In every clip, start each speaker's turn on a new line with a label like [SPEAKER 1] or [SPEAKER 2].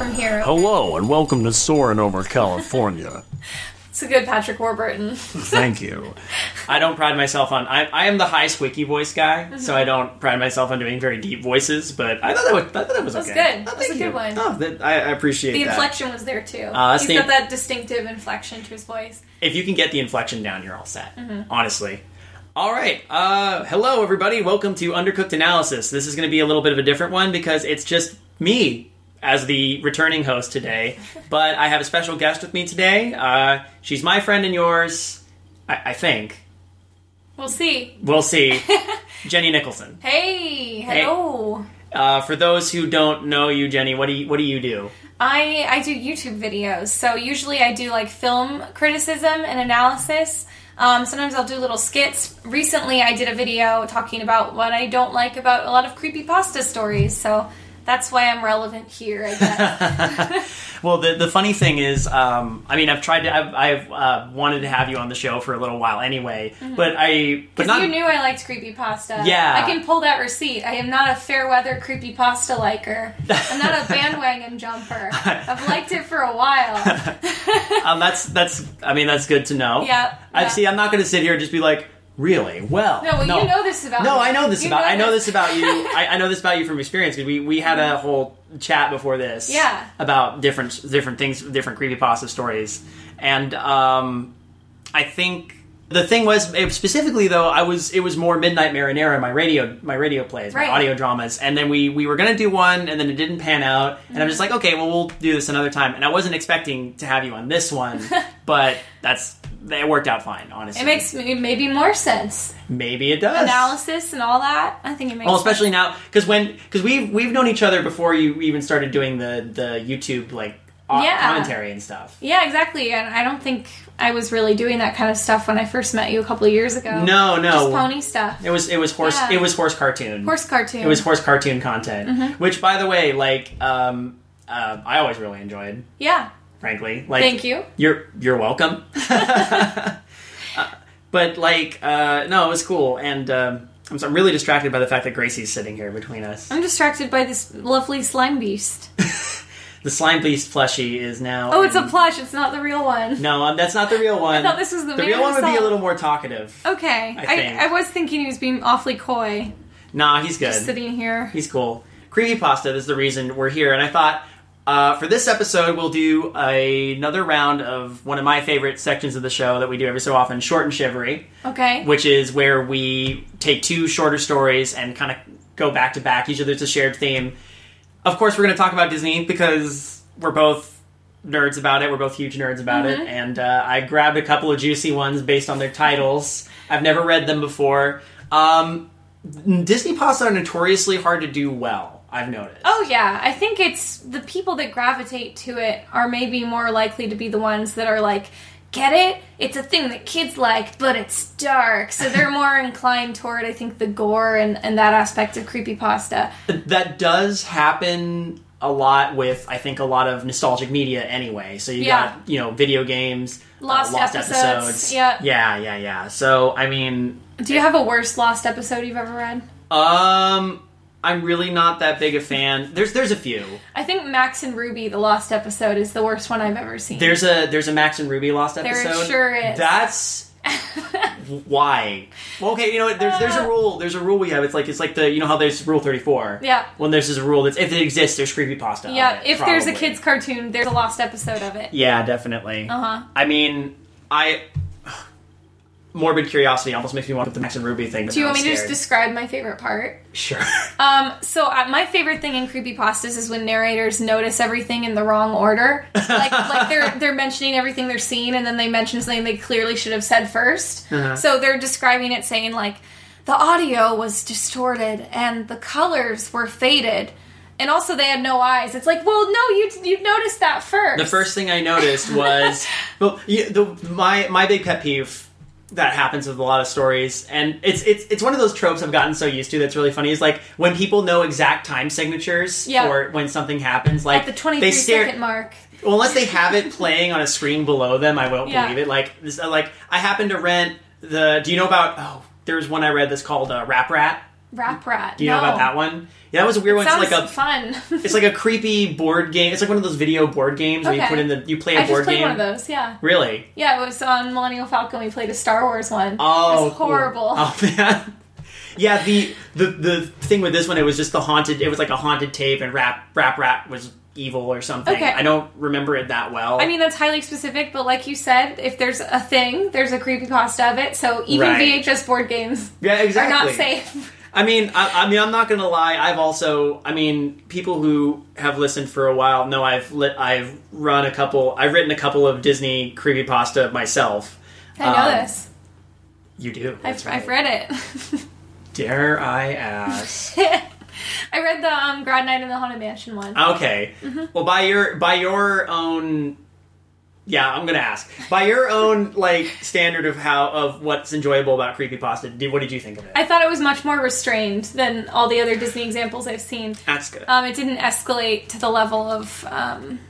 [SPEAKER 1] I'm here.
[SPEAKER 2] Hello and welcome to Soaring Over California.
[SPEAKER 1] It's a good Patrick Warburton.
[SPEAKER 2] Thank you.
[SPEAKER 3] I don't pride myself on. I, I am the high squeaky voice guy, so
[SPEAKER 1] Mm-hmm.
[SPEAKER 3] I don't pride myself on doing very deep voices. But I thought that was, I thought that was
[SPEAKER 1] That was
[SPEAKER 3] okay.
[SPEAKER 1] good.
[SPEAKER 3] Oh,
[SPEAKER 1] That was
[SPEAKER 3] thank
[SPEAKER 1] a good
[SPEAKER 3] you.
[SPEAKER 1] one.
[SPEAKER 3] Oh, that, I, I appreciate
[SPEAKER 1] The
[SPEAKER 3] that.
[SPEAKER 1] inflection was there too.
[SPEAKER 3] Uh, that's
[SPEAKER 1] He's
[SPEAKER 3] the-
[SPEAKER 1] got that distinctive inflection to his voice.
[SPEAKER 3] if you can get the inflection down, you're all set.
[SPEAKER 1] Mm-hmm.
[SPEAKER 3] Honestly. All right. Uh, hello, everybody. Welcome to Undercooked Analysis. This is going to be a little bit of a different one because it's just me as the returning host today. but I have a special guest with me today. Uh, she's my friend and yours, I, I think.
[SPEAKER 1] We'll see.
[SPEAKER 3] We'll see. Jenny Nicholson.
[SPEAKER 1] Hey, hello.
[SPEAKER 3] Uh, for those who don't know you, Jenny, what do you, what do you do?
[SPEAKER 1] I I do YouTube videos, so usually I do like film criticism and analysis. Um, sometimes I'll do little skits. Recently, I did a video talking about what I don't like about a lot of creepypasta stories. So that's why I'm relevant here. I guess.
[SPEAKER 3] Well, the, the funny thing is, um, I mean, I've tried to, I've, I've uh, wanted to have you on the show for a little while anyway,
[SPEAKER 1] Mm-hmm.
[SPEAKER 3] but I, but
[SPEAKER 1] Because
[SPEAKER 3] not
[SPEAKER 1] you knew I liked creepypasta.
[SPEAKER 3] Yeah.
[SPEAKER 1] I can pull that receipt. I am not a fair weather creepypasta liker. I'm not a bandwagon jumper. I've liked it for a while.
[SPEAKER 3] um, that's that's. I mean, that's good to know.
[SPEAKER 1] Yeah,
[SPEAKER 3] I
[SPEAKER 1] yeah.
[SPEAKER 3] see. I'm not going to sit here and just be like, really? Well,
[SPEAKER 1] No, well, you know this about
[SPEAKER 3] No,
[SPEAKER 1] me.
[SPEAKER 3] I know this
[SPEAKER 1] You
[SPEAKER 3] about.
[SPEAKER 1] know
[SPEAKER 3] I know
[SPEAKER 1] this.
[SPEAKER 3] this about you. I, I know this about you from experience because we we had a whole chat before this.
[SPEAKER 1] Mm-hmm. Yeah.
[SPEAKER 3] About different different things, different creepypasta stories, and um, I think. The thing was it- specifically though I was it was more Midnight Marinera my radio my radio plays
[SPEAKER 1] Right.
[SPEAKER 3] my audio dramas and then we we were gonna do one and then it didn't pan out and
[SPEAKER 1] Mm-hmm.
[SPEAKER 3] I'm just like okay well we'll do this another time and I wasn't expecting to have you on this one but that's it worked out fine honestly
[SPEAKER 1] It makes m- maybe more sense.
[SPEAKER 3] maybe it does
[SPEAKER 1] Analysis and all that. I think it makes
[SPEAKER 3] well, especially now because when because we've we've known each other before you even started doing the the YouTube like au-
[SPEAKER 1] Yeah.
[SPEAKER 3] commentary and stuff.
[SPEAKER 1] Yeah, exactly. And I don't think I was really doing that kind of stuff when I first met you a couple of years ago.
[SPEAKER 3] No, no.
[SPEAKER 1] Just pony stuff.
[SPEAKER 3] It was it was horse
[SPEAKER 1] Yeah.
[SPEAKER 3] it was horse cartoon.
[SPEAKER 1] Horse cartoon. Mm-hmm.
[SPEAKER 3] It was horse cartoon content, which by the way, like um, uh, I always really enjoyed.
[SPEAKER 1] Yeah.
[SPEAKER 3] Frankly, like
[SPEAKER 1] Thank you.
[SPEAKER 3] You're you're welcome. Uh, but like uh, no, it was cool, and um, I'm, so- I'm really distracted by the fact that Gracie's sitting here between us.
[SPEAKER 1] I'm distracted by this lovely slime beast.
[SPEAKER 3] The slime beast plushie is now.
[SPEAKER 1] Oh, it's a
[SPEAKER 3] in-
[SPEAKER 1] plush. It's not the real one.
[SPEAKER 3] No, um, that's not the real one.
[SPEAKER 1] I thought this was the
[SPEAKER 3] the
[SPEAKER 1] man
[SPEAKER 3] real one would be a
[SPEAKER 1] himself. Oh.
[SPEAKER 3] little more talkative.
[SPEAKER 1] Okay.
[SPEAKER 3] I think.
[SPEAKER 1] I, I was thinking he was being awfully coy,
[SPEAKER 3] Nah, he's
[SPEAKER 1] just
[SPEAKER 3] good.
[SPEAKER 1] sitting here.
[SPEAKER 3] He's cool. Creepypasta is the reason we're here, and I thought uh, for this episode we'll do a- another round of one of my favorite sections of the show that we do every so often, short and shivery,
[SPEAKER 1] Okay.
[SPEAKER 3] which is where we take two shorter stories and kind of go back to back. Usually there's a shared theme. Of course, we're going to talk about Disney because we're both nerds about it. We're both huge nerds about
[SPEAKER 1] Mm-hmm.
[SPEAKER 3] it. And uh, I grabbed a couple of juicy ones based on their titles. I've never read them before. Um, Disney pasta are notoriously hard to do well, I've noticed.
[SPEAKER 1] Oh yeah, I think it's the people that gravitate to it are maybe more likely to be the ones that are like, get it? It's a thing that kids like, but it's dark. So they're more inclined toward I think the gore and, and that aspect of creepypasta.
[SPEAKER 3] That does happen a lot with, I think, a lot of nostalgic media anyway. So you
[SPEAKER 1] Yeah.
[SPEAKER 3] got, you know, video games, uh,
[SPEAKER 1] Lost episodes, yeah.
[SPEAKER 3] Yeah, yeah, yeah. So, I mean,
[SPEAKER 1] Do you have a worst lost episode you've ever read?
[SPEAKER 3] um, I'm really not that big a fan. There's there's a few.
[SPEAKER 1] I think Max and Ruby, the lost episode, is the worst one I've ever seen.
[SPEAKER 3] There's a there's a Max and Ruby lost
[SPEAKER 1] There
[SPEAKER 3] episode.
[SPEAKER 1] sure is.
[SPEAKER 3] That's why. Well, okay, you know what? There's there's
[SPEAKER 1] Uh.
[SPEAKER 3] a rule. There's a rule we have. It's like it's like the you know how there's rule 34.
[SPEAKER 1] Yeah.
[SPEAKER 3] When there's this rule that's if it exists, there's creepy pasta.
[SPEAKER 1] yeah, if there's a kids cartoon, there's a lost episode of it.
[SPEAKER 3] Yeah, definitely.
[SPEAKER 1] Uh-huh.
[SPEAKER 3] I mean, I morbid curiosity almost makes me want to put the Max and Ruby thing. But
[SPEAKER 1] Do you
[SPEAKER 3] now
[SPEAKER 1] want
[SPEAKER 3] I'm
[SPEAKER 1] me to just
[SPEAKER 3] scared.
[SPEAKER 1] describe my favorite part?
[SPEAKER 3] Sure.
[SPEAKER 1] Um, so uh, my favorite thing in creepypastas is when narrators notice everything in the wrong order. Like, like they're they're mentioning everything they're seeing, and then they mention something they clearly should have said 1st
[SPEAKER 3] Uh-huh.
[SPEAKER 1] So they're describing it, saying like, the audio was distorted and the colors were faded, and also they had no eyes. It's like, well, no, you you noticed that first.
[SPEAKER 3] The first thing I noticed was, well, you, the, my my big pet peeve that happens with a lot of stories, and it's it's it's one of those tropes I've gotten so used to that's really funny. Is like when people know exact time signatures
[SPEAKER 1] Yeah.
[SPEAKER 3] for when something happens, like
[SPEAKER 1] at the twenty
[SPEAKER 3] they
[SPEAKER 1] three
[SPEAKER 3] stare.
[SPEAKER 1] second mark.
[SPEAKER 3] Well, unless they have it playing on a screen below them, I won't
[SPEAKER 1] Yeah.
[SPEAKER 3] believe it. Like this, uh, like I happen to rent the. Do you know about? Oh, there's one I read that's called uh, Rap Rat.
[SPEAKER 1] Rap Rat.
[SPEAKER 3] Do you know
[SPEAKER 1] No.
[SPEAKER 3] about that one? Yeah, that was a weird one. It's
[SPEAKER 1] Sounds
[SPEAKER 3] like a
[SPEAKER 1] fun.
[SPEAKER 3] it's like a creepy board game. It's like one of those video board games where you
[SPEAKER 1] Okay.
[SPEAKER 3] put in the you play a
[SPEAKER 1] I just
[SPEAKER 3] board
[SPEAKER 1] played
[SPEAKER 3] game.
[SPEAKER 1] one of those. Yeah,
[SPEAKER 3] Really?
[SPEAKER 1] yeah. It was on Millennial Falcon. We played a Star Wars one.
[SPEAKER 3] Oh,
[SPEAKER 1] it was
[SPEAKER 3] cool.
[SPEAKER 1] horrible.
[SPEAKER 3] Oh man. Yeah, the, the the thing with this one, it was just the haunted. It was like a haunted tape, and rap rap rap was evil or something.
[SPEAKER 1] Okay.
[SPEAKER 3] I don't remember it that well.
[SPEAKER 1] I mean, that's highly specific, but like you said, if there's a thing, there's a creepypasta of it. So even
[SPEAKER 3] Right.
[SPEAKER 1] VHS board games
[SPEAKER 3] yeah,
[SPEAKER 1] are
[SPEAKER 3] exactly.
[SPEAKER 1] not safe.
[SPEAKER 3] I mean, I, I mean, I'm not gonna lie. I've also, I mean, people who have listened for a while know I've lit, I've run a couple, I've written a couple of Disney creepypasta myself.
[SPEAKER 1] I know
[SPEAKER 3] Um,
[SPEAKER 1] this.
[SPEAKER 3] You do.
[SPEAKER 1] I've,
[SPEAKER 3] That's right.
[SPEAKER 1] I've read it.
[SPEAKER 3] Dare I ask?
[SPEAKER 1] I read the um, Grad Night in the Haunted Mansion one.
[SPEAKER 3] Uh, Okay.
[SPEAKER 1] Mm-hmm.
[SPEAKER 3] Well, by your by your own, yeah, I'm gonna ask by your own like standard of how of what's enjoyable about creepypasta. Do, what did you think of it?
[SPEAKER 1] I thought it was much more restrained than all the other Disney examples I've seen.
[SPEAKER 3] That's good.
[SPEAKER 1] Um, it didn't escalate to the level of, um,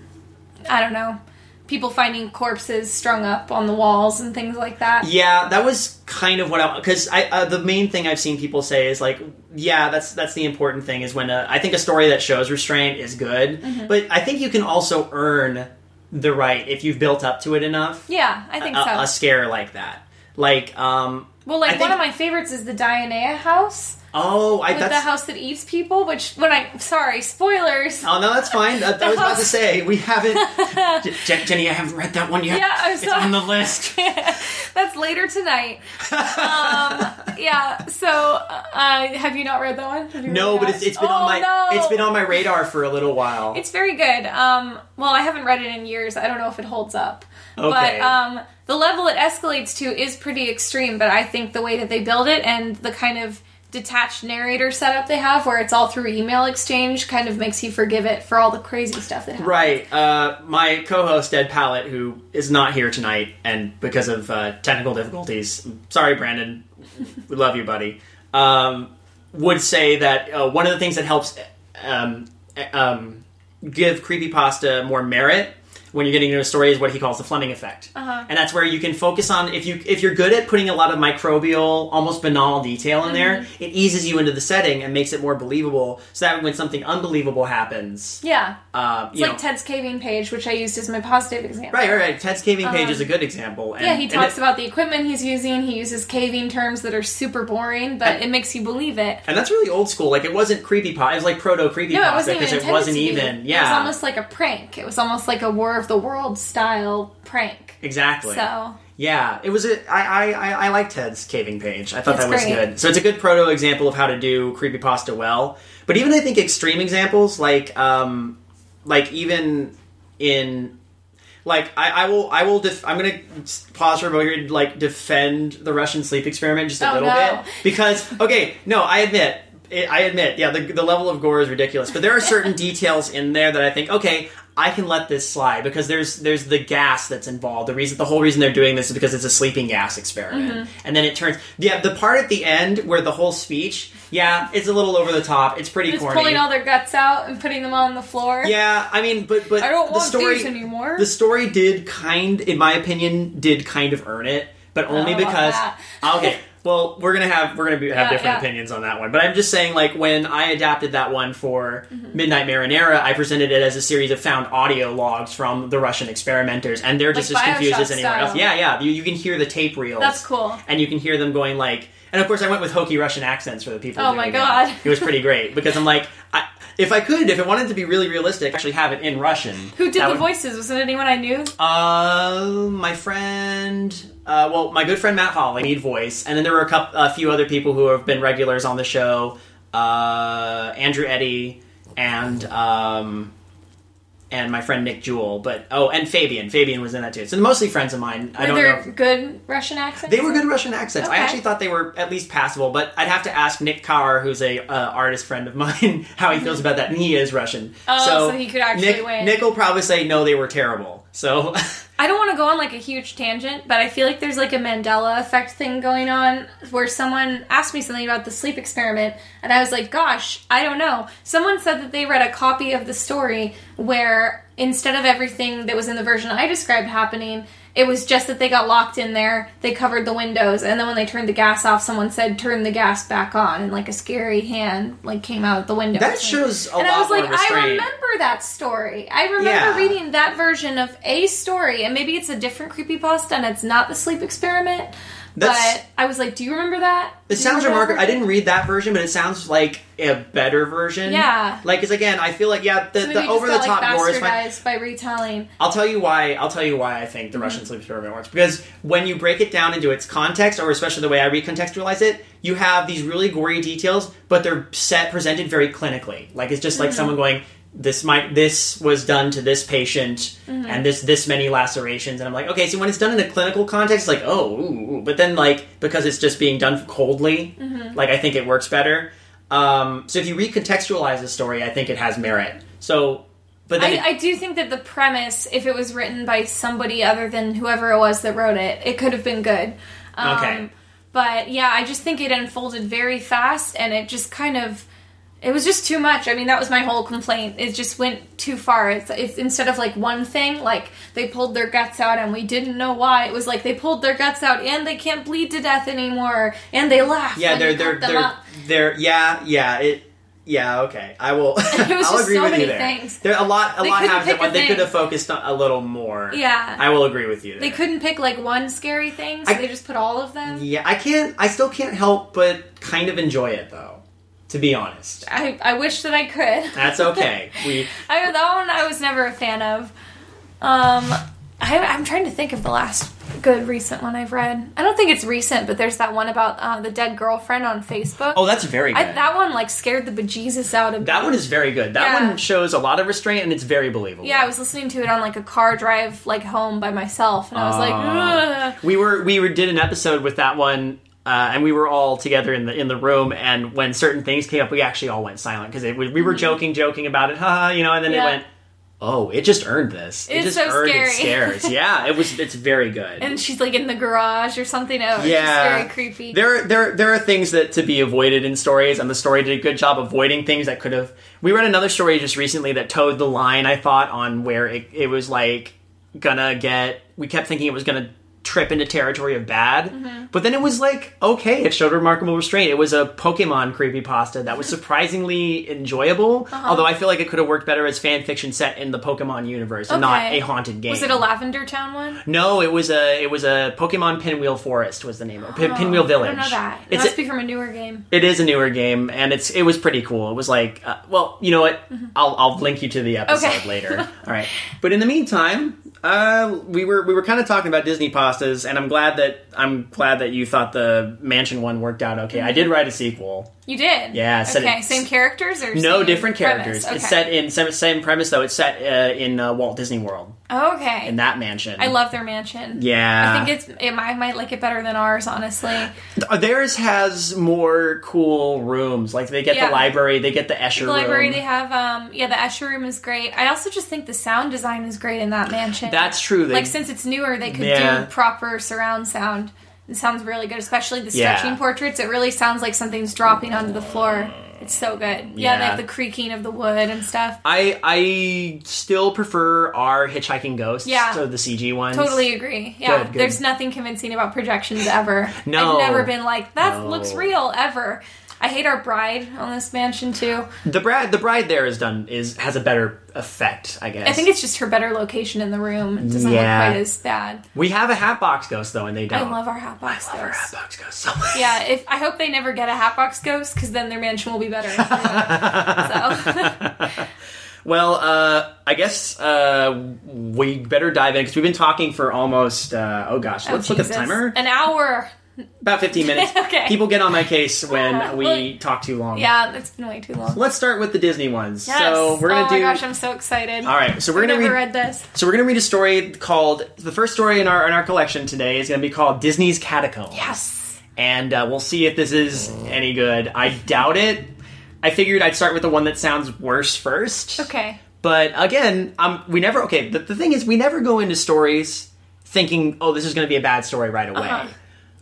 [SPEAKER 1] I don't know, people finding corpses strung up on the walls and things like that.
[SPEAKER 3] Yeah, that was kind of what I because I uh, the main thing I've seen people say is like, yeah, that's that's the important thing is when a, I think a story that shows restraint is good,
[SPEAKER 1] Mm-hmm.
[SPEAKER 3] but I think you can also earn the right if you've built up to it enough.
[SPEAKER 1] Yeah, I think
[SPEAKER 3] a,
[SPEAKER 1] so.
[SPEAKER 3] a scare like that, like um,
[SPEAKER 1] well,
[SPEAKER 3] Uh, I
[SPEAKER 1] like
[SPEAKER 3] think-
[SPEAKER 1] one of my favorites is the Dianea house,
[SPEAKER 3] oh, I
[SPEAKER 1] with
[SPEAKER 3] that's
[SPEAKER 1] the house that eats people. Which, when I sorry, spoilers.
[SPEAKER 3] Oh no, that's fine. I, I was about to
[SPEAKER 1] house-
[SPEAKER 3] say we haven't. Je- Jenny, I haven't read that one yet.
[SPEAKER 1] Yeah, I'm
[SPEAKER 3] it's
[SPEAKER 1] sorry.
[SPEAKER 3] on the list.
[SPEAKER 1] That's later tonight. Um, yeah. So, uh, have you not read that one? Have you
[SPEAKER 3] No,
[SPEAKER 1] read
[SPEAKER 3] but
[SPEAKER 1] that?
[SPEAKER 3] it's, it's been on
[SPEAKER 1] Oh,
[SPEAKER 3] my
[SPEAKER 1] no.
[SPEAKER 3] it's been on my radar for a little while.
[SPEAKER 1] It's very good. Um, well, I haven't read it in years. I don't know if it holds up.
[SPEAKER 3] Okay.
[SPEAKER 1] But um, the level it escalates to is pretty extreme, but I think the way that they build it and the kind of detached narrator setup they have, where it's all through email exchange, kind of makes you forgive it for all the crazy stuff that happens.
[SPEAKER 3] Right, uh, my co-host Ed Pallet, who is not here tonight, and because of uh, technical difficulties, sorry, Brandon, we love you, buddy. Um, would say that uh, one of the things that helps um, um, give creepypasta more merit when you're getting into a story is what he calls the Fleming effect,
[SPEAKER 1] Uh-huh.
[SPEAKER 3] and that's where you can focus on if you if you're good at putting a lot of microbial, almost banal detail in there,
[SPEAKER 1] Mm-hmm.
[SPEAKER 3] it eases you into the setting and makes it more believable. So that when something unbelievable happens.
[SPEAKER 1] Yeah.
[SPEAKER 3] Uh,
[SPEAKER 1] It's
[SPEAKER 3] you
[SPEAKER 1] like
[SPEAKER 3] know,
[SPEAKER 1] Ted's caving page, which I used as my positive example.
[SPEAKER 3] Right, right, right. Ted's caving page is a good example. And,
[SPEAKER 1] Um, Yeah, he
[SPEAKER 3] and
[SPEAKER 1] talks
[SPEAKER 3] it-
[SPEAKER 1] about the equipment he's using. He uses caving terms that are super boring, but it makes you believe it.
[SPEAKER 3] and that's really old school. Like it wasn't creepy It was like proto creepy
[SPEAKER 1] No, it wasn't even
[SPEAKER 3] because it
[SPEAKER 1] intended
[SPEAKER 3] wasn't
[SPEAKER 1] to be.
[SPEAKER 3] even.
[SPEAKER 1] It was
[SPEAKER 3] Yeah,
[SPEAKER 1] almost like a prank. It was almost like a War of the Worlds style prank.
[SPEAKER 3] exactly.
[SPEAKER 1] So
[SPEAKER 3] Yeah, it was. A, I, I I I like Ted's caving page. I thought
[SPEAKER 1] It's
[SPEAKER 3] that was
[SPEAKER 1] great.
[SPEAKER 3] good. So it's a good proto example of how to do creepypasta well. But even I think extreme examples like um like even in like I, I will I will def- I'm gonna s- pause for a moment like defend the Russian sleep experiment just a
[SPEAKER 1] Oh,
[SPEAKER 3] little
[SPEAKER 1] no.
[SPEAKER 3] bit because okay no I admit it, I admit yeah the, the level of gore is ridiculous but there are certain details in there that I think okay I can let this slide because there's there's the gas that's involved the reason the whole reason they're doing this is because it's a sleeping gas experiment
[SPEAKER 1] Mm-hmm.
[SPEAKER 3] and then it turns yeah the part at the end where the whole speech yeah it's a little over the top it's pretty
[SPEAKER 1] just
[SPEAKER 3] corny
[SPEAKER 1] pulling all their guts out and putting them on the floor.
[SPEAKER 3] yeah, I mean, but but
[SPEAKER 1] I don't
[SPEAKER 3] the
[SPEAKER 1] want
[SPEAKER 3] story
[SPEAKER 1] these anymore.
[SPEAKER 3] The story did kind, in my opinion, did kind of earn it, but only
[SPEAKER 1] don't know about
[SPEAKER 3] because
[SPEAKER 1] Oh, that.
[SPEAKER 3] okay. Well, we're gonna have we're gonna be, have
[SPEAKER 1] Yeah,
[SPEAKER 3] different
[SPEAKER 1] yeah.
[SPEAKER 3] opinions on that one, but I'm just saying, like when I adapted that one for
[SPEAKER 1] Mm-hmm.
[SPEAKER 3] Midnight Marinera, I presented it as a series of found audio logs from the Russian experimenters, and they're just
[SPEAKER 1] Like
[SPEAKER 3] as confused
[SPEAKER 1] Bioshock
[SPEAKER 3] as anyone else.
[SPEAKER 1] style.
[SPEAKER 3] Yeah, yeah, you, you can hear the tape reels.
[SPEAKER 1] That's cool.
[SPEAKER 3] and you can hear them going like, and of course I went with hokey Russian accents for the people.
[SPEAKER 1] Oh my
[SPEAKER 3] doing it.
[SPEAKER 1] God.
[SPEAKER 3] it was pretty great because I'm like, I, if I could, if it wanted to be really realistic, actually have it in Russian.
[SPEAKER 1] Who did the
[SPEAKER 3] That would-
[SPEAKER 1] voices? Was it anyone I knew?
[SPEAKER 3] Uh, my friend. Uh, well, my good friend Matt Holly, lead voice, and then there were a, couple, a few other people who have been regulars on the show. Uh, Andrew Eddy and um, and my friend Nick Jewell, but oh, and Fabian. Fabian was in that too. So mostly friends of mine. I
[SPEAKER 1] Were
[SPEAKER 3] don't know.
[SPEAKER 1] there
[SPEAKER 3] if-
[SPEAKER 1] good Russian accents?
[SPEAKER 3] they were good Russian accents. I
[SPEAKER 1] Okay.
[SPEAKER 3] actually thought they were at least passable, but I'd have to ask Nick Carr, who's a uh, artist friend of mine, how he feels about that. And he is Russian,
[SPEAKER 1] Oh, so he could actually
[SPEAKER 3] Nick,
[SPEAKER 1] win.
[SPEAKER 3] Nick will probably say no, they were terrible. So
[SPEAKER 1] I don't want to go on like a huge tangent, but I feel like there's like a Mandela effect thing going on where someone asked me something about the sleep experiment, and I was like, gosh, I don't know. Someone said that they read a copy of the story where instead of everything that was in the version I described happening, It was just that they got locked in there. They covered the windows, and then when they turned the gas off, someone said, "Turn the gas back on," and like a scary hand like came out of the window.
[SPEAKER 3] That
[SPEAKER 1] Like-
[SPEAKER 3] shows a
[SPEAKER 1] and
[SPEAKER 3] lot
[SPEAKER 1] I was
[SPEAKER 3] more
[SPEAKER 1] like, I
[SPEAKER 3] restraint.
[SPEAKER 1] remember that story. I remember
[SPEAKER 3] Yeah.
[SPEAKER 1] reading that version of a story, and maybe it's a different creepypasta and it's not the sleep experiment.
[SPEAKER 3] That's-
[SPEAKER 1] but I was like, do you remember that?
[SPEAKER 3] It
[SPEAKER 1] Do you
[SPEAKER 3] sounds
[SPEAKER 1] remember that
[SPEAKER 3] remarkable. I
[SPEAKER 1] version?
[SPEAKER 3] didn't read that version, but it sounds like a better version.
[SPEAKER 1] Yeah.
[SPEAKER 3] Like, because again, I feel like yeah, the,
[SPEAKER 1] So maybe
[SPEAKER 3] the
[SPEAKER 1] it just
[SPEAKER 3] over the
[SPEAKER 1] got,
[SPEAKER 3] top
[SPEAKER 1] like,
[SPEAKER 3] gore is fine.
[SPEAKER 1] bastardized by retelling.
[SPEAKER 3] I'll tell you why. I'll tell you why I think the
[SPEAKER 1] Mm-hmm.
[SPEAKER 3] Russian sleep experiment works because when you break it down into its context, or especially the way I recontextualize it, you have these really gory details, but they're set presented very clinically. Like it's just
[SPEAKER 1] Mm-hmm.
[SPEAKER 3] like someone going, "This might this was done to this patient,
[SPEAKER 1] Mm-hmm.
[SPEAKER 3] and this this many lacerations," and I'm like, okay, so when it's done in a clinical context, it's like, oh, ooh, ooh. but then like because it's just being done coldly,
[SPEAKER 1] Mm-hmm.
[SPEAKER 3] like I think it works better. Um, so if you recontextualize the story, I think it has merit. So. But then
[SPEAKER 1] I,
[SPEAKER 3] it-
[SPEAKER 1] I do think that the premise, if it was written by somebody other than whoever it was that wrote it, it could have been good. Um,
[SPEAKER 3] Okay.
[SPEAKER 1] But yeah, I just think it unfolded very fast, and it just kind of. It was just too much. I mean, that was my whole complaint. It just went too far. It's, it's instead of like one thing, like they pulled their guts out and we didn't know why. It was like they pulled their guts out and they can't bleed to death anymore, and they laugh.
[SPEAKER 3] Yeah,
[SPEAKER 1] when
[SPEAKER 3] they're
[SPEAKER 1] you
[SPEAKER 3] they're
[SPEAKER 1] cut them
[SPEAKER 3] they're,
[SPEAKER 1] up.
[SPEAKER 3] they're yeah yeah it yeah okay I will
[SPEAKER 1] was
[SPEAKER 3] I'll
[SPEAKER 1] just
[SPEAKER 3] agree
[SPEAKER 1] so
[SPEAKER 3] with
[SPEAKER 1] many
[SPEAKER 3] you there.
[SPEAKER 1] things.
[SPEAKER 3] There a lot a
[SPEAKER 1] They
[SPEAKER 3] lot
[SPEAKER 1] couldn't
[SPEAKER 3] happens
[SPEAKER 1] pick a
[SPEAKER 3] that one- they
[SPEAKER 1] thing.
[SPEAKER 3] could have focused on a little more.
[SPEAKER 1] Yeah.
[SPEAKER 3] I will agree with you. There.
[SPEAKER 1] They couldn't pick like one scary thing, so
[SPEAKER 3] I-
[SPEAKER 1] they just put all of them.
[SPEAKER 3] Yeah, I can't. I still can't help but kind of enjoy it though. To be honest,
[SPEAKER 1] I, I wish that I could.
[SPEAKER 3] that's okay. we
[SPEAKER 1] I, that one I was never a fan of. Um, I, I'm trying to think of the last good recent one I've read. I don't think it's recent, but there's that one about uh, the dead girlfriend on Facebook.
[SPEAKER 3] oh that's very good.
[SPEAKER 1] I, that one like scared the bejesus out of me.
[SPEAKER 3] That one is very good. That
[SPEAKER 1] Yeah.
[SPEAKER 3] one shows a lot of restraint and it's very believable.
[SPEAKER 1] Yeah, I was listening to it on like a car drive like home by myself, and I was like,
[SPEAKER 3] Oh.
[SPEAKER 1] Ugh.
[SPEAKER 3] we were we were did an episode with that one uh, and we were all together in the in the room and when certain things came up we actually all went silent because we, we were joking joking about it haha you know and then
[SPEAKER 1] Mm-hmm. Yeah.
[SPEAKER 3] it went oh it just earned this it
[SPEAKER 1] It's
[SPEAKER 3] just
[SPEAKER 1] so
[SPEAKER 3] earned its
[SPEAKER 1] scary.
[SPEAKER 3] scares yeah it was it's very good
[SPEAKER 1] and she's like in the garage or something. Oh, yeah,
[SPEAKER 3] yeah
[SPEAKER 1] it's just very creepy.
[SPEAKER 3] there there there are things that to be avoided in stories and the story did a good job avoiding things that could have we read another story just recently that towed the line i thought on where it, it was like gonna get we kept thinking it was gonna trip into territory of bad
[SPEAKER 1] Mm-hmm.
[SPEAKER 3] but then it was like okay it showed remarkable restraint it was a pokemon creepypasta that was surprisingly enjoyable
[SPEAKER 1] Uh-huh.
[SPEAKER 3] although i feel like it could have worked better as fan fiction set in the pokemon universe and not
[SPEAKER 1] Okay.
[SPEAKER 3] a haunted game
[SPEAKER 1] Was it a Lavender Town one?
[SPEAKER 3] no, it was a it was a Pokemon Pinwheel Forest was the name of it. Pin- Pinwheel
[SPEAKER 1] Oh, I
[SPEAKER 3] Village.
[SPEAKER 1] don't know that. It
[SPEAKER 3] It's
[SPEAKER 1] must
[SPEAKER 3] a,
[SPEAKER 1] be from a newer game.
[SPEAKER 3] it is a newer game, and it's it was pretty cool. It was like, uh, well, you know what? I'll I'll link you to the episode
[SPEAKER 1] Mm-hmm. Okay.
[SPEAKER 3] later. All right. But in the meantime, uh, we were we were kind of talking about Disney pastas, and I'm glad that I'm glad that you thought the Mansion one worked out okay. I did
[SPEAKER 1] Mm-hmm.
[SPEAKER 3] write a sequel.
[SPEAKER 1] You did.
[SPEAKER 3] Yeah, it's set
[SPEAKER 1] Okay.
[SPEAKER 3] in-
[SPEAKER 1] Same characters or
[SPEAKER 3] No
[SPEAKER 1] same
[SPEAKER 3] different
[SPEAKER 1] premise?
[SPEAKER 3] characters.
[SPEAKER 1] Okay.
[SPEAKER 3] It's set in same, same premise though. It's set uh, in uh, Walt Disney World
[SPEAKER 1] Okay.
[SPEAKER 3] in that mansion.
[SPEAKER 1] I love their mansion.
[SPEAKER 3] Yeah.
[SPEAKER 1] I think it's. It, I might like it better than ours, honestly.
[SPEAKER 3] Uh, Theirs has more cool rooms. Like they get
[SPEAKER 1] Yeah.
[SPEAKER 3] the library, they get the Escher
[SPEAKER 1] The library
[SPEAKER 3] room.
[SPEAKER 1] they have. Um. Yeah, the Escher room is great. I also just think the sound design is great in that mansion.
[SPEAKER 3] That's true. They,
[SPEAKER 1] like since it's newer, they could
[SPEAKER 3] Yeah.
[SPEAKER 1] do proper surround sound. It sounds really good, especially the
[SPEAKER 3] Yeah.
[SPEAKER 1] stretching portraits. It really sounds like something's dropping onto the floor. It's so good. Yeah, they
[SPEAKER 3] Yeah.
[SPEAKER 1] have the creaking of the wood and stuff.
[SPEAKER 3] I I still prefer our Hitchhiking Ghosts
[SPEAKER 1] Yeah.
[SPEAKER 3] to the CG ones.
[SPEAKER 1] Totally agree. Yeah,
[SPEAKER 3] Good, good.
[SPEAKER 1] there's nothing convincing about projections ever.
[SPEAKER 3] No.
[SPEAKER 1] I've never been like that
[SPEAKER 3] No.
[SPEAKER 1] looks real ever. I hate our bride on this mansion too.
[SPEAKER 3] The bride the bride there is done is has a better effect, I guess.
[SPEAKER 1] I think it's just her better location in the room. It doesn't
[SPEAKER 3] Yeah.
[SPEAKER 1] look quite as bad.
[SPEAKER 3] we have a Hatbox Ghost though, and they don't.
[SPEAKER 1] I love our hatbox
[SPEAKER 3] I love our
[SPEAKER 1] ghost.
[SPEAKER 3] Hatbox Ghost so much.
[SPEAKER 1] Yeah, if I hope they never get a hatbox ghost because then their mansion will be better. so
[SPEAKER 3] Well, uh, I guess uh, we better dive in because we've been talking for almost uh, oh gosh, let's look at the
[SPEAKER 1] Jesus.
[SPEAKER 3] timer.
[SPEAKER 1] An hour.
[SPEAKER 3] About fifteen minutes.
[SPEAKER 1] Okay.
[SPEAKER 3] People get on my case when we
[SPEAKER 1] Well,
[SPEAKER 3] talk too long.
[SPEAKER 1] Yeah, it's been way too long.
[SPEAKER 3] Let's start with the Disney ones.
[SPEAKER 1] Yes.
[SPEAKER 3] So we're gonna
[SPEAKER 1] oh
[SPEAKER 3] do.
[SPEAKER 1] my gosh, I'm so excited.
[SPEAKER 3] all right, so we're gonna
[SPEAKER 1] I've
[SPEAKER 3] read.
[SPEAKER 1] never read this.
[SPEAKER 3] So we're gonna read a story called the first story in our in our collection today is gonna be called Disney's Catacombs.
[SPEAKER 1] Yes.
[SPEAKER 3] And uh, we'll see if this is any good. I doubt it. I figured I'd start with the one that sounds worse first.
[SPEAKER 1] Okay.
[SPEAKER 3] But again, um, we never. Okay, the, the thing is, we never go into stories thinking, "Oh, this is going to be a bad story right away."
[SPEAKER 1] Uh-huh.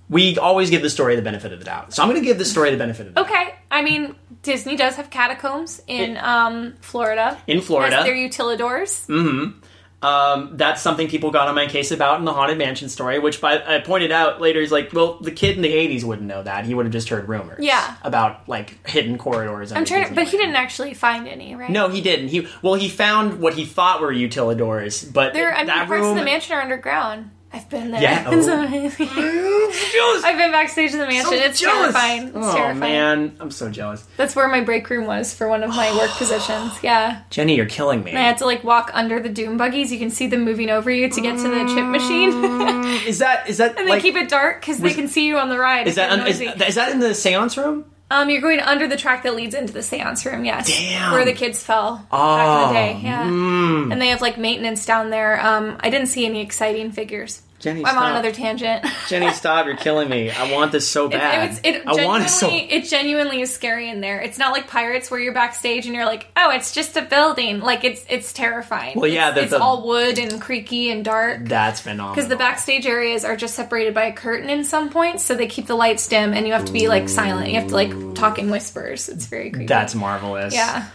[SPEAKER 3] We always give the story the benefit of the doubt. So I'm going to give the story the benefit of the doubt.
[SPEAKER 1] Okay, I mean Disney does have catacombs in um, Florida.
[SPEAKER 3] In Florida, Mm,
[SPEAKER 1] As their utilidors.
[SPEAKER 3] Um, that's something people got on my case about in the Haunted Mansion story, which by, I pointed out later. He's like, well, the kid in the 80s wouldn't know that. He would have just heard rumors.
[SPEAKER 1] Yeah.
[SPEAKER 3] About, like, hidden corridors.
[SPEAKER 1] I'm trying, to, but he didn't actually find any, right?
[SPEAKER 3] No, he didn't. He Well, he found what he thought were utilidors, but
[SPEAKER 1] there. I mean,
[SPEAKER 3] that
[SPEAKER 1] parts
[SPEAKER 3] room.
[SPEAKER 1] of the mansion are underground. I've been there.
[SPEAKER 3] Yeah,
[SPEAKER 1] It's
[SPEAKER 3] oh.
[SPEAKER 1] amazing.
[SPEAKER 3] Jealous.
[SPEAKER 1] I've been backstage in the mansion.
[SPEAKER 3] So
[SPEAKER 1] it's
[SPEAKER 3] jealous.
[SPEAKER 1] terrifying. It's
[SPEAKER 3] oh,
[SPEAKER 1] terrifying.
[SPEAKER 3] man. I'm so jealous.
[SPEAKER 1] That's where my break room was for one of my work positions. Yeah.
[SPEAKER 3] Jenny, you're killing me.
[SPEAKER 1] I had to like walk under the doom buggies. You can see them moving over you to get to the chip machine. and
[SPEAKER 3] Is that, is that,
[SPEAKER 1] they
[SPEAKER 3] like,
[SPEAKER 1] keep it dark because they
[SPEAKER 3] was-
[SPEAKER 1] can see you on the ride.
[SPEAKER 3] is that,
[SPEAKER 1] It's
[SPEAKER 3] un- is,
[SPEAKER 1] noisy.
[SPEAKER 3] is that in the seance room?
[SPEAKER 1] Um, you're going under the track that leads into the seance room, yes.
[SPEAKER 3] Damn.
[SPEAKER 1] Where the kids fell back in the
[SPEAKER 3] Oh,
[SPEAKER 1] day. Yeah. And they have like maintenance down there. Um, I didn't see any exciting figures.
[SPEAKER 3] Jenny,
[SPEAKER 1] I'm
[SPEAKER 3] stop.
[SPEAKER 1] on another tangent.
[SPEAKER 3] Jenny, stop! You're killing me. I want this so bad.
[SPEAKER 1] It's, it,
[SPEAKER 3] I want
[SPEAKER 1] genuinely,
[SPEAKER 3] it so.
[SPEAKER 1] it genuinely is scary in there. It's not like pirates where you're backstage and you're like, oh, it's just a building. Like it's it's terrifying.
[SPEAKER 3] Well, yeah,
[SPEAKER 1] it's,
[SPEAKER 3] the-
[SPEAKER 1] it's
[SPEAKER 3] the-
[SPEAKER 1] all wood and creaky and dark.
[SPEAKER 3] That's phenomenal.
[SPEAKER 1] Because the backstage areas are just separated by a curtain in some points, so they keep the lights dim, and you have to be like silent. You have to like talk in whispers. It's very creepy.
[SPEAKER 3] That's marvelous.
[SPEAKER 1] yeah.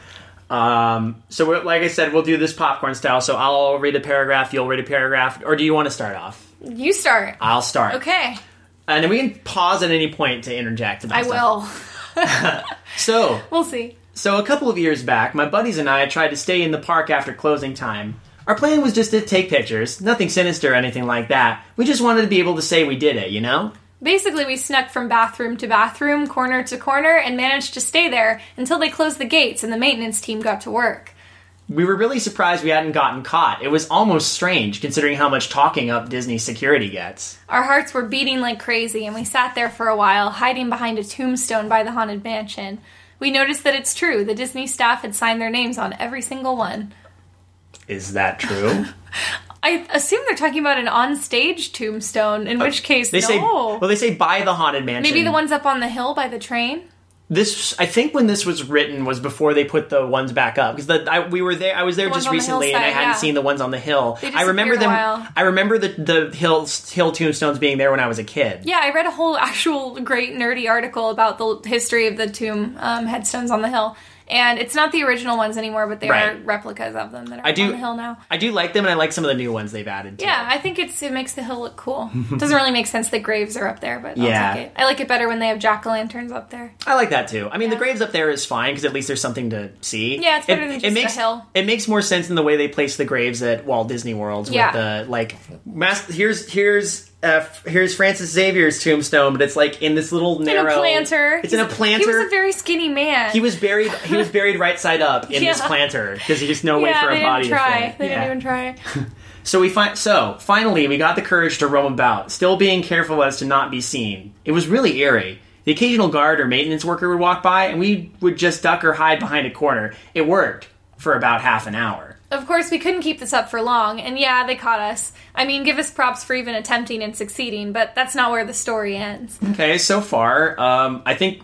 [SPEAKER 3] Um. So, we're, like I said, we'll do this popcorn style. So I'll read a paragraph. You'll read a paragraph. Or do you want to start off?
[SPEAKER 1] You start.
[SPEAKER 3] I'll start.
[SPEAKER 1] Okay,
[SPEAKER 3] And then we can pause at any point to interject. About
[SPEAKER 1] I
[SPEAKER 3] stuff.
[SPEAKER 1] will.
[SPEAKER 3] So,
[SPEAKER 1] We'll see.
[SPEAKER 3] So a couple of years back, my buddies and I tried to stay in the park after closing time. Our plan was just to take pictures, nothing sinister or anything like that. We just wanted to be able to say we did it, you know?
[SPEAKER 1] Basically, we snuck from bathroom to bathroom, corner to corner, and managed to stay there until they closed the gates and the maintenance team got to work.
[SPEAKER 3] We were really surprised we hadn't gotten caught. It was almost strange considering how much talking up Disney security gets.
[SPEAKER 1] Our hearts were beating like crazy, and we sat there for a while, hiding behind a tombstone by the Haunted Mansion. We noticed that it's true. The Disney staff had signed their names on every single one.
[SPEAKER 3] Is that true?
[SPEAKER 1] I assume they're talking about an on-stage tombstone, in which case,
[SPEAKER 3] Oh, They
[SPEAKER 1] no.
[SPEAKER 3] say well they say by the haunted mansion.
[SPEAKER 1] Maybe the ones up on the hill by the train.
[SPEAKER 3] this I think when this was written was before they put the ones back up because I we were there I was there
[SPEAKER 1] ones
[SPEAKER 3] just
[SPEAKER 1] on the
[SPEAKER 3] recently and I
[SPEAKER 1] hillside,
[SPEAKER 3] hadn't
[SPEAKER 1] yeah.
[SPEAKER 3] seen the ones on the hill.
[SPEAKER 1] They
[SPEAKER 3] I remember
[SPEAKER 1] disappeared a
[SPEAKER 3] them.
[SPEAKER 1] while.
[SPEAKER 3] I remember the the hill hill tombstones being there when I was a kid.
[SPEAKER 1] Yeah, I read a whole actual great nerdy article about the history of the tomb um, headstones on the hill, and it's not the original ones anymore, but they are
[SPEAKER 3] Right.
[SPEAKER 1] replicas of them that are
[SPEAKER 3] I do
[SPEAKER 1] on the hill now.
[SPEAKER 3] I do like them and I like some of the new ones they've added. Too.
[SPEAKER 1] Yeah, I think it's it makes the hill look cool. Doesn't really make sense that graves are up there, but
[SPEAKER 3] Yeah.
[SPEAKER 1] I'll take it. I like it better when they have jack o' lanterns up there.
[SPEAKER 3] I like that too. I mean, the
[SPEAKER 1] Yeah.
[SPEAKER 3] graves up there is fine because at least there's something to see.
[SPEAKER 1] Yeah, it's better than just a
[SPEAKER 3] makes,
[SPEAKER 1] hill.
[SPEAKER 3] It makes more sense in the way they place the graves at Walt Disney World.
[SPEAKER 1] Yeah.
[SPEAKER 3] With the like, mas- here's here's uh, f- here's Francis Xavier's tombstone, but it's like in this little narrow.
[SPEAKER 1] In a planter.
[SPEAKER 3] It's in a
[SPEAKER 1] He's- He
[SPEAKER 3] planter.
[SPEAKER 1] was a very skinny man.
[SPEAKER 3] He was buried. He was buried right side up in this
[SPEAKER 1] Yeah.
[SPEAKER 3] planter because there's just no way
[SPEAKER 1] yeah,
[SPEAKER 3] for
[SPEAKER 1] they
[SPEAKER 3] a body
[SPEAKER 1] didn't try.
[SPEAKER 3] to fit.
[SPEAKER 1] They
[SPEAKER 3] Yeah.
[SPEAKER 1] didn't even try.
[SPEAKER 3] So we find. So finally, we got the courage to roam about, still being careful as to not be seen. It was really eerie. The occasional guard or maintenance worker would walk by, and we would just duck or hide behind a corner. It worked for about half an hour.
[SPEAKER 1] Of course, we couldn't keep this up for long, and yeah, they caught us. I mean, give us props for even attempting and succeeding, but that's not where the story ends.
[SPEAKER 3] Okay, so far, um, I think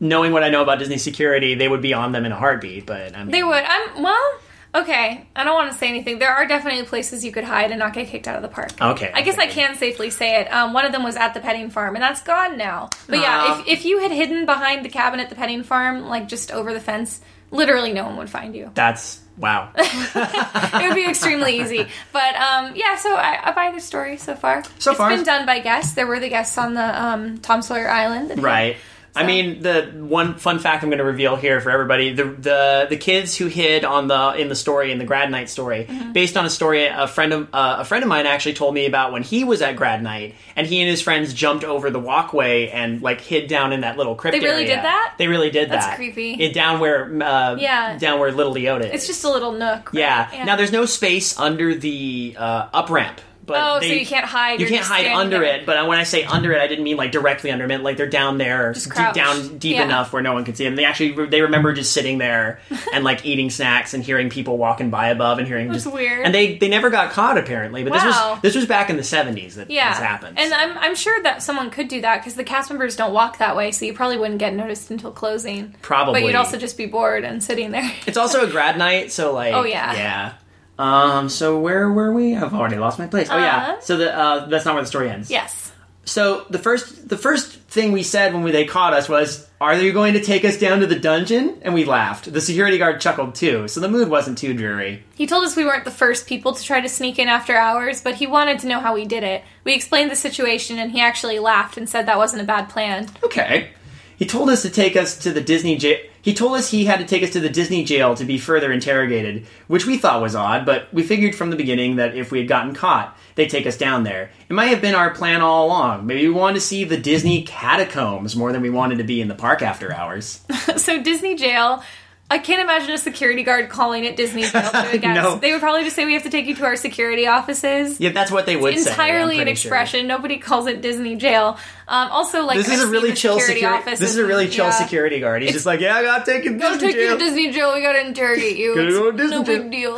[SPEAKER 3] knowing what I know about Disney security, they would be on them in a heartbeat. But I mean,
[SPEAKER 1] They would. I'm well. Okay, I don't want to say anything. There are definitely places you could hide and not get kicked out of the park.
[SPEAKER 3] Okay,
[SPEAKER 1] I guess
[SPEAKER 3] Oh, okay.
[SPEAKER 1] I can safely say it. Um, one of them was at the petting farm, and that's gone now. But yeah,
[SPEAKER 3] Aw.
[SPEAKER 1] if, if you had hidden behind the cabin at the petting farm, like just over the fence, literally no one would find you.
[SPEAKER 3] That's wow.
[SPEAKER 1] it would be extremely easy. But um, yeah, so I, I buy the story so far.
[SPEAKER 3] So
[SPEAKER 1] It's
[SPEAKER 3] far-
[SPEAKER 1] been done by guests. There were the guests on the um, Tom Sawyer Island. that-
[SPEAKER 3] Right. I
[SPEAKER 1] So-
[SPEAKER 3] mean, the one fun fact I'm going to reveal here for everybody: the the the kids who hid on the in the story in the grad night story,
[SPEAKER 1] Mm-hmm.
[SPEAKER 3] based on a story a friend of uh, a friend of mine actually told me about when he was at grad night, and he and his friends jumped over the walkway and like hid down in that little crypt.
[SPEAKER 1] They really
[SPEAKER 3] area.
[SPEAKER 1] did that?
[SPEAKER 3] They really did
[SPEAKER 1] That's
[SPEAKER 3] that.
[SPEAKER 1] creepy.
[SPEAKER 3] It down where uh,
[SPEAKER 1] Yeah.
[SPEAKER 3] down where Little Leota. Is.
[SPEAKER 1] It's just a little nook. right?
[SPEAKER 3] yeah. Now there's no space under the uh, up ramp. But
[SPEAKER 1] Oh,
[SPEAKER 3] they,
[SPEAKER 1] so you can't hide.
[SPEAKER 3] you
[SPEAKER 1] you're
[SPEAKER 3] can't
[SPEAKER 1] just
[SPEAKER 3] hide
[SPEAKER 1] standing
[SPEAKER 3] under
[SPEAKER 1] there.
[SPEAKER 3] it, but I- when I say under it, I didn't mean like directly under it. Like they're down there, deep
[SPEAKER 1] crouched.
[SPEAKER 3] down deep
[SPEAKER 1] Yeah.
[SPEAKER 3] enough where no one can see them. They actually re- they remember just sitting there and like eating snacks and hearing people walking by above and hearing
[SPEAKER 1] That's
[SPEAKER 3] just
[SPEAKER 1] weird.
[SPEAKER 3] And they they never got caught apparently, but
[SPEAKER 1] Wow.
[SPEAKER 3] this was this was back in the seventies that
[SPEAKER 1] Yeah,
[SPEAKER 3] this happened.
[SPEAKER 1] and uh, I'm I'm sure that someone could do that because the cast members don't walk that way, so you probably wouldn't get noticed until closing.
[SPEAKER 3] Probably.
[SPEAKER 1] but you'd also just be bored and sitting there.
[SPEAKER 3] it's also a grad night, so like
[SPEAKER 1] Oh, yeah.
[SPEAKER 3] yeah. Um, so where were we? I've already lost my place. Oh yeah,
[SPEAKER 1] Uh-huh.
[SPEAKER 3] so the, uh, that's not where the story ends.
[SPEAKER 1] yes,
[SPEAKER 3] So the first the first thing we said when we, they caught us was, Are you going to take us down to the dungeon? And we laughed. The security guard chuckled too, so the mood wasn't too dreary.
[SPEAKER 1] He told us we weren't the first people to try to sneak in after hours, but he wanted to know how we did it. We explained the situation, and he actually laughed and said that wasn't a bad plan.
[SPEAKER 3] Okay. He told us to take us to the Disney jail. He told us he had to take us to the Disney jail to be further interrogated, which we thought was odd, but we figured from the beginning that if we had gotten caught, they'd take us down there. It might have been our plan all along. Maybe we wanted to see the Disney catacombs more than we wanted to be in the park after hours.
[SPEAKER 1] So Disney jail. I can't imagine a security guard calling it Disney jail. though, I guess.
[SPEAKER 3] No.
[SPEAKER 1] They would probably just say we have to take you to our security offices.
[SPEAKER 3] Yeah, that's what they would say. I'm
[SPEAKER 1] Entirely an
[SPEAKER 3] pretty sure.
[SPEAKER 1] expression. Nobody calls it Disney jail. Um, also, like
[SPEAKER 3] This
[SPEAKER 1] I've
[SPEAKER 3] is a
[SPEAKER 1] seen
[SPEAKER 3] really
[SPEAKER 1] the
[SPEAKER 3] chill
[SPEAKER 1] security.
[SPEAKER 3] security.
[SPEAKER 1] offices
[SPEAKER 3] This is a really chill
[SPEAKER 1] yeah.
[SPEAKER 3] security guard. He's just like, yeah, I gotta take you to
[SPEAKER 1] Gotta
[SPEAKER 3] Disney
[SPEAKER 1] uh, take you to
[SPEAKER 3] jail.
[SPEAKER 1] Disney jail. We gotta interrogate you.
[SPEAKER 3] Gotta
[SPEAKER 1] It's
[SPEAKER 3] go to Disney
[SPEAKER 1] no big deal.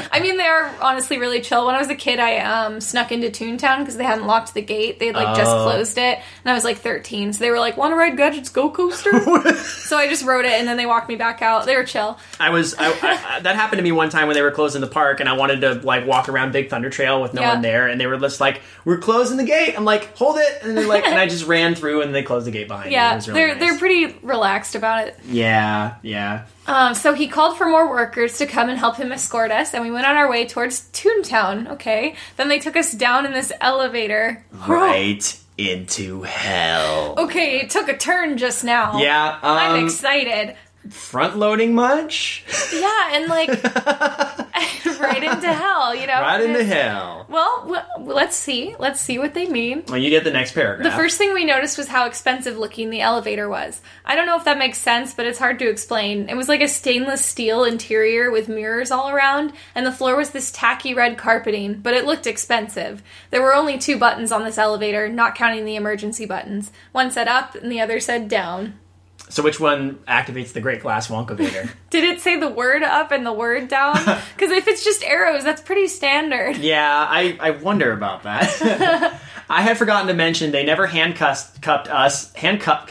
[SPEAKER 1] I mean, they are honestly really chill. When I was a kid, I um, snuck into Toontown because they hadn't locked the gate. They had like just
[SPEAKER 3] Oh.
[SPEAKER 1] closed it, and I was like 13. So they were like, "Want to ride Gadget's Go Coaster?" so I just wrote it, and then they walked me back out. They were chill.
[SPEAKER 3] I was I, I, I- that happened to me one time when they were closing the park, and I wanted to like walk around Big Thunder Trail with no
[SPEAKER 1] Yeah.
[SPEAKER 3] one there, and they were just like, "We're closing the gate." I'm like, "Hold it!" And they like, and I just ran through, and they closed the gate behind me. It
[SPEAKER 1] Yeah,
[SPEAKER 3] was really
[SPEAKER 1] they're
[SPEAKER 3] nice.
[SPEAKER 1] they're pretty relaxed about it.
[SPEAKER 3] yeah, yeah.
[SPEAKER 1] Um, so he called for more workers to come and help him escort us, and we went on our way towards Toontown. Okay, then they took us down in this elevator.
[SPEAKER 3] Right into hell.
[SPEAKER 1] Okay, it took a turn just now.
[SPEAKER 3] Yeah, um,
[SPEAKER 1] I'm excited.
[SPEAKER 3] front loading much?
[SPEAKER 1] Yeah, and like right into hell, you know.
[SPEAKER 3] Right into
[SPEAKER 1] It's-
[SPEAKER 3] hell.
[SPEAKER 1] Well, w- let's see. Let's see what they mean.
[SPEAKER 3] Well, you get the next paragraph.
[SPEAKER 1] The first thing we noticed was how expensive looking the elevator was. I don't know if that makes sense, but it's hard to explain. It was like a stainless steel interior with mirrors all around, and the floor was this tacky red carpeting, but it looked expensive. There were only two buttons on this elevator, not counting the emergency buttons. One said up and the other said down.
[SPEAKER 3] So, which one activates the Great Glass Wonka Vader?
[SPEAKER 1] Did it say the word up and the word down? Because if it's just arrows, that's pretty standard.
[SPEAKER 3] Yeah, I, I wonder about that. I had forgotten to mention they never handcuffed cuffed us, handcuffed,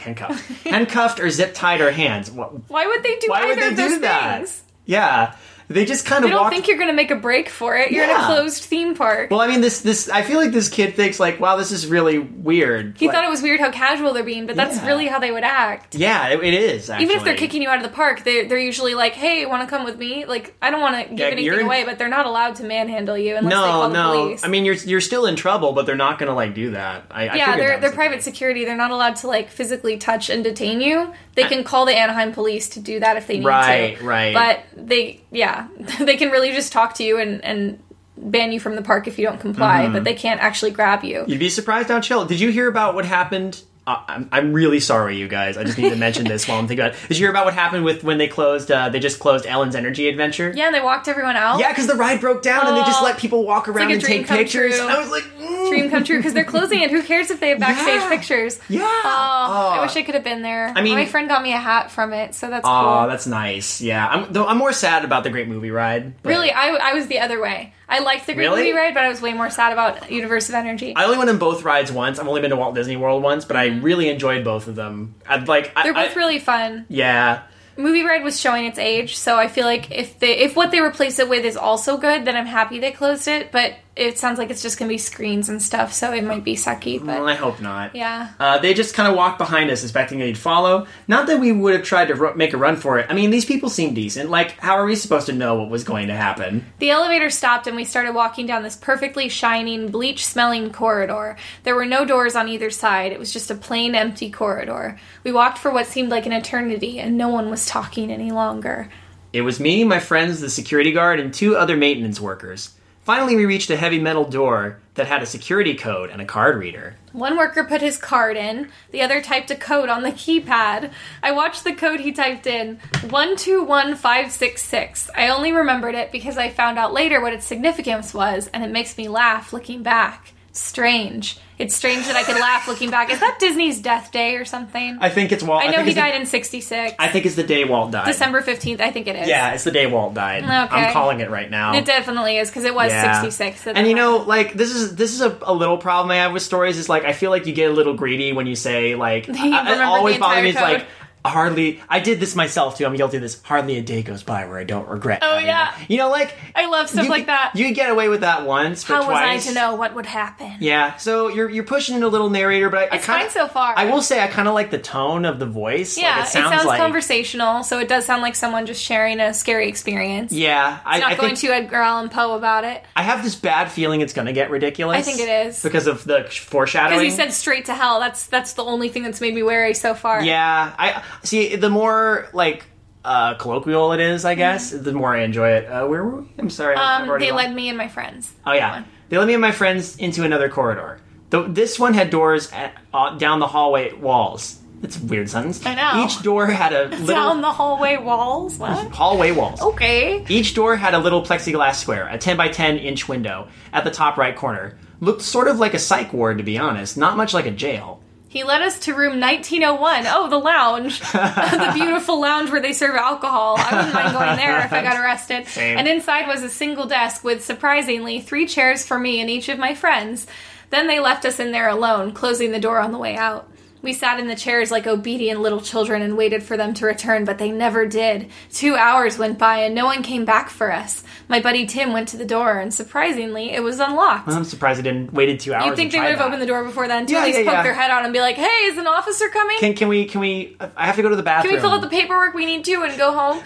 [SPEAKER 3] handcuffed, handcuffed or zip tied our hands. Wha-
[SPEAKER 1] Why would they do
[SPEAKER 3] Why
[SPEAKER 1] either
[SPEAKER 3] would they
[SPEAKER 1] of those
[SPEAKER 3] do that?
[SPEAKER 1] things?
[SPEAKER 3] Yeah, they just kind
[SPEAKER 1] They
[SPEAKER 3] of
[SPEAKER 1] don't
[SPEAKER 3] walked.
[SPEAKER 1] think you're going to make a break for it. You're in
[SPEAKER 3] Yeah.
[SPEAKER 1] a closed theme park.
[SPEAKER 3] well, I mean, this this I feel like this kid thinks like, wow, this is really weird.
[SPEAKER 1] he thought it was weird how casual they're being, but that's
[SPEAKER 3] Yeah.
[SPEAKER 1] really how they would act.
[SPEAKER 3] Yeah, it, it is. Actually.
[SPEAKER 1] Even if they're kicking you out of the park, they're, they're usually like, hey, want to come with me? Like, I don't want to give
[SPEAKER 3] Yeah,
[SPEAKER 1] anything
[SPEAKER 3] you're in-
[SPEAKER 1] away, but they're not allowed to manhandle you unless they
[SPEAKER 3] No,
[SPEAKER 1] call the
[SPEAKER 3] no.
[SPEAKER 1] police.
[SPEAKER 3] I mean, you're you're still in trouble, but they're not gonna like do that. I, I
[SPEAKER 1] yeah,
[SPEAKER 3] figured
[SPEAKER 1] they're,
[SPEAKER 3] that was
[SPEAKER 1] they're
[SPEAKER 3] the
[SPEAKER 1] private
[SPEAKER 3] case.
[SPEAKER 1] security. They're not allowed to, like, physically touch and detain you. They can call the Anaheim police to do that if they need
[SPEAKER 3] Right,
[SPEAKER 1] to.
[SPEAKER 3] right.
[SPEAKER 1] But they, yeah, they can really just talk to you and, and ban you from the park if you don't comply,
[SPEAKER 3] Mm-hmm.
[SPEAKER 1] but they can't actually grab you.
[SPEAKER 3] You'd be surprised how chill. Did you hear about what happened? Uh, I'm, I'm really sorry, you guys. I just need to mention this while I'm thinking about it. Did you hear about what happened with when they closed? Uh, they just closed Ellen's Energy Adventure.
[SPEAKER 1] Yeah, and they walked everyone out.
[SPEAKER 3] Yeah, because the ride broke down and they just
[SPEAKER 1] Oh.
[SPEAKER 3] let people walk around
[SPEAKER 1] like a
[SPEAKER 3] and
[SPEAKER 1] dream
[SPEAKER 3] take
[SPEAKER 1] come
[SPEAKER 3] pictures.
[SPEAKER 1] true.
[SPEAKER 3] I was like, mm.
[SPEAKER 1] dream come true because they're closing it. Who cares if they have backstage
[SPEAKER 3] Yeah.
[SPEAKER 1] pictures?
[SPEAKER 3] Yeah.
[SPEAKER 1] Oh, I
[SPEAKER 3] Oh.
[SPEAKER 1] wish I could have been there.
[SPEAKER 3] I mean-
[SPEAKER 1] my friend got me a hat from it, so that's
[SPEAKER 3] Aw,
[SPEAKER 1] cool.
[SPEAKER 3] that's nice. Yeah, I'm, though I'm more sad about the Great Movie Ride. but-
[SPEAKER 1] Really, I, I was the other way. I liked the Great
[SPEAKER 3] Really?
[SPEAKER 1] Movie Ride, but I was way more sad about Universe of Energy.
[SPEAKER 3] I only went on both rides once. I've only been to Walt Disney World once, but I really enjoyed both of them. I'd like. I,
[SPEAKER 1] Mm-hmm. They're both
[SPEAKER 3] I-
[SPEAKER 1] really fun.
[SPEAKER 3] Yeah.
[SPEAKER 1] Movie Ride was showing its age, so I feel like if they if what they replace it with is also good, then I'm happy they closed it. But it sounds like it's just gonna be screens and stuff, so it might be sucky.
[SPEAKER 3] Well,
[SPEAKER 1] But
[SPEAKER 3] I hope not.
[SPEAKER 1] yeah,
[SPEAKER 3] Uh, they just kind of walked behind us, expecting they'd follow. Not that we would have tried to ru- make a run for it. I mean, these people seem decent. Like, how are we supposed to know what was going to happen?
[SPEAKER 1] The elevator stopped and we started walking down this perfectly shining, bleach smelling corridor. There were no doors on either side, it was just a plain, empty corridor. We walked for what seemed like an eternity and no one was talking any longer.
[SPEAKER 3] It was me, my friends, the security guard, and two other maintenance workers. Finally, we reached a heavy metal door that had a security code and a card reader.
[SPEAKER 1] One worker put his card in, the other typed a code on the keypad. I watched the code he typed in 121566. I only remembered it because I found out later what its significance was, and it makes me laugh looking back. Strange. It's strange that I could laugh looking back. Is that Disney's death day or something?
[SPEAKER 3] I think it's Walt.
[SPEAKER 1] I know
[SPEAKER 3] think
[SPEAKER 1] he
[SPEAKER 3] it's the-
[SPEAKER 1] died in 66.
[SPEAKER 3] I think it's the day Walt died.
[SPEAKER 1] December 15th, I think it is.
[SPEAKER 3] Yeah, it's the day Walt died.
[SPEAKER 1] Okay.
[SPEAKER 3] I'm calling it right now.
[SPEAKER 1] It definitely is because it was
[SPEAKER 3] Yeah.
[SPEAKER 1] 66. that
[SPEAKER 3] and you
[SPEAKER 1] that
[SPEAKER 3] know,
[SPEAKER 1] happened.
[SPEAKER 3] like this is this is a, a little problem I have with stories. Is like I feel like you get a little greedy when you say like. I, it
[SPEAKER 1] remembered
[SPEAKER 3] always
[SPEAKER 1] the
[SPEAKER 3] bothers me. It's
[SPEAKER 1] entire
[SPEAKER 3] like
[SPEAKER 1] code.
[SPEAKER 3] hardly I did this myself too. I'm guilty of this. Hardly a day goes by where I don't regret.
[SPEAKER 1] Oh,
[SPEAKER 3] having
[SPEAKER 1] yeah.
[SPEAKER 3] it. You know, like
[SPEAKER 1] I love stuff
[SPEAKER 3] you
[SPEAKER 1] like
[SPEAKER 3] could-
[SPEAKER 1] that.
[SPEAKER 3] You could get away with that once or
[SPEAKER 1] How
[SPEAKER 3] twice.
[SPEAKER 1] was I to know what would happen?
[SPEAKER 3] Yeah, so you're you're pushing in a little narrator, but I,
[SPEAKER 1] It's
[SPEAKER 3] I kind
[SPEAKER 1] fine so far.
[SPEAKER 3] I will say I kind of like the tone of the voice. Like,
[SPEAKER 1] Yeah,
[SPEAKER 3] it sounds, like
[SPEAKER 1] conversational, so it does sound like someone just sharing a scary experience.
[SPEAKER 3] Yeah, I,
[SPEAKER 1] Not
[SPEAKER 3] I
[SPEAKER 1] going
[SPEAKER 3] think
[SPEAKER 1] to Edgar Allan Poe about it
[SPEAKER 3] I have this bad feeling it's going to get ridiculous.
[SPEAKER 1] I think it is.
[SPEAKER 3] because of the foreshadowing.
[SPEAKER 1] because he said straight to hell. That's that's the only thing that's made me wary so far.
[SPEAKER 3] Yeah, I see. The more like uh, colloquial it is, I guess, the more I enjoy it. Uh, where were we? I'm sorry. I've
[SPEAKER 1] Mm-hmm. Um,
[SPEAKER 3] already
[SPEAKER 1] they
[SPEAKER 3] lost-
[SPEAKER 1] led me and my friends.
[SPEAKER 3] Oh yeah, they led me and my friends into another corridor. The, this one had doors at, uh, down the hallway walls. That's a weird sentence.
[SPEAKER 1] I know.
[SPEAKER 3] Each door had a little
[SPEAKER 1] Down Oh. the hallway walls. What?
[SPEAKER 3] hallway walls.
[SPEAKER 1] Okay.
[SPEAKER 3] Each door had a little plexiglass square, a 10 by 10 inch window at the top right corner. Looked sort of like a psych ward, to be honest. Not much like a jail.
[SPEAKER 1] He led us to room 1901. Oh, the lounge. the beautiful lounge where they serve alcohol. I wouldn't mind going there if I got arrested.
[SPEAKER 3] Same.
[SPEAKER 1] And inside was a single desk with surprisingly three chairs for me and each of my friends. Then they left us in there alone, closing the door on the way out. We sat in the chairs like obedient little children and waited for them to return, but they never did. Two hours went by and no one came back for us. My buddy Tim went to the door and surprisingly, it was unlocked.
[SPEAKER 3] I'm surprised I didn't waited two hours.
[SPEAKER 1] You'd think
[SPEAKER 3] to
[SPEAKER 1] they
[SPEAKER 3] try
[SPEAKER 1] would have
[SPEAKER 3] that.
[SPEAKER 1] opened the door before then to
[SPEAKER 3] Yeah,
[SPEAKER 1] at least
[SPEAKER 3] yeah,
[SPEAKER 1] poke
[SPEAKER 3] yeah.
[SPEAKER 1] their head out and be like, hey, is an officer coming?
[SPEAKER 3] Can, can we? Can we? I have to go to the bathroom.
[SPEAKER 1] Can we fill out the paperwork we need to and go home?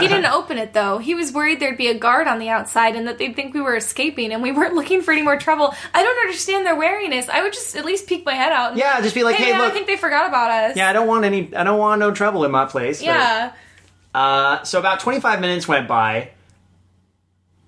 [SPEAKER 1] he didn't open it though. He was worried there'd be a guard on the outside and that they'd think we were escaping and we weren't looking for any more trouble. I don't understand their wariness. I would just at least peek my head out. And,
[SPEAKER 3] yeah, just be like,
[SPEAKER 1] Hey,
[SPEAKER 3] hey,
[SPEAKER 1] man,
[SPEAKER 3] look.
[SPEAKER 1] I think they forgot about us.
[SPEAKER 3] yeah, I don't want any. I don't want no trouble in my place. but-
[SPEAKER 1] Yeah.
[SPEAKER 3] Uh, so about 25 minutes went by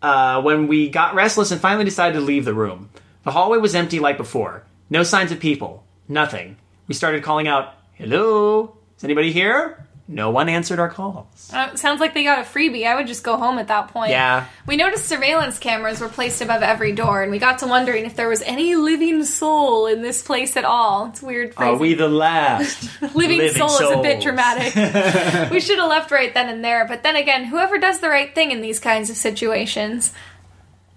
[SPEAKER 3] uh, when we got restless and finally decided to leave the room. The hallway was empty like before. No signs of people. Nothing. We started calling out, "Hello, is anybody here?" No one answered our calls.
[SPEAKER 1] Uh, sounds like they got a freebie. I would just go home at that point.
[SPEAKER 3] Yeah.
[SPEAKER 1] We noticed surveillance cameras were placed above every door, and we got to wondering if there was any living soul in this place at all. It's weird. Phrasing.
[SPEAKER 3] Are Oh, we the last?
[SPEAKER 1] living,
[SPEAKER 3] Living
[SPEAKER 1] soul is a bit
[SPEAKER 3] souls.
[SPEAKER 1] dramatic. we should have left right then and there, but then again, whoever does the right thing in these kinds of situations.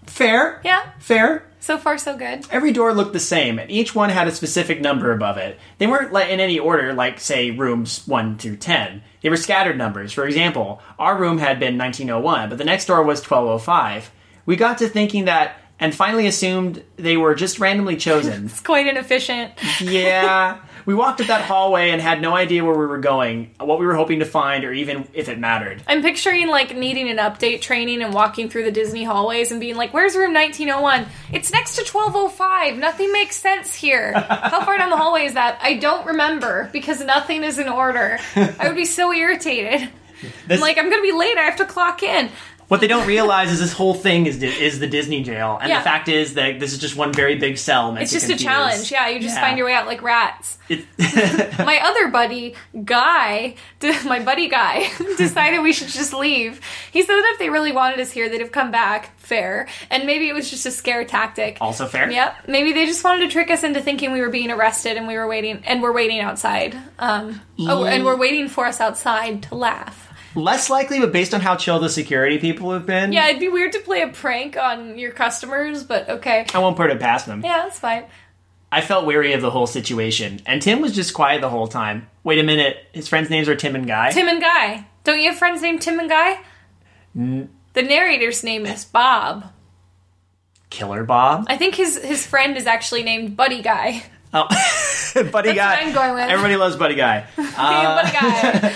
[SPEAKER 3] Fair.
[SPEAKER 1] Yeah,
[SPEAKER 3] Fair.
[SPEAKER 1] so far so good.
[SPEAKER 3] Every door looked the same, and each one had a specific number above it. They weren't like in any order, like say rooms one through ten. They were scattered numbers. For example, our room had been 1901, but the next door was 1205. We got to thinking that, and finally assumed they were just randomly chosen.
[SPEAKER 1] It's quite inefficient.
[SPEAKER 3] yeah, we walked up that hallway and had no idea where we were going, what we were hoping to find, or even if it mattered.
[SPEAKER 1] I'm picturing like needing an update training and walking through the Disney hallways and being like, "Where's room 1901? It's next to 1205. Nothing makes sense here. How far down the hallway is that? I don't remember because nothing is in order. I would be so irritated. I'm
[SPEAKER 3] This-
[SPEAKER 1] like, I'm gonna be late. I have to clock in.
[SPEAKER 3] What they don't realize is this whole thing is is the Disney jail, and
[SPEAKER 1] Yeah.
[SPEAKER 3] the fact is that this is just one very big cell. meant
[SPEAKER 1] It's
[SPEAKER 3] to
[SPEAKER 1] just a
[SPEAKER 3] confuse.
[SPEAKER 1] challenge. Yeah, you just
[SPEAKER 3] Yeah.
[SPEAKER 1] find your way out like rats.
[SPEAKER 3] It-
[SPEAKER 1] my other buddy guy de- my buddy guy decided we should just leave he said that if they really wanted us here they'd have come back fair and maybe it was just a scare tactic
[SPEAKER 3] also fair.
[SPEAKER 1] yep maybe they just wanted to trick us into thinking we were being arrested and we were waiting and we're waiting outside um, oh and we're waiting for us outside to laugh
[SPEAKER 3] Less likely, but based on how chill the security people have been,
[SPEAKER 1] yeah it'd be weird to play a prank on your customers but okay
[SPEAKER 3] I won't put it past them.
[SPEAKER 1] yeah that's fine
[SPEAKER 3] I felt weary of the whole situation, and Tim was just quiet the whole time. Wait a minute, his friends' names are Tim and Guy.
[SPEAKER 1] tim and guy don't you have friends named tim and guy the narrator's name is bob
[SPEAKER 3] Killer Bob.
[SPEAKER 1] I think his his friend is actually named Buddy Guy.
[SPEAKER 3] Oh, Buddy Guy.
[SPEAKER 1] I'm going with.
[SPEAKER 3] Everybody loves Buddy Guy.
[SPEAKER 1] Hey, Buddy Guy.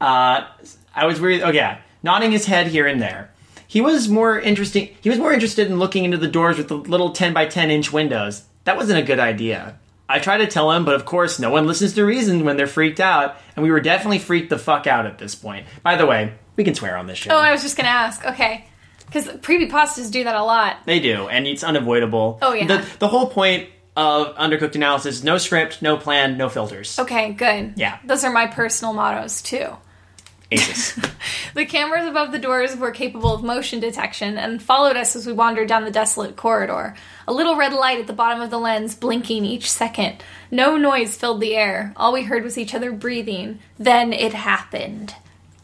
[SPEAKER 3] I was weary. Oh yeah, nodding his head here and there. He was more interesting. He was more interested in looking into the doors with the little ten by ten inch windows. That wasn't a good idea. I tried to tell him, but of course, no one listens to reason when they're freaked out, and we were definitely freaked the fuck out at this point. By the way, we can swear on this show.
[SPEAKER 1] Oh, I was just gonna ask. Okay, because preview pastas do that a lot.
[SPEAKER 3] They do, and it's unavoidable.
[SPEAKER 1] Oh, yeah.
[SPEAKER 3] The, the whole point of undercooked analysis: is no script, no plan, no filters.
[SPEAKER 1] Okay, good.
[SPEAKER 3] Yeah.
[SPEAKER 1] those are my personal mottos too.
[SPEAKER 3] Aces.
[SPEAKER 1] The cameras above the doors were capable of motion detection and followed us as we wandered down the desolate corridor. A little red light at the bottom of the lens blinking each second. No noise filled the air. All we heard was each other breathing. Then it happened.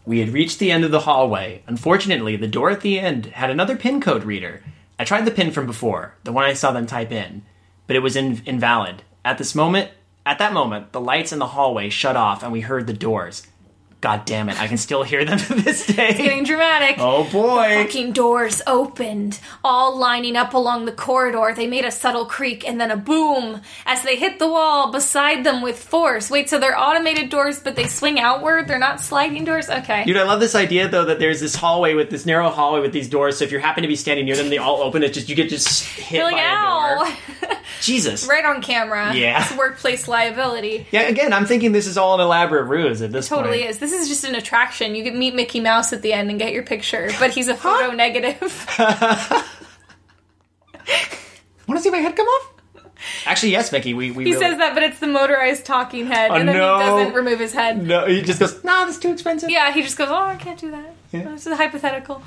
[SPEAKER 3] We had reached the end of the hallway. Unfortunately, the door at the end had another pin code reader. I tried the pin from before, the one I saw them type in, but it was in- invalid. At this moment, at that moment, the lights in the hallway shut off and we heard the doors.
[SPEAKER 4] God damn it, I can still hear them to this day.
[SPEAKER 1] Getting dramatic.
[SPEAKER 4] Oh boy.
[SPEAKER 1] Fucking doors opened, all lining up along the corridor. They made a subtle creak and then a boom as they hit the wall beside them with force. Wait, so they're automated doors, but they swing outward? They're not sliding doors? Okay.
[SPEAKER 3] Dude, I love this idea though that there's this hallway with this narrow hallway with these doors. So if you happen to be standing near them, they all open. It's just you get just hit
[SPEAKER 1] Like,
[SPEAKER 3] by a door.
[SPEAKER 1] ow.
[SPEAKER 3] Jesus.
[SPEAKER 1] right on camera.
[SPEAKER 3] Yeah.
[SPEAKER 1] It's workplace liability.
[SPEAKER 3] Yeah, again, I'm thinking this is all an elaborate ruse at this
[SPEAKER 1] Totally
[SPEAKER 3] point.
[SPEAKER 1] is. This is just an attraction. You can meet Mickey Mouse at the end and get your picture, but he's a photo negative.
[SPEAKER 3] Want to see my head come off? Actually, yes, Mickey. We, we
[SPEAKER 1] he
[SPEAKER 3] really-
[SPEAKER 1] says that, but it's the motorized talking head,
[SPEAKER 3] Oh,
[SPEAKER 1] and then
[SPEAKER 3] no.
[SPEAKER 1] he doesn't remove his head.
[SPEAKER 3] No, he just goes. Nah, that's too expensive.
[SPEAKER 1] Yeah, he just goes, "Oh, I can't do that." This is hypothetical.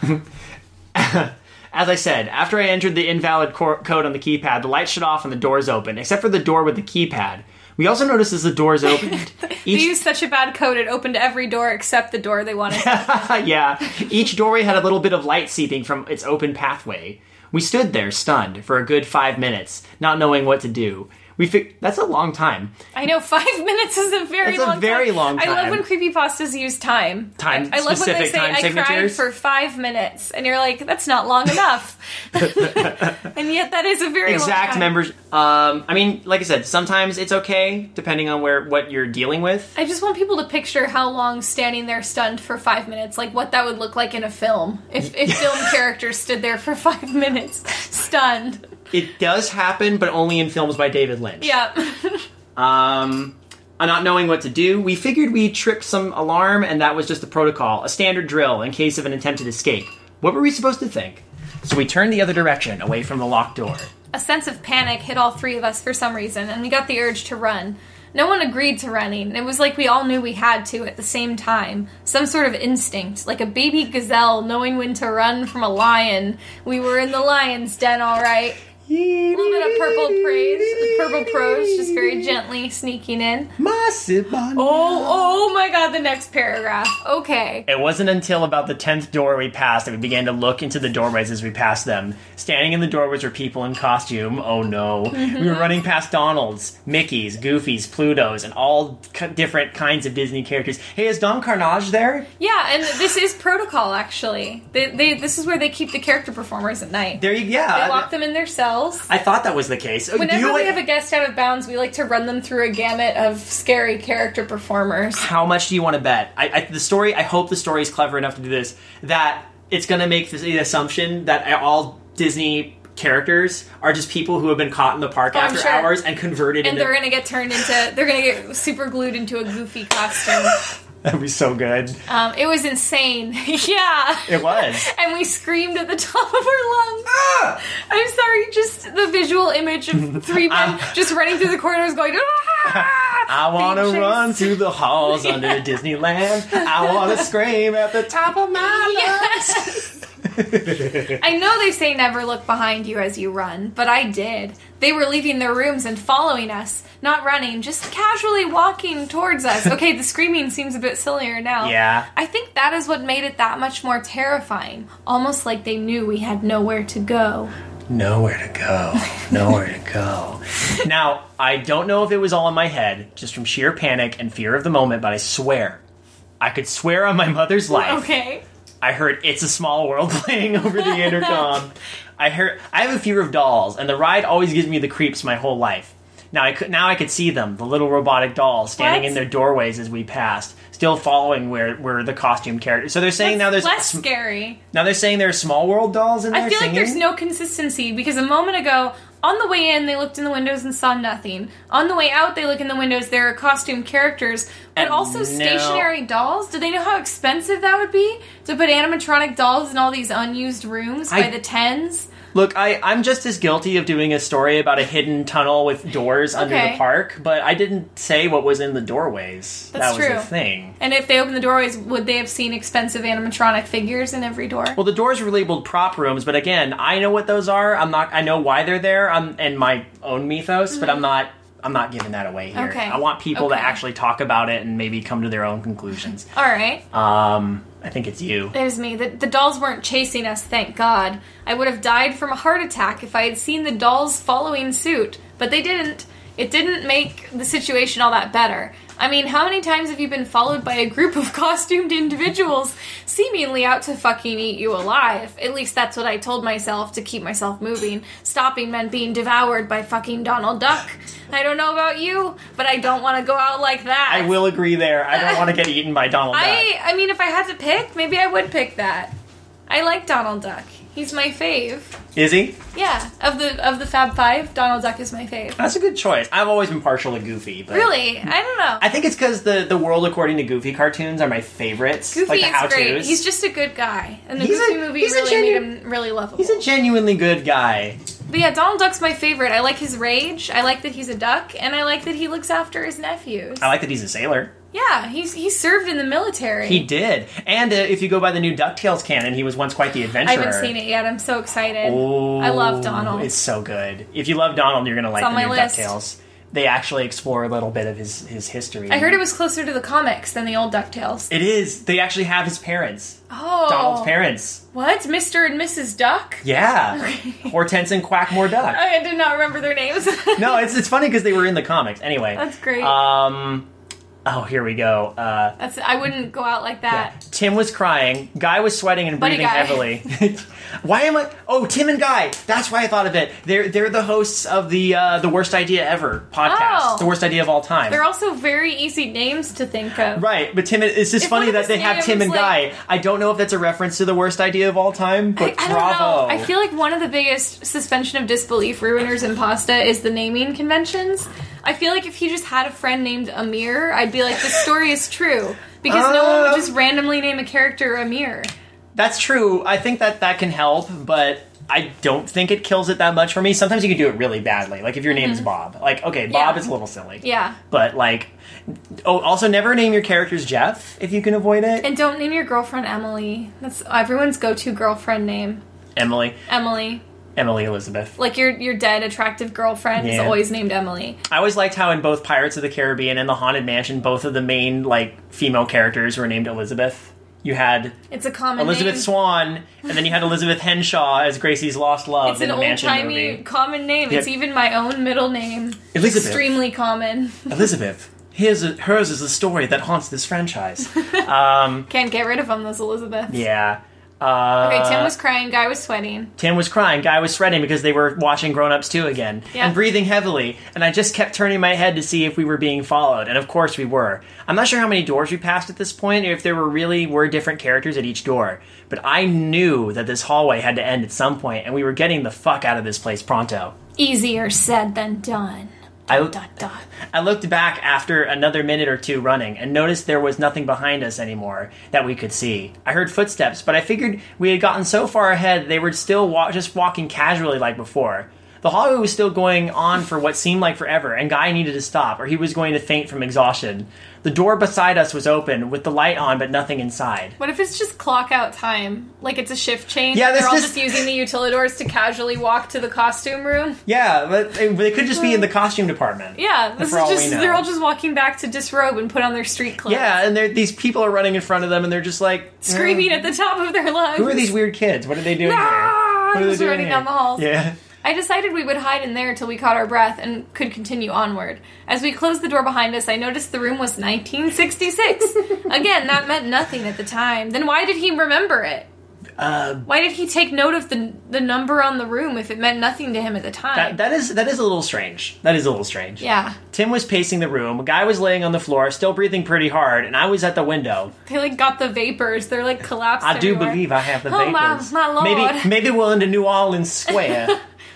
[SPEAKER 3] As I said, after I entered the invalid cor- code on the keypad, the lights shut off and the doors opened, except for the door with the keypad. We also noticed as the doors opened,
[SPEAKER 1] they
[SPEAKER 3] each
[SPEAKER 1] used such a bad code; it opened every door except the door they wanted.
[SPEAKER 3] yeah, each doorway had a little bit of light seeping from its open pathway. We stood there stunned for a good five minutes, not knowing what to do. We fi- that's a long time.
[SPEAKER 1] I know five minutes is a very
[SPEAKER 3] That's a
[SPEAKER 1] long.
[SPEAKER 3] very
[SPEAKER 1] time.
[SPEAKER 3] long
[SPEAKER 1] I love
[SPEAKER 3] time.
[SPEAKER 1] when creepypastas use time.
[SPEAKER 3] Time-
[SPEAKER 1] I, I love when they
[SPEAKER 3] specific
[SPEAKER 1] say
[SPEAKER 3] time
[SPEAKER 1] I cried
[SPEAKER 3] signatures."
[SPEAKER 1] for five minutes, and you're like, "That's not long enough," and yet that is a very
[SPEAKER 3] Exact
[SPEAKER 1] long time.
[SPEAKER 3] members. Um, I mean, like I said, sometimes it's okay depending on where what you're dealing with.
[SPEAKER 1] I just want people to picture how long standing there stunned for five minutes, like what that would look like in a film. If, if film characters stood there for five minutes, stunned.
[SPEAKER 3] It does happen, but only in films by David Lynch.
[SPEAKER 1] Yeah.
[SPEAKER 3] Um, uh, not knowing what to do, we figured we tripped some alarm, and that was just the protocol, a standard drill in case of an attempted escape. What were we supposed to think? So we turned the other direction, away from the locked door.
[SPEAKER 1] A sense of panic hit all three of us for some reason, and we got the urge to run. No one agreed to running. It was like we all knew we had to at the same time. Some sort of instinct, like a baby gazelle knowing when to run from a lion. We were in the lion's den, all right. A little bit of purple praise, purple prose, just very gently sneaking in. Oh, oh my god, the next paragraph. Okay.
[SPEAKER 3] It wasn't until about the tenth door we passed that we began to look into the doorways as we passed them. Standing in the doorways were people in costume. Oh no!
[SPEAKER 1] Mm-hmm.
[SPEAKER 3] We were running past Donald's, Mickey's, Goofy's, Pluto's, and all c- different kinds of Disney characters. Hey, is Don Carnage there?
[SPEAKER 1] Yeah, and this is protocol actually. They, they this is where they keep the character performers at night.
[SPEAKER 3] There you yeah.
[SPEAKER 1] They lock them in their cells.
[SPEAKER 3] I thought that was the case. Oh,
[SPEAKER 1] Whenever
[SPEAKER 3] you-
[SPEAKER 1] we have a guest out of bounds, we like to run them through a gamut of scary character performers.
[SPEAKER 3] how much do you want to bet? I, I, the story. I hope the story is clever enough to do this. That it's going to make this, the assumption that all Disney characters are just people who have been caught in the park
[SPEAKER 1] Oh, I'm
[SPEAKER 3] after
[SPEAKER 1] sure.
[SPEAKER 3] hours and converted
[SPEAKER 1] And
[SPEAKER 3] into.
[SPEAKER 1] they're gonna get turned into, they're gonna get super glued into a goofy costume.
[SPEAKER 3] That'd be so good.
[SPEAKER 1] Um, it was insane. yeah.
[SPEAKER 3] It was.
[SPEAKER 1] And we screamed at the top of our lungs. I'm sorry, just the visual image of three men just running through the corridors going, "Ah!"
[SPEAKER 3] I want to
[SPEAKER 1] Being chased.
[SPEAKER 3] run through the halls under Disneyland. I want to scream at the top of my
[SPEAKER 1] Yes. I know they say never look behind you as you run, but I did. They were leaving their rooms and following us, not running, just casually walking towards us. Okay, the screaming seems a bit sillier now.
[SPEAKER 3] Yeah.
[SPEAKER 1] I think that is what made it that much more terrifying, almost like they knew we had nowhere to go.
[SPEAKER 3] Nowhere to go. Nowhere to go. Now, I don't know if it was all in my head, just from sheer panic and fear of the moment, but I swear, I could swear on my mother's life.
[SPEAKER 1] Okay.
[SPEAKER 3] I heard "It's a Small World" playing over the intercom. I heard I have a fear of dolls, and the ride always gives me the creeps my whole life. Now I could now I could see them, the little robotic dolls standing
[SPEAKER 1] What?
[SPEAKER 3] in their doorways as we passed, still following where where the costume characters. So they're saying now there's
[SPEAKER 1] less
[SPEAKER 3] sm-
[SPEAKER 1] scary.
[SPEAKER 3] now they're saying there's small world dolls in there
[SPEAKER 1] I feel
[SPEAKER 3] singing.
[SPEAKER 1] like there's no consistency because a moment ago, on the way in, they looked in the windows and saw nothing. On the way out, they look in the windows. There are costume characters, but
[SPEAKER 3] And
[SPEAKER 1] also
[SPEAKER 3] now-
[SPEAKER 1] stationary dolls. Do they know how expensive that would be to put animatronic dolls in all these unused rooms by
[SPEAKER 3] I-
[SPEAKER 1] the tens?
[SPEAKER 3] Look, I I'm just as guilty of doing a story about a hidden tunnel with doors under
[SPEAKER 1] Okay.
[SPEAKER 3] the park, but I didn't say what was in the doorways.
[SPEAKER 1] That's
[SPEAKER 3] that was
[SPEAKER 1] true.
[SPEAKER 3] the thing.
[SPEAKER 1] And if they opened the doorways, would they have seen expensive animatronic figures in every door?
[SPEAKER 3] Well, the doors were labeled prop rooms, but again, I know what those are. I'm not. I know why they're there. I'm in my own mythos, but I'm not. I'm not giving that away here.
[SPEAKER 1] Mm-hmm. Okay.
[SPEAKER 3] I want people to
[SPEAKER 1] Okay.
[SPEAKER 3] actually talk about it and maybe come to their own conclusions.
[SPEAKER 1] all right.
[SPEAKER 3] Um, I think it's you.
[SPEAKER 1] It was me. The, the dolls weren't chasing us, thank God. I would have died from a heart attack if I had seen the dolls following suit, but they didn't. It didn't make the situation all that better. I mean, how many times have you been followed by a group of costumed individuals seemingly out to fucking eat you alive? At least that's what I told myself to keep myself moving. Stopping meant being devoured by fucking Donald Duck. I don't know about you, but I don't want to go out like that.
[SPEAKER 3] I will agree there. I don't want to get eaten by Donald Duck.
[SPEAKER 1] I I mean, if I had to pick, maybe I would pick that. I like Donald Duck. He's my fave.
[SPEAKER 3] Is he?
[SPEAKER 1] Yeah, of the of the Fab Five, Donald Duck is my fave.
[SPEAKER 3] That's a good choice. I've always been partial to Goofy, but
[SPEAKER 1] Really, I don't know.
[SPEAKER 3] I think it's because the the world according to Goofy cartoons are my favorites.
[SPEAKER 1] Goofy
[SPEAKER 3] like the
[SPEAKER 1] is
[SPEAKER 3] how
[SPEAKER 1] great.
[SPEAKER 3] tos.
[SPEAKER 1] He's just a good guy, and the
[SPEAKER 3] He's a-
[SPEAKER 1] Goofy movie
[SPEAKER 3] he's a
[SPEAKER 1] really
[SPEAKER 3] genuine-
[SPEAKER 1] made him really lovable.
[SPEAKER 3] He's a genuinely good guy.
[SPEAKER 1] but yeah, Donald Duck's my favorite. I like his rage. I like that he's a duck, and I like that he looks after his nephews.
[SPEAKER 3] I like that he's a sailor.
[SPEAKER 1] yeah, he's he served in the military.
[SPEAKER 3] He did. And uh, if you go by the new DuckTales canon, he was once quite the adventurer.
[SPEAKER 1] I haven't seen it yet. I'm so excited.
[SPEAKER 3] Ooh,
[SPEAKER 1] I love Donald.
[SPEAKER 3] Oh, It's so good. If you love Donald, you're going to like
[SPEAKER 1] on
[SPEAKER 3] the
[SPEAKER 1] my
[SPEAKER 3] new
[SPEAKER 1] list.
[SPEAKER 3] DuckTales. They actually explore a little bit of his, his history.
[SPEAKER 1] I heard it was closer to the comics than the old Ducktales.
[SPEAKER 3] It is. They actually have his parents.
[SPEAKER 1] Oh,
[SPEAKER 3] Donald's parents.
[SPEAKER 1] What, Mister and Mrs. Duck?
[SPEAKER 3] Yeah. Hortense and Quackmore Duck.
[SPEAKER 1] I did not remember their names.
[SPEAKER 3] no, it's it's funny because they were in the comics. Anyway,
[SPEAKER 1] That's great.
[SPEAKER 3] Um, oh, here we go. Uh,
[SPEAKER 1] That's I wouldn't go out like that.
[SPEAKER 3] Tim was crying. Guy was sweating and
[SPEAKER 1] Buddy
[SPEAKER 3] breathing
[SPEAKER 1] Guy.
[SPEAKER 3] heavily. why am I? Oh, Tim and Guy. That's why I thought of it. They're they're the hosts of the uh, the worst idea ever podcast.
[SPEAKER 1] Oh.
[SPEAKER 3] The worst idea of all time.
[SPEAKER 1] They're also very easy names to think of.
[SPEAKER 3] Right, but Tim, it's just
[SPEAKER 1] If one
[SPEAKER 3] funny
[SPEAKER 1] of
[SPEAKER 3] that
[SPEAKER 1] his
[SPEAKER 3] they have Tim
[SPEAKER 1] names,
[SPEAKER 3] and
[SPEAKER 1] like-
[SPEAKER 3] Guy. I don't know if that's a reference to the worst idea of all time,
[SPEAKER 1] I,
[SPEAKER 3] but
[SPEAKER 1] I don't
[SPEAKER 3] bravo.
[SPEAKER 1] know. I feel like one of the biggest suspension of disbelief ruiners in pasta is the naming conventions. I feel like if he just had a friend named Amir, I'd be like, this story is true. Because no one
[SPEAKER 3] Uh.
[SPEAKER 1] would just randomly name a character Amir.
[SPEAKER 3] That's true. I think that that can help, but I don't think it kills it that much for me. Sometimes you can do it really badly. Like if your name is Bob. Like okay,
[SPEAKER 1] Mm-hmm.
[SPEAKER 3] Bob
[SPEAKER 1] Yeah.
[SPEAKER 3] is a little silly.
[SPEAKER 1] Yeah.
[SPEAKER 3] But like oh, also never name your characters Jeff if you can avoid it.
[SPEAKER 1] And don't name your girlfriend Emily. That's everyone's go-to girlfriend name.
[SPEAKER 3] Emily,
[SPEAKER 1] Emily.
[SPEAKER 3] Emily Elizabeth.
[SPEAKER 1] Like your your dead attractive girlfriend is
[SPEAKER 3] Yeah.
[SPEAKER 1] always named Emily.
[SPEAKER 3] I always liked how in both Pirates of the Caribbean and The Haunted Mansion, both of the main like female characters were named Elizabeth. You had
[SPEAKER 1] It's a common
[SPEAKER 3] Elizabeth
[SPEAKER 1] name.
[SPEAKER 3] Swan, and then you had Elizabeth Henshaw as Gracie's lost love
[SPEAKER 1] It's an
[SPEAKER 3] in the
[SPEAKER 1] old
[SPEAKER 3] Mansion
[SPEAKER 1] timey
[SPEAKER 3] movie.
[SPEAKER 1] common name. It's
[SPEAKER 3] Yep.
[SPEAKER 1] even my own middle name.
[SPEAKER 3] Elizabeth.
[SPEAKER 1] Extremely common.
[SPEAKER 3] Elizabeth, his, hers is the story that haunts this franchise.
[SPEAKER 1] Can't get rid of them, those Elizabeth.
[SPEAKER 3] yeah. Uh,
[SPEAKER 1] Okay, Tim was crying, guy was sweating.
[SPEAKER 3] Tim was crying. Guy was sweating because they were watching Grown Ups 2 again
[SPEAKER 1] Yeah.
[SPEAKER 3] and breathing heavily. And I just kept turning my head to see if we were being followed. And of course we were. I'm not sure how many doors we passed at this point or if there were really were different characters at each door. But I knew that this hallway had to end at some point and we were getting the fuck out of this place pronto.
[SPEAKER 1] Easier said than done.
[SPEAKER 3] I,
[SPEAKER 1] Dot dot.
[SPEAKER 3] I looked back after another minute or two running and noticed there was nothing behind us anymore that we could see. I heard footsteps, but I figured we had gotten so far ahead they were still wa- just walking casually like before. The hallway was still going on for what seemed like forever, and Guy needed to stop, or he was going to faint from exhaustion. The door beside us was open, with the light on, but nothing inside.
[SPEAKER 1] What if it's just clock out time? Like it's a shift change.
[SPEAKER 3] Yeah,
[SPEAKER 1] and
[SPEAKER 3] this
[SPEAKER 1] they're all
[SPEAKER 3] just-
[SPEAKER 1] just using the utilidors to casually walk to the costume room.
[SPEAKER 3] Yeah, but they, they could just be in the costume department.
[SPEAKER 1] Yeah, this
[SPEAKER 3] For
[SPEAKER 1] is
[SPEAKER 3] all we
[SPEAKER 1] just
[SPEAKER 3] know.
[SPEAKER 1] they're all just walking back to disrobe and put on their street clothes.
[SPEAKER 3] Yeah, and they're- these people are running in front of them, and they're just like
[SPEAKER 1] Screaming at the top of their lungs.
[SPEAKER 3] Who are these weird kids? What are they doing
[SPEAKER 1] Ah,
[SPEAKER 3] here? What are they
[SPEAKER 1] just
[SPEAKER 3] doing
[SPEAKER 1] running
[SPEAKER 3] here?
[SPEAKER 1] down the halls.
[SPEAKER 3] Yeah.
[SPEAKER 1] I decided we would hide in there till we caught our breath and could continue onward. As we closed the door behind us, I noticed the room was 1966. Again, that meant nothing at the time. Then why did he remember it?
[SPEAKER 3] Um,
[SPEAKER 1] why did he take note of the the number on the room if it meant nothing to him at the time?
[SPEAKER 3] That, that is that is a little strange. That is a little strange.
[SPEAKER 1] yeah,
[SPEAKER 3] Tim was pacing the room. A guy was laying on the floor, still breathing pretty hard, and I was at the window.
[SPEAKER 1] they like got the vapors. They're like collapsed.
[SPEAKER 3] I do
[SPEAKER 1] everywhere.
[SPEAKER 3] believe I have the
[SPEAKER 1] Oh,
[SPEAKER 3] vapors.
[SPEAKER 1] my- my lord.
[SPEAKER 3] Maybe maybe we're into New Orleans Square.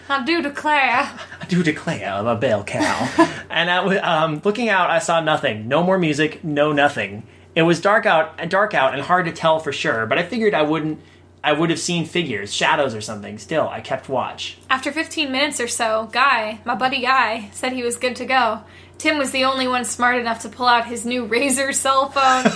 [SPEAKER 1] I do declare.
[SPEAKER 3] I do declare I'm a bell cow. and I was um, looking out. I saw nothing. No more music. No nothing. It was dark out, dark out, and hard to tell for sure. But I figured I wouldn't. I would have seen figures, shadows, or something. Still, I kept watch.
[SPEAKER 1] After 15 minutes or so, Guy, my buddy Guy, said he was good to go. Tim was the only one smart enough to pull out his new Razor cell phone.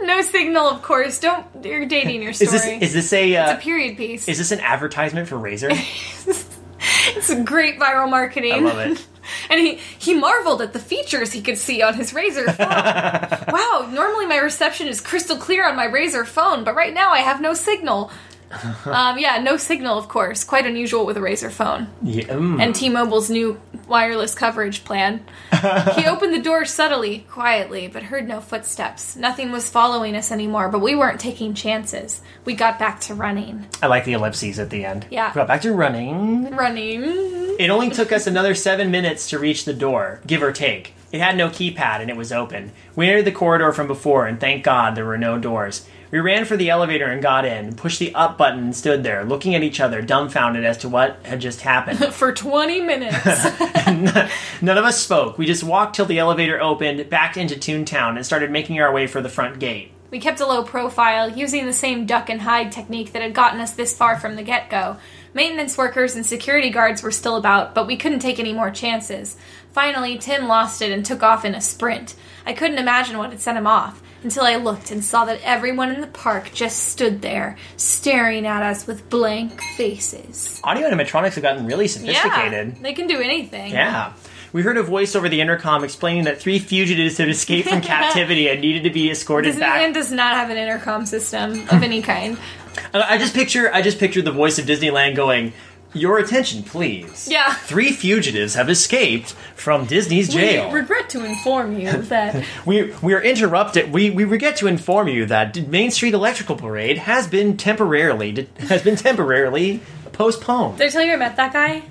[SPEAKER 1] no signal, of course. Don't. You're dating your story.
[SPEAKER 3] Is this is this a, uh,
[SPEAKER 1] it's a period piece.
[SPEAKER 3] is this an advertisement for Razor?
[SPEAKER 1] It's great viral marketing.
[SPEAKER 3] I love it.
[SPEAKER 1] And he, he marveled at the features he could see on his Razor phone. wow, normally my reception is crystal clear on my Razor phone, but right now I have no signal. Um, yeah, no signal, of course. Quite unusual with a razor phone.
[SPEAKER 3] Yeah, mm.
[SPEAKER 1] and T-Mobile's new wireless coverage plan. he opened the door subtly, quietly, but heard no footsteps. Nothing was following us anymore, but we weren't taking chances. We got back to running.
[SPEAKER 3] I like the ellipses at the end.
[SPEAKER 1] Yeah.
[SPEAKER 3] Well, back to running.
[SPEAKER 1] Running.
[SPEAKER 3] It only took us another seven minutes to reach the door, give or take. It had no keypad and it was open. We entered the corridor from before, and thank God there were no doors. We ran for the elevator and got in, pushed the up button, and stood there, looking at each other, dumbfounded as to what had just happened.
[SPEAKER 1] For 20 minutes.
[SPEAKER 3] None of us spoke. We just walked till the elevator opened, backed into Toontown, and started making our way for the front gate.
[SPEAKER 1] we kept a low profile, using the same duck and hide technique that had gotten us this far from the get-go. Maintenance workers and security guards were still about, but we couldn't take any more chances. Finally, Tim lost it and took off in a sprint. I couldn't imagine what had sent him off until I looked and saw that everyone in the park just stood there, staring at us with blank faces.
[SPEAKER 3] Audio animatronics have gotten really sophisticated.
[SPEAKER 1] Yeah, they can do anything.
[SPEAKER 3] Yeah. We heard a voice over the intercom explaining that three fugitives had escaped from captivity and needed to be escorted back.
[SPEAKER 1] Disneyland does not have an intercom system of any kind.
[SPEAKER 3] And I just picture I just picture the voice of Disneyland going, "Your attention, please.
[SPEAKER 1] Yeah.
[SPEAKER 3] Three fugitives have escaped from Disney's jail.
[SPEAKER 1] We regret to inform you that
[SPEAKER 3] We we are interrupted. We we regret to inform you that Main Street Electrical Parade has been temporarily has been temporarily postponed.
[SPEAKER 1] Did I tell you I met that guy?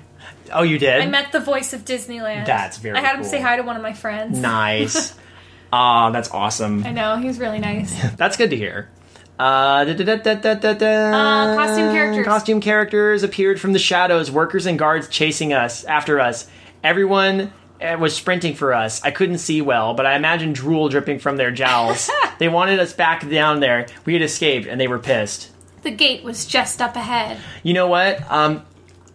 [SPEAKER 3] Oh, you did.
[SPEAKER 1] I met the voice of Disneyland.
[SPEAKER 3] That's very
[SPEAKER 1] I had him
[SPEAKER 3] cool.
[SPEAKER 1] say hi to one of my friends.
[SPEAKER 3] nice. Ah, that's awesome.
[SPEAKER 1] I know he was really nice.
[SPEAKER 3] That's good to hear. Uh, da- da- da- da- da- da-
[SPEAKER 1] Uh, costume characters.
[SPEAKER 3] Costume characters appeared from the shadows, workers and guards chasing us, after us. Everyone uh, was sprinting for us. I couldn't see well, but I imagined drool dripping from their jowls. they wanted us back down there. We had escaped, and they were pissed.
[SPEAKER 1] the gate was just up ahead.
[SPEAKER 3] You know what? Um,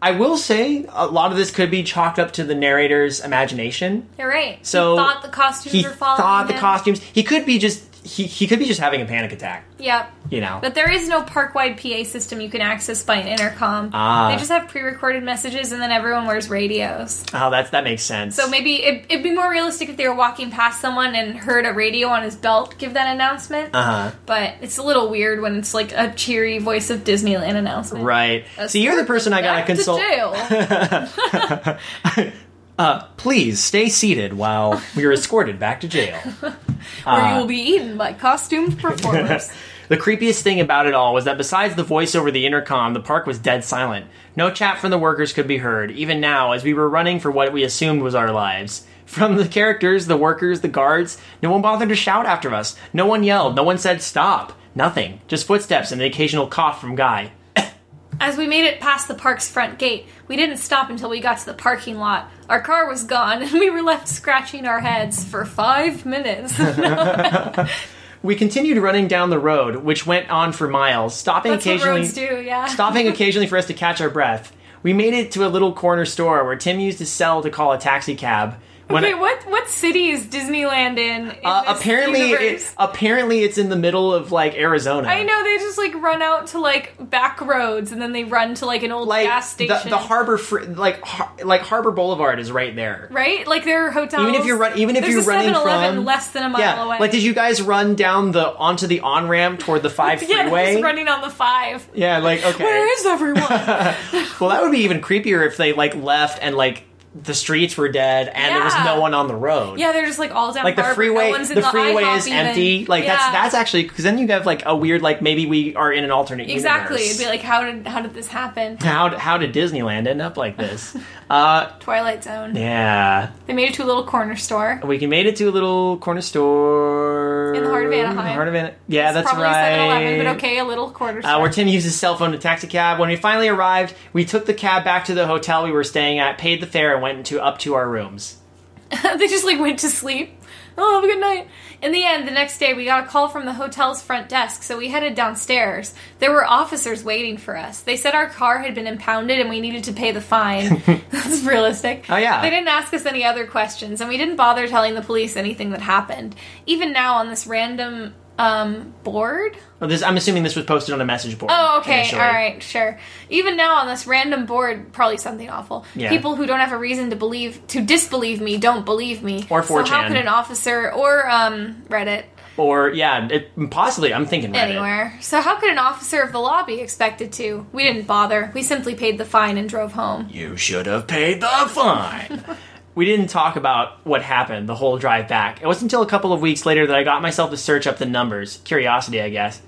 [SPEAKER 3] I will say a lot of this could be chalked up to the narrator's imagination.
[SPEAKER 1] You're right.
[SPEAKER 3] So
[SPEAKER 1] he thought the costumes
[SPEAKER 3] He
[SPEAKER 1] were following.
[SPEAKER 3] thought the
[SPEAKER 1] him.
[SPEAKER 3] costumes. He could be just. He, he could be just having a panic attack.
[SPEAKER 1] Yep.
[SPEAKER 3] You know.
[SPEAKER 1] But there is no park-wide PA system you can access by an intercom.
[SPEAKER 3] Ah.
[SPEAKER 1] They just have pre-recorded messages, and then everyone wears radios.
[SPEAKER 3] oh, that's that makes sense.
[SPEAKER 1] So maybe it, it'd be more realistic if they were walking past someone and heard a radio on his belt give that announcement.
[SPEAKER 3] Uh-huh.
[SPEAKER 1] But it's a little weird when it's like a cheery voice of Disneyland announcement.
[SPEAKER 3] Right.
[SPEAKER 1] Escort
[SPEAKER 3] See, you're the person I gotta
[SPEAKER 1] back to
[SPEAKER 3] consult.
[SPEAKER 1] jail.
[SPEAKER 3] Please stay seated while we are escorted back to jail. Uh,
[SPEAKER 1] where you will be eaten by costumed performers.
[SPEAKER 3] The creepiest thing about it all was that besides the voice over the intercom, the park was dead silent. No chat from the workers could be heard, even now, as we were running for what we assumed was our lives. From the characters, the workers, the guards, no one bothered to shout after us. No one yelled. No one said stop. Nothing. Just footsteps and an occasional cough from Guy.
[SPEAKER 1] As we made it past the park's front gate, we didn't stop until we got to the parking lot. Our car was gone, and we were left scratching our heads for five minutes. That's
[SPEAKER 3] We continued running down the road, which went on for miles, stopping
[SPEAKER 1] what
[SPEAKER 3] occasionally.
[SPEAKER 1] roads do, yeah.
[SPEAKER 3] stopping occasionally for us to catch our breath. We made it to a little corner store where Tim used his cell to call a taxi cab. When
[SPEAKER 1] Wait, what? What city is Disneyland in? in
[SPEAKER 3] uh,
[SPEAKER 1] this
[SPEAKER 3] apparently, it, uh,
[SPEAKER 1] universe?
[SPEAKER 3] apparently it's in the middle of like Arizona.
[SPEAKER 1] I know they just like run out to like back roads, and then they run to like an old
[SPEAKER 3] Like
[SPEAKER 1] gas
[SPEAKER 3] the,
[SPEAKER 1] station.
[SPEAKER 3] the harbor, fr- like har- like Harbor Boulevard is right there.
[SPEAKER 1] right? Like there are hotels.
[SPEAKER 3] Even if you're run, even if
[SPEAKER 1] There's
[SPEAKER 3] you're
[SPEAKER 1] a
[SPEAKER 3] running
[SPEAKER 1] 7-Eleven
[SPEAKER 3] from
[SPEAKER 1] less than a mile
[SPEAKER 3] yeah,
[SPEAKER 1] away.
[SPEAKER 3] like did you guys run down the onto the on ramp toward the five
[SPEAKER 1] yeah, they're
[SPEAKER 3] freeway?
[SPEAKER 1] just running on the five.
[SPEAKER 3] yeah, like okay.
[SPEAKER 1] Where is everyone?
[SPEAKER 3] Well, that would be even creepier if they like left and like the streets were dead and there was
[SPEAKER 1] Yeah.
[SPEAKER 3] no one on the road.
[SPEAKER 1] Yeah, they're just like all down
[SPEAKER 3] Like the
[SPEAKER 1] Barber.
[SPEAKER 3] freeway,
[SPEAKER 1] No one's in
[SPEAKER 3] the freeway
[SPEAKER 1] IHOP
[SPEAKER 3] is
[SPEAKER 1] even.
[SPEAKER 3] empty. Like
[SPEAKER 1] Yeah.
[SPEAKER 3] that's that's actually because then you have like a weird like maybe we are in an alternate
[SPEAKER 1] exactly.
[SPEAKER 3] universe.
[SPEAKER 1] It'd be like how did how did this happen?
[SPEAKER 3] how how did Disneyland end up like this? uh,
[SPEAKER 1] Twilight Zone.
[SPEAKER 3] yeah,
[SPEAKER 1] They made it to a little corner store.
[SPEAKER 3] we can made it to a little corner store
[SPEAKER 1] In the heart of Anaheim.
[SPEAKER 3] Heart of Ana- yeah, that's
[SPEAKER 1] Probably
[SPEAKER 3] right.
[SPEAKER 1] 7-Eleven, but okay, a little corner store.
[SPEAKER 3] uh, where Tim used his cell phone to taxi cab. When we finally arrived, we took the cab back to the hotel we were staying at, paid the fare, and went into up to our rooms.
[SPEAKER 1] they just like went to sleep. Oh, have a good night. In the end, the next day, we got a call from the hotel's front desk, so we headed downstairs. There were officers waiting for us. They said our car had been impounded and we needed to pay the fine. That's realistic.
[SPEAKER 3] Oh, yeah.
[SPEAKER 1] They didn't ask us any other questions, and we didn't bother telling the police anything that happened. Even now, on this random um, board,
[SPEAKER 3] Well, this, I'm assuming this was posted on a message board.
[SPEAKER 1] Oh, okay.
[SPEAKER 3] initially.
[SPEAKER 1] All right. Sure. Even now on this random board, probably something awful.
[SPEAKER 3] Yeah.
[SPEAKER 1] People who don't have a reason to believe to disbelieve me don't believe me.
[SPEAKER 3] Or
[SPEAKER 1] So how
[SPEAKER 3] 4chan.
[SPEAKER 1] could an officer or um, Reddit?
[SPEAKER 3] or yeah, it, possibly. I'm thinking Reddit.
[SPEAKER 1] anywhere. So how could an officer of the law be expected to? We didn't bother. We simply paid the fine and drove home.
[SPEAKER 3] You should have paid the fine. we didn't talk about what happened the whole drive back. It wasn't until a couple of weeks later that I got myself to search up the numbers. Curiosity, I guess.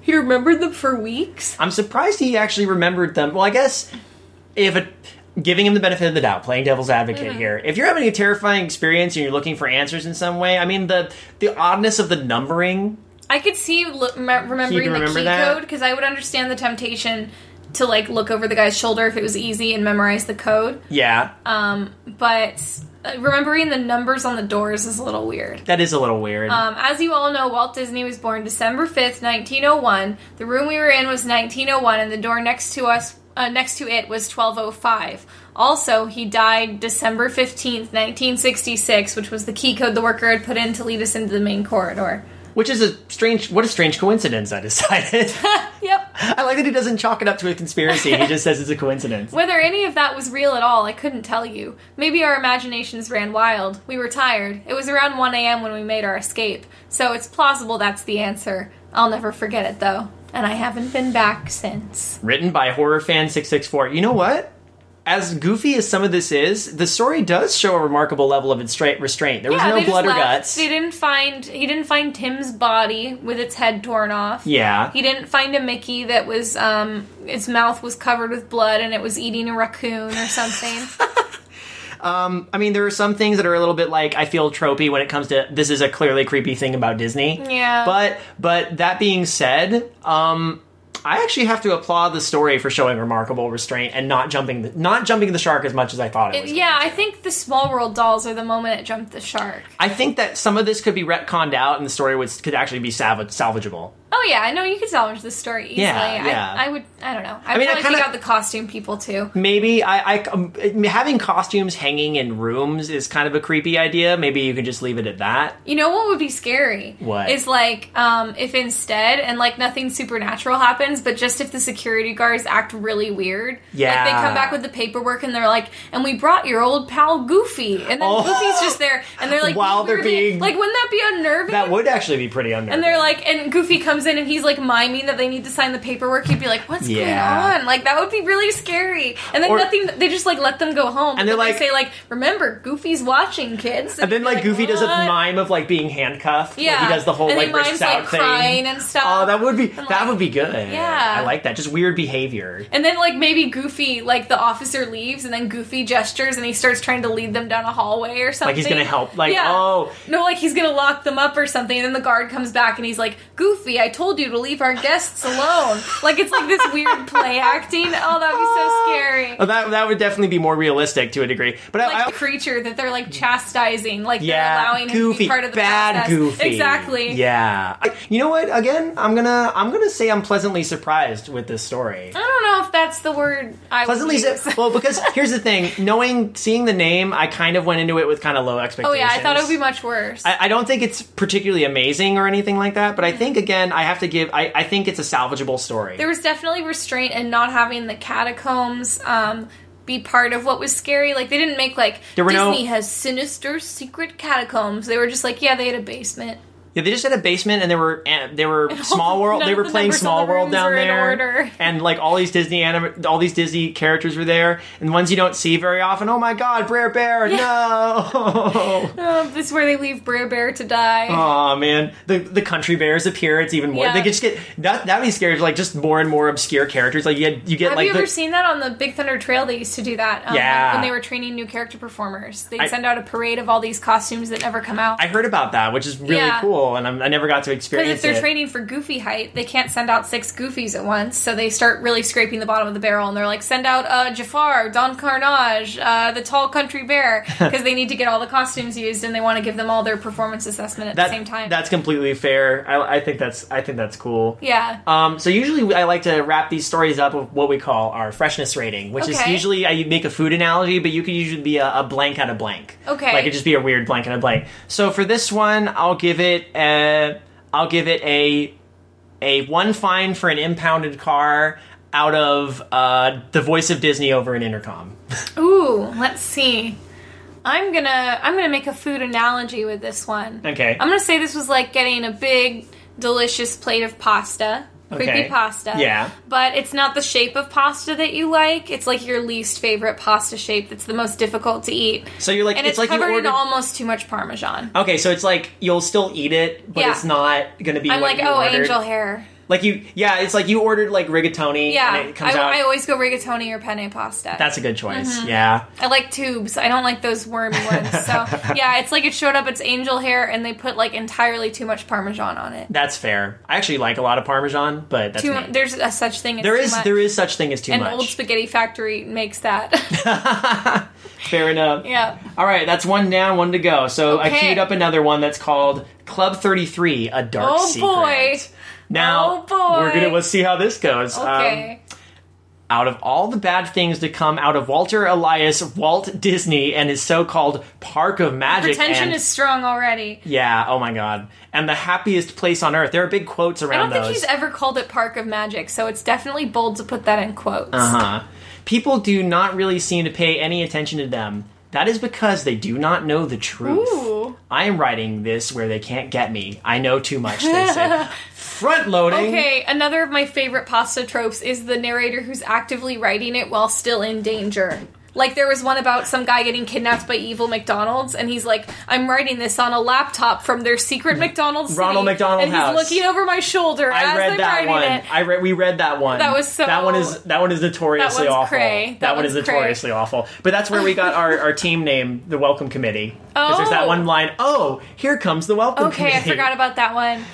[SPEAKER 1] He remembered them for weeks.
[SPEAKER 3] I'm surprised he actually remembered them. Well, I guess if it giving him the benefit of the doubt, playing devil's advocate here. If you're having a terrifying experience and you're looking for answers in some way, I mean the the oddness of the numbering.
[SPEAKER 1] I could see you lo- me- remembering the
[SPEAKER 3] remember
[SPEAKER 1] key
[SPEAKER 3] that?
[SPEAKER 1] code because I would understand the temptation to like look over the guy's shoulder if it was easy and memorize the code.
[SPEAKER 3] Yeah,
[SPEAKER 1] But uh, remembering the numbers on the doors is a little weird.
[SPEAKER 3] that is a little weird.
[SPEAKER 1] Um, as you all know, Walt Disney was born December 5th, 1901. The room we were in was 1901, and the door next to us, uh, next to it, was 1205. Also, he died December 15th, 1966, which was the key code the worker had put in to lead us into the main corridor.
[SPEAKER 3] Which is a strange what a strange coincidence I decided.
[SPEAKER 1] Yep.
[SPEAKER 3] I like that he doesn't chalk it up to a conspiracy. He just says it's a coincidence.
[SPEAKER 1] Whether any of that was real at all, I couldn't tell you. Maybe our imaginations ran wild. We were tired. It was around 1 a.m. when we made our escape, so it's plausible that's the answer. I'll never forget it, though. And I haven't been back since.
[SPEAKER 3] Written by horror fan 664. You know what? As goofy as some of this is, the story does show a remarkable level of instra- restraint. There was
[SPEAKER 1] Yeah, they
[SPEAKER 3] no
[SPEAKER 1] just
[SPEAKER 3] blood or
[SPEAKER 1] left.
[SPEAKER 3] guts.
[SPEAKER 1] They didn't find he didn't find Tim's body with its head torn off.
[SPEAKER 3] Yeah.
[SPEAKER 1] He didn't find a Mickey that was um its mouth was covered with blood and it was eating a raccoon or something.
[SPEAKER 3] I mean, there are some things that are a little bit like I feel tropey when it comes to this is a clearly creepy thing about Disney.
[SPEAKER 1] Yeah.
[SPEAKER 3] But but that being said, um, I actually have to applaud the story for showing remarkable restraint and not jumping the, not jumping the shark as much as I thought it was.
[SPEAKER 1] yeah, I think the small world dolls are the moment it jumped the shark.
[SPEAKER 3] I think that some of this could be retconned out, and the story would could actually be salvage, salvageable.
[SPEAKER 1] Oh yeah, I know you could salvage this story easily.
[SPEAKER 3] Yeah,
[SPEAKER 1] I-
[SPEAKER 3] yeah.
[SPEAKER 1] I, would I don't know. I, would
[SPEAKER 3] mean, I
[SPEAKER 1] probably
[SPEAKER 3] kinda-
[SPEAKER 1] take out the costume people too.
[SPEAKER 3] Maybe I, I um, having costumes hanging in rooms is kind of a creepy idea. Maybe you can just leave it at that.
[SPEAKER 1] You know what would be scary?
[SPEAKER 3] What?
[SPEAKER 1] Is like um, if instead and like nothing supernatural happens, but just if the security guards act really weird. Like
[SPEAKER 3] Yeah.
[SPEAKER 1] they come back with the paperwork and they're like, and we brought your old pal Goofy. And then
[SPEAKER 3] Oh.
[SPEAKER 1] Goofy's just there and they're like,
[SPEAKER 3] While they're
[SPEAKER 1] weirdly-
[SPEAKER 3] being-
[SPEAKER 1] Like, wouldn't that be unnerving?
[SPEAKER 3] That would actually be pretty unnerving.
[SPEAKER 1] and they're like, and Goofy comes in and he's like miming that they need to sign the paperwork. He'd be like, "What's
[SPEAKER 3] Yeah.
[SPEAKER 1] going on?" Like that would be really scary. And then
[SPEAKER 3] Or-
[SPEAKER 1] nothing. They just like let them go home.
[SPEAKER 3] And they're
[SPEAKER 1] then
[SPEAKER 3] like-
[SPEAKER 1] they say like, "Remember, Goofy's watching, kids."
[SPEAKER 3] and then
[SPEAKER 1] you're
[SPEAKER 3] like, Goofy does a
[SPEAKER 1] "What?"
[SPEAKER 3] mime of like being handcuffed. Like,
[SPEAKER 1] Yeah,
[SPEAKER 3] he does the whole
[SPEAKER 1] and
[SPEAKER 3] like
[SPEAKER 1] he
[SPEAKER 3] wrists
[SPEAKER 1] mimes,
[SPEAKER 3] out
[SPEAKER 1] like,
[SPEAKER 3] thing.
[SPEAKER 1] crying and stuff.
[SPEAKER 3] Oh, that would be
[SPEAKER 1] And,
[SPEAKER 3] that
[SPEAKER 1] like-
[SPEAKER 3] would be good.
[SPEAKER 1] Yeah.
[SPEAKER 3] I like that. Just weird behavior.
[SPEAKER 1] And then like maybe Goofy, like the officer leaves, and then Goofy gestures, and he starts trying to lead them down a hallway or something.
[SPEAKER 3] Like he's gonna help. Like oh,
[SPEAKER 1] no, like he's gonna lock them up or something. And then the guard comes back, and he's like, "Goofy, I told you to leave our guests alone." like it's like this weird play acting. Oh, that'd be so scary.
[SPEAKER 3] oh, that that would definitely be more realistic to a degree. But I,
[SPEAKER 1] Like
[SPEAKER 3] I
[SPEAKER 1] the creature that they're like chastising, like
[SPEAKER 3] Yeah,
[SPEAKER 1] they're allowing him to
[SPEAKER 3] goofy,
[SPEAKER 1] be part of the
[SPEAKER 3] bad
[SPEAKER 1] process.
[SPEAKER 3] goofy.
[SPEAKER 1] Exactly.
[SPEAKER 3] Yeah. I- You know what? Again, I'm gonna I'm gonna say I'm pleasantly surprised with this story.
[SPEAKER 1] I don't know if that's the word I
[SPEAKER 3] Pleasantly,
[SPEAKER 1] would use.
[SPEAKER 3] su- well, because here's the thing: knowing, seeing the name, I kind of went into it with kind of low
[SPEAKER 1] Oh
[SPEAKER 3] expectations.
[SPEAKER 1] yeah, I thought it would be much worse.
[SPEAKER 3] I, I don't think it's particularly amazing or anything like that, but I think again, I have to give. I, I think it's a salvageable story.
[SPEAKER 1] Mm. there was definitely restraint in not having the catacombs um, be part of what was scary. Like they didn't make like
[SPEAKER 3] There were no-
[SPEAKER 1] Disney has sinister secret catacombs. They were just like, yeah, they had a basement.
[SPEAKER 3] Yeah, they just had a basement, and they were and they were small world.
[SPEAKER 1] none
[SPEAKER 3] They
[SPEAKER 1] of
[SPEAKER 3] were
[SPEAKER 1] the
[SPEAKER 3] playing
[SPEAKER 1] numbers on
[SPEAKER 3] small
[SPEAKER 1] the
[SPEAKER 3] world
[SPEAKER 1] rooms
[SPEAKER 3] down
[SPEAKER 1] were in
[SPEAKER 3] there,
[SPEAKER 1] order.
[SPEAKER 3] and like all these Disney anim- all these Disney characters were there, and ones you don't see very often. Oh my God, Brer Bear! No.
[SPEAKER 1] Oh, this is where they leave Brer Bear to die.
[SPEAKER 3] Oh man, the the country bears appear. It's even more.
[SPEAKER 1] Yeah.
[SPEAKER 3] They could just get that. That'd be scary. Like just more and more obscure characters. Like you get you get
[SPEAKER 1] Have
[SPEAKER 3] like
[SPEAKER 1] you
[SPEAKER 3] the,
[SPEAKER 1] ever seen that on the Big Thunder Trail? They used to do that. Um,
[SPEAKER 3] Yeah.
[SPEAKER 1] When they were training new character performers, they'd
[SPEAKER 3] I-
[SPEAKER 1] send out a parade of all these costumes that never come out.
[SPEAKER 3] I heard about that, which is really
[SPEAKER 1] Yeah.
[SPEAKER 3] cool, and I'm, I never got to
[SPEAKER 1] Because
[SPEAKER 3] experience
[SPEAKER 1] if they're
[SPEAKER 3] it.
[SPEAKER 1] training for goofy height, they can't send out six goofies at once, so they start really scraping the bottom of the barrel, and they're like, send out uh, Jafar, Don Carnage, uh, the tall country bear, because they need to get all the costumes used, and they want to give them all their performance assessment at
[SPEAKER 3] that,
[SPEAKER 1] the same time.
[SPEAKER 3] That's completely fair. I, I think that's I think that's cool.
[SPEAKER 1] yeah.
[SPEAKER 3] Um, so usually I like to wrap these stories up with what we call our freshness rating, which is
[SPEAKER 1] Okay.
[SPEAKER 3] usually I make a food analogy, but you could usually be a, a blank out of blank.
[SPEAKER 1] Okay.
[SPEAKER 3] like it just be a weird blank out of blank. So for this one, I'll give it a, I'll give it a a one fine for an impounded car out of uh, the voice of Disney over an intercom.
[SPEAKER 1] Ooh, let's see. I'm gonna I'm gonna make a food analogy with this one.
[SPEAKER 3] Okay.
[SPEAKER 1] I'm gonna say this was like getting a big, delicious plate of pasta. Creepy
[SPEAKER 3] Okay.
[SPEAKER 1] pasta.
[SPEAKER 3] Yeah.
[SPEAKER 1] But it's not the shape of pasta that you like. It's like your least favorite pasta shape that's the most difficult to eat.
[SPEAKER 3] So you're like,
[SPEAKER 1] and
[SPEAKER 3] it's,
[SPEAKER 1] it's,
[SPEAKER 3] like you
[SPEAKER 1] covered
[SPEAKER 3] ordered.
[SPEAKER 1] in almost too much parmesan.
[SPEAKER 3] okay, so it's like you'll still eat it, but
[SPEAKER 1] Yeah.
[SPEAKER 3] it's not gonna be.
[SPEAKER 1] I'm
[SPEAKER 3] what
[SPEAKER 1] like,
[SPEAKER 3] you
[SPEAKER 1] oh,
[SPEAKER 3] ordered.
[SPEAKER 1] angel hair.
[SPEAKER 3] Like you, yeah, it's like you ordered like rigatoni.
[SPEAKER 1] Yeah,
[SPEAKER 3] and it comes
[SPEAKER 1] I,
[SPEAKER 3] out.
[SPEAKER 1] I always go rigatoni or penne pasta.
[SPEAKER 3] that's a good choice.
[SPEAKER 1] Mm-hmm.
[SPEAKER 3] Yeah,
[SPEAKER 1] I like tubes. I don't like those wormy ones. So yeah, it's like it showed up. It's angel hair, and they put like entirely too much parmesan on it.
[SPEAKER 3] that's fair. I actually like a lot of parmesan, but that's
[SPEAKER 1] Too,
[SPEAKER 3] me.
[SPEAKER 1] there's a such thing. As
[SPEAKER 3] there
[SPEAKER 1] too
[SPEAKER 3] is
[SPEAKER 1] much.
[SPEAKER 3] there is such thing as too
[SPEAKER 1] an
[SPEAKER 3] much.
[SPEAKER 1] old spaghetti factory makes that.
[SPEAKER 3] fair enough.
[SPEAKER 1] yeah.
[SPEAKER 3] All right, that's one down, one to go. So I
[SPEAKER 1] Okay.
[SPEAKER 3] queued up another one that's called Club Thirty Three: A Dark
[SPEAKER 1] Oh
[SPEAKER 3] Secret.
[SPEAKER 1] boy.
[SPEAKER 3] Now
[SPEAKER 1] Oh, boy.
[SPEAKER 3] we're gonna let's see how this goes. Um,
[SPEAKER 1] Okay.
[SPEAKER 3] out of all the bad things to come out of Walter Elias Walt Disney and his so-called Park of Magic,
[SPEAKER 1] Pretension
[SPEAKER 3] and-
[SPEAKER 1] is strong already.
[SPEAKER 3] yeah, oh my god, and the happiest place on earth. There are big quotes
[SPEAKER 1] I
[SPEAKER 3] around
[SPEAKER 1] don't think
[SPEAKER 3] those.
[SPEAKER 1] he's ever called it Park of Magic, so it's definitely bold to put that in quotes.
[SPEAKER 3] Uh-huh. People do not really seem to pay any attention to them. That is because they do not know the truth.
[SPEAKER 1] Ooh.
[SPEAKER 3] I am writing this where they can't get me. I know too much, they say. Front loading.
[SPEAKER 1] Okay, another of my favorite pasta tropes is the narrator who's actively writing it while still in danger. Like there was one about some guy getting kidnapped by evil McDonald's, and he's like, "I'm writing this on a laptop from their secret McDonald's."
[SPEAKER 3] Ronald
[SPEAKER 1] city,
[SPEAKER 3] McDonald
[SPEAKER 1] and
[SPEAKER 3] House.
[SPEAKER 1] he's looking over my shoulder
[SPEAKER 3] I
[SPEAKER 1] as
[SPEAKER 3] read
[SPEAKER 1] I'm
[SPEAKER 3] that
[SPEAKER 1] writing
[SPEAKER 3] one.
[SPEAKER 1] it.
[SPEAKER 3] I read. We read that one.
[SPEAKER 1] That was so-
[SPEAKER 3] That one is. That one is notoriously
[SPEAKER 1] That one's
[SPEAKER 3] awful.
[SPEAKER 1] cray.
[SPEAKER 3] That,
[SPEAKER 1] That
[SPEAKER 3] one is
[SPEAKER 1] one's cray.
[SPEAKER 3] notoriously awful. But that's where we got our, our team name, the Welcome Committee, because there's that
[SPEAKER 1] Oh.
[SPEAKER 3] one line. Oh, here comes the Welcome
[SPEAKER 1] Okay,
[SPEAKER 3] Committee.
[SPEAKER 1] I forgot about that one.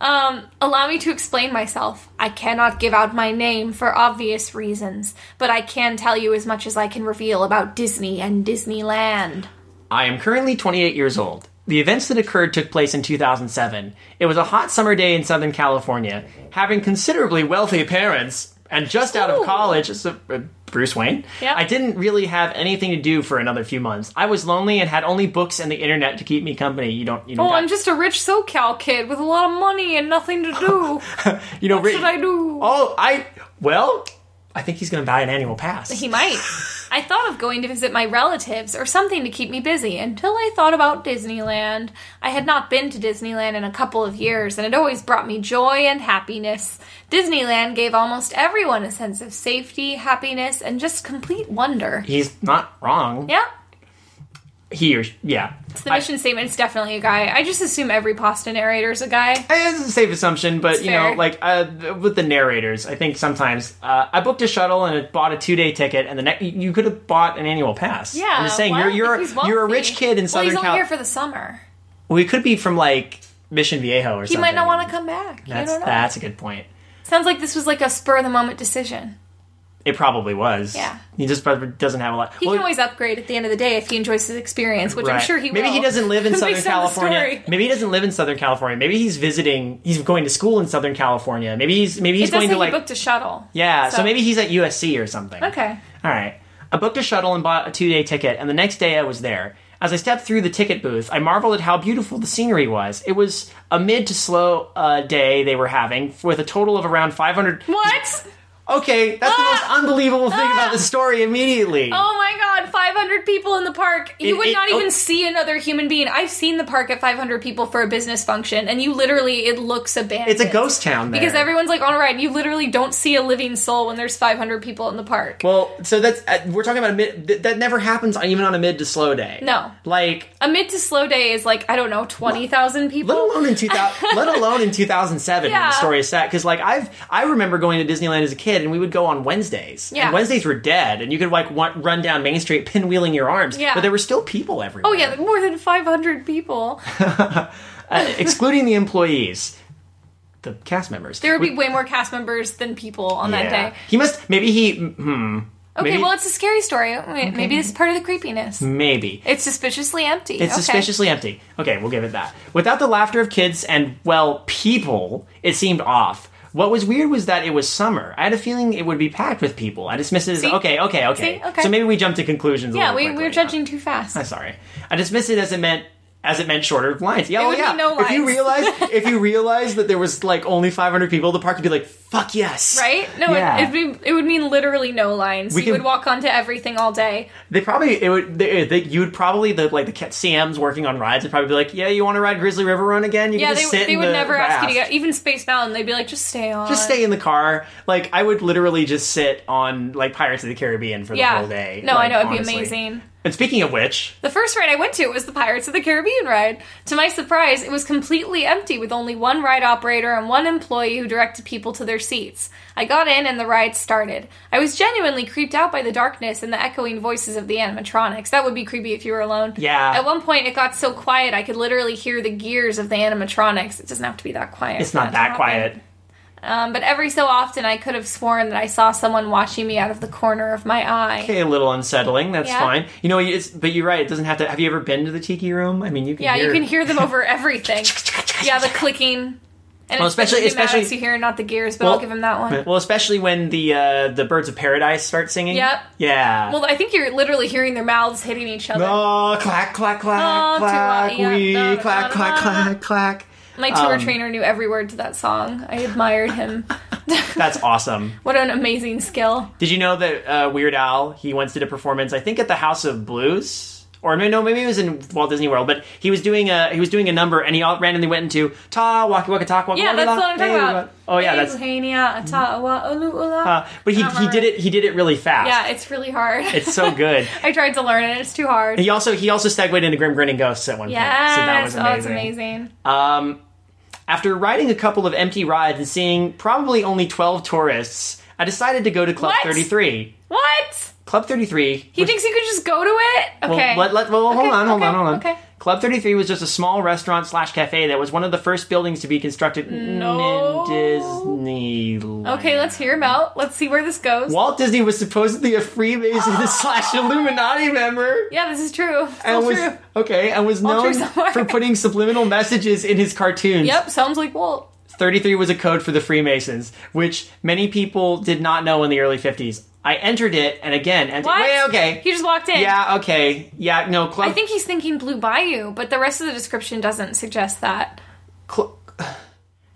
[SPEAKER 1] Um, allow me to explain myself. I cannot give out my name for obvious reasons, but I can tell you as much as I can reveal about Disney and Disneyland.
[SPEAKER 3] I am currently 28 years old. The events that occurred took place in 2007. It was a hot summer day in Southern California. Having considerably wealthy parents and just out of
[SPEAKER 1] Ooh.
[SPEAKER 3] college, so, uh, Bruce Wayne,
[SPEAKER 1] Yep.
[SPEAKER 3] I didn't really have anything to do for another few months. I was lonely and had only books and the internet to keep me company. You don't, you know,
[SPEAKER 1] Oh, I'm just a rich SoCal kid with a lot of money and nothing to do.
[SPEAKER 3] you know,
[SPEAKER 1] should I do?
[SPEAKER 3] Oh, I well, I think he's going to buy an annual pass.
[SPEAKER 1] He might. I thought of going to visit my relatives or something to keep me busy until I thought about Disneyland. I had not been to Disneyland in a couple of years, and it always brought me joy and happiness. Disneyland gave almost everyone a sense of safety, happiness, and just complete wonder.
[SPEAKER 3] he's not wrong.
[SPEAKER 1] Yeah,
[SPEAKER 3] He or yeah.
[SPEAKER 1] it's the
[SPEAKER 3] I-
[SPEAKER 1] mission statement. It's definitely a guy. I just assume every Boston narrator is a guy.
[SPEAKER 3] It's a safe assumption, but you know,
[SPEAKER 1] fair.
[SPEAKER 3] like uh, th- with the narrators, I think sometimes uh, I booked a shuttle and it bought a two day ticket, and the next you could have bought an annual pass.
[SPEAKER 1] Yeah,
[SPEAKER 3] I'm just saying
[SPEAKER 1] why don't
[SPEAKER 3] you're you're
[SPEAKER 1] think he's
[SPEAKER 3] you're a
[SPEAKER 1] wealthy?
[SPEAKER 3] rich kid in
[SPEAKER 1] well,
[SPEAKER 3] Southern
[SPEAKER 1] He's only here
[SPEAKER 3] California.
[SPEAKER 1] for the summer.
[SPEAKER 3] we could be from like Mission Viejo or
[SPEAKER 1] He
[SPEAKER 3] something.
[SPEAKER 1] might not want to come back. You
[SPEAKER 3] That's
[SPEAKER 1] don't know.
[SPEAKER 3] that's a good point.
[SPEAKER 1] Sounds like this was like a spur of the moment decision.
[SPEAKER 3] It probably was.
[SPEAKER 1] Yeah.
[SPEAKER 3] he just probably doesn't have a lot.
[SPEAKER 1] He
[SPEAKER 3] well,
[SPEAKER 1] can always upgrade at the end of the day if he enjoys his experience, which I'm
[SPEAKER 3] right.
[SPEAKER 1] sure he
[SPEAKER 3] Maybe
[SPEAKER 1] will.
[SPEAKER 3] he doesn't live in
[SPEAKER 1] Based
[SPEAKER 3] Southern
[SPEAKER 1] on the
[SPEAKER 3] California.
[SPEAKER 1] story.
[SPEAKER 3] Maybe he doesn't live in Southern California. Maybe he's visiting. He's going to school in Southern California. Maybe he's maybe he's
[SPEAKER 1] It does
[SPEAKER 3] going
[SPEAKER 1] say
[SPEAKER 3] to
[SPEAKER 1] he
[SPEAKER 3] like
[SPEAKER 1] booked a shuttle.
[SPEAKER 3] yeah. So.
[SPEAKER 1] so-
[SPEAKER 3] maybe he's at USC or something.
[SPEAKER 1] Okay.
[SPEAKER 3] All right. I booked a shuttle and bought a two day ticket, and the next day I was there. As I stepped through the ticket booth, I marveled at how beautiful the scenery was. It was a mid to slow uh, day they were having, with a total of around 500.
[SPEAKER 1] What?
[SPEAKER 3] Okay, that's the most
[SPEAKER 1] Ah!
[SPEAKER 3] unbelievable thing
[SPEAKER 1] Ah!
[SPEAKER 3] about the story immediately.
[SPEAKER 1] Oh my god, 500 people in the park. You
[SPEAKER 3] It-
[SPEAKER 1] would
[SPEAKER 3] it-
[SPEAKER 1] not
[SPEAKER 3] oh.
[SPEAKER 1] even see another human being. I've seen the park at 500 people for a business function, and you literally, it looks abandoned.
[SPEAKER 3] It's a ghost town there.
[SPEAKER 1] Because everyone's like on a ride, and you literally don't see a living soul when there's 500 people in the park.
[SPEAKER 3] Well, so that's. Uh, we're talking about a mid. Th- that never happens on- even on a mid to slow day.
[SPEAKER 1] No.
[SPEAKER 3] Like,
[SPEAKER 1] A mid to slow day is like, I don't know, 20,000 people.
[SPEAKER 3] let alone in 2000 let alone in 2007 when
[SPEAKER 1] Oh. Yeah.
[SPEAKER 3] the story is set because like i've i remember going to disneyland as a kid and we would go on wednesdays
[SPEAKER 1] Yeah.
[SPEAKER 3] and wednesdays were dead and you could like wa- run down main street pinwheeling your arms
[SPEAKER 1] Yeah.
[SPEAKER 3] but there were still people everywhere
[SPEAKER 1] Oh, yeah, more than 500 people.
[SPEAKER 3] uh, excluding the employees the cast members
[SPEAKER 1] There would be way more cast members than people on
[SPEAKER 3] Yeah.
[SPEAKER 1] that day.
[SPEAKER 3] he must maybe he hmm,
[SPEAKER 1] Okay,
[SPEAKER 3] Maybe-
[SPEAKER 1] well, it's a scary story. Wait, Maybe it's part of the creepiness.
[SPEAKER 3] maybe
[SPEAKER 1] It's suspiciously empty.
[SPEAKER 3] It's
[SPEAKER 1] okay.
[SPEAKER 3] suspiciously empty. Okay, we'll give it that. Without the laughter of kids and, well, people, it seemed off. What was weird was that it was summer. I had a feeling it would be packed with people. I dismissed it as
[SPEAKER 1] See?
[SPEAKER 3] okay, okay, okay.
[SPEAKER 1] See? Okay.
[SPEAKER 3] So maybe we jumped to conclusions. a
[SPEAKER 1] Yeah,
[SPEAKER 3] little
[SPEAKER 1] we, we
[SPEAKER 3] quickly.
[SPEAKER 1] were judging too fast.
[SPEAKER 3] I'm sorry. I dismissed it as it meant as it meant shorter lines. Yeah,
[SPEAKER 1] There
[SPEAKER 3] oh,
[SPEAKER 1] would be
[SPEAKER 3] yeah.
[SPEAKER 1] no
[SPEAKER 3] If you
[SPEAKER 1] lines.
[SPEAKER 3] realize, if you realize that there was like only 500 people, the park would be like, "Fuck yes!"
[SPEAKER 1] Right? No,
[SPEAKER 5] Yeah.
[SPEAKER 1] it, it'd be, it would mean literally no lines.
[SPEAKER 3] We
[SPEAKER 1] you
[SPEAKER 3] can-
[SPEAKER 1] would walk onto everything all day.
[SPEAKER 3] They probably it would. They, they, you would probably the like the ca- CMs working on rides would probably be like, "Yeah, you want to ride Grizzly River Run again? You
[SPEAKER 1] Yeah,
[SPEAKER 3] can
[SPEAKER 1] they,
[SPEAKER 3] just sit
[SPEAKER 1] they
[SPEAKER 3] in
[SPEAKER 1] would
[SPEAKER 3] the
[SPEAKER 1] never ask you to
[SPEAKER 3] raft.
[SPEAKER 1] get even Space Mountain. They'd be like, just stay on.
[SPEAKER 3] Just stay in the car. Like I would literally just sit on like Pirates of the Caribbean for the
[SPEAKER 1] Yeah.
[SPEAKER 3] whole day.
[SPEAKER 1] No,
[SPEAKER 3] like,
[SPEAKER 1] I know it'd
[SPEAKER 3] honestly.
[SPEAKER 1] be amazing.
[SPEAKER 3] And speaking of which,
[SPEAKER 1] The first ride I went to was the Pirates of the Caribbean ride. To my surprise, it was completely empty with only one ride operator and one employee who directed people to their seats. I got in and the ride started. I was genuinely creeped out by the darkness and the echoing voices of the animatronics. That would be creepy if you were alone.
[SPEAKER 3] Yeah.
[SPEAKER 1] At one point, it got so quiet I could literally hear the gears of the animatronics. It doesn't have to be that quiet.
[SPEAKER 3] it's not
[SPEAKER 1] That's
[SPEAKER 3] that
[SPEAKER 1] happening.
[SPEAKER 3] quiet.
[SPEAKER 1] Um, but every so often, I could have sworn that I saw someone watching me out of the corner of my eye.
[SPEAKER 3] Okay, a little unsettling. That's
[SPEAKER 1] Yeah.
[SPEAKER 3] fine. You know, it's, but you're right. It doesn't have to. Have you ever been to the tiki room? I mean, you can.
[SPEAKER 1] Yeah,
[SPEAKER 3] hear,
[SPEAKER 1] you can hear them over everything. yeah, the clicking. And
[SPEAKER 3] Well,
[SPEAKER 1] it's the
[SPEAKER 3] especially- especially-
[SPEAKER 1] pneumatics you hear, not the gears, but
[SPEAKER 3] Well-
[SPEAKER 1] I'll give him that one.
[SPEAKER 3] Well, especially when the uh, the birds of paradise start singing.
[SPEAKER 1] Yep.
[SPEAKER 3] Yeah.
[SPEAKER 1] well, I think you're literally hearing their mouths hitting each other.
[SPEAKER 3] oh, clack clack
[SPEAKER 1] Oh,
[SPEAKER 3] clack
[SPEAKER 1] to-
[SPEAKER 3] clack
[SPEAKER 1] yeah,
[SPEAKER 3] wee
[SPEAKER 1] da, da,
[SPEAKER 3] clack
[SPEAKER 1] da,
[SPEAKER 3] clack
[SPEAKER 1] da, da.
[SPEAKER 3] clack clack.
[SPEAKER 1] My tour
[SPEAKER 3] um,
[SPEAKER 1] trainer knew every word to that song. I admired him.
[SPEAKER 3] That's awesome.
[SPEAKER 1] what an amazing skill.
[SPEAKER 3] Did you know that uh, Weird Al he once did a performance? I think at the House of Blues, or no, no, maybe it was in Walt Disney World. But he was doing a he was doing a number, and he all randomly went into ta waka waka talk waka.
[SPEAKER 1] Yeah,
[SPEAKER 3] waka,
[SPEAKER 1] that's
[SPEAKER 3] la,
[SPEAKER 1] what I'm talking
[SPEAKER 3] la,
[SPEAKER 1] about.
[SPEAKER 3] la." Oh yeah, that's.
[SPEAKER 1] Eugenia, Atawa, Olu, Ula.
[SPEAKER 3] Uh, but he, he did it he did it really fast.
[SPEAKER 1] Yeah, it's really hard.
[SPEAKER 3] It's so good.
[SPEAKER 1] I tried to learn it. It's too hard.
[SPEAKER 3] He also he also segued into Grim Grinning Ghosts at one point, so that
[SPEAKER 1] Yes,
[SPEAKER 3] was
[SPEAKER 1] oh,
[SPEAKER 3] amazing.
[SPEAKER 1] it's amazing.
[SPEAKER 3] Um, after riding a couple of empty rides and seeing probably only twelve tourists, I decided to go to Club
[SPEAKER 1] What?
[SPEAKER 3] Thirty Three.
[SPEAKER 1] What?
[SPEAKER 3] Club Thirty Three.
[SPEAKER 1] He thinks you could just go to it? Okay.
[SPEAKER 3] Well, let, let, well hold
[SPEAKER 1] Okay,
[SPEAKER 3] on, hold
[SPEAKER 1] okay,
[SPEAKER 3] on, hold on.
[SPEAKER 1] okay.
[SPEAKER 3] Club 33 was just a small restaurant slash cafe that was one of the first buildings to be constructed
[SPEAKER 1] No.
[SPEAKER 3] in Disneyland.
[SPEAKER 1] Okay, let's hear him out. Let's see where this goes.
[SPEAKER 3] Walt Disney was supposedly a Freemason slash Illuminati member.
[SPEAKER 1] Yeah, this is true. It's
[SPEAKER 3] and
[SPEAKER 1] all
[SPEAKER 3] was
[SPEAKER 1] true.
[SPEAKER 3] okay, and was
[SPEAKER 1] All
[SPEAKER 3] known
[SPEAKER 1] true somewhere.
[SPEAKER 3] for putting subliminal messages in his cartoons.
[SPEAKER 1] Yep, sounds like Walt.
[SPEAKER 3] 33 was a code for the Freemasons, which many people did not know in the early 50s. I entered it, and again, entered,
[SPEAKER 1] What?
[SPEAKER 3] wait, okay,
[SPEAKER 1] He just walked in.
[SPEAKER 3] yeah, okay, yeah, no, Club.
[SPEAKER 1] I think he's thinking Blue Bayou, but the rest of the description doesn't suggest that.
[SPEAKER 3] Cl-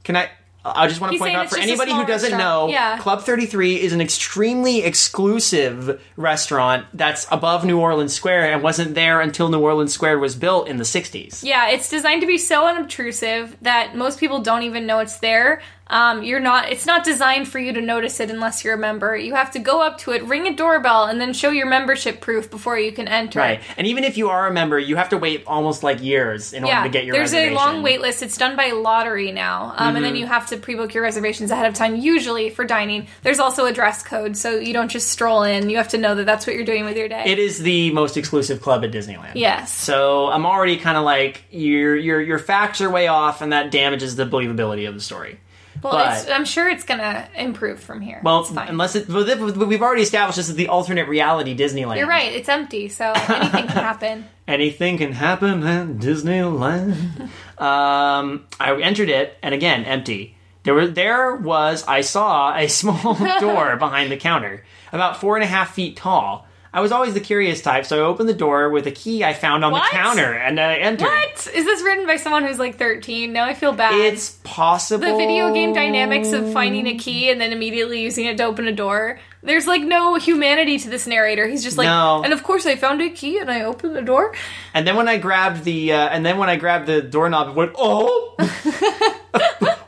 [SPEAKER 3] Can I? I just want to
[SPEAKER 1] He's
[SPEAKER 3] point
[SPEAKER 1] saying
[SPEAKER 3] out
[SPEAKER 1] it's
[SPEAKER 3] for
[SPEAKER 1] just a
[SPEAKER 3] anybody
[SPEAKER 1] small
[SPEAKER 3] who doesn't
[SPEAKER 1] restaurant.
[SPEAKER 3] know,
[SPEAKER 1] Yeah.
[SPEAKER 3] Club 33 is an extremely exclusive restaurant that's above New Orleans Square and wasn't there until New Orleans Square was built in the 60s.
[SPEAKER 1] Yeah, it's designed to be so unobtrusive that most people don't even know it's there. Um, you're not. It's not designed for you to notice it unless you're a member. You have to go up to it, ring a doorbell, and then show your membership proof before you can enter.
[SPEAKER 3] Right. And even if you are a member, you have to wait almost like years in
[SPEAKER 1] Yeah,
[SPEAKER 3] order to get your
[SPEAKER 1] there's a
[SPEAKER 3] reservation. Mm-hmm.
[SPEAKER 1] long wait list. It's done by lottery now, um, and then you have to pre-book your reservations ahead of time. Usually for dining, there's also a dress code, so you don't just stroll in. You have to know that that's what you're doing with your day.
[SPEAKER 3] It is the most exclusive club at Disneyland.
[SPEAKER 1] Yes.
[SPEAKER 3] So I'm already kind of like your your your facts are way off, and that damages the believability of the story.
[SPEAKER 1] well,
[SPEAKER 3] but-
[SPEAKER 1] it's, I'm sure it's gonna improve from here.
[SPEAKER 3] Well,
[SPEAKER 1] it's fine.
[SPEAKER 3] unless it, well, th- we've already established this is the alternate reality Disneyland.
[SPEAKER 1] you're right, it's empty, so anything can happen.
[SPEAKER 3] Anything can happen at Disneyland. um, I entered it, and again, empty. There were there was I saw a small door behind the counter, about four and a half feet tall. I was always the curious type, so I opened the door with a key I found on
[SPEAKER 1] What?
[SPEAKER 3] the counter, and I entered.
[SPEAKER 1] What is this written by someone who's like 13? Now I feel bad.
[SPEAKER 3] It's possible
[SPEAKER 1] the video game dynamics of finding a key
[SPEAKER 3] Oh.
[SPEAKER 1] and then immediately using it to open a door. There's like no humanity to this narrator. He's just like,
[SPEAKER 3] No.
[SPEAKER 1] and of course I found a key and I opened the door.
[SPEAKER 3] And then when I grabbed the uh, and then when I grabbed the doorknob, it went oh.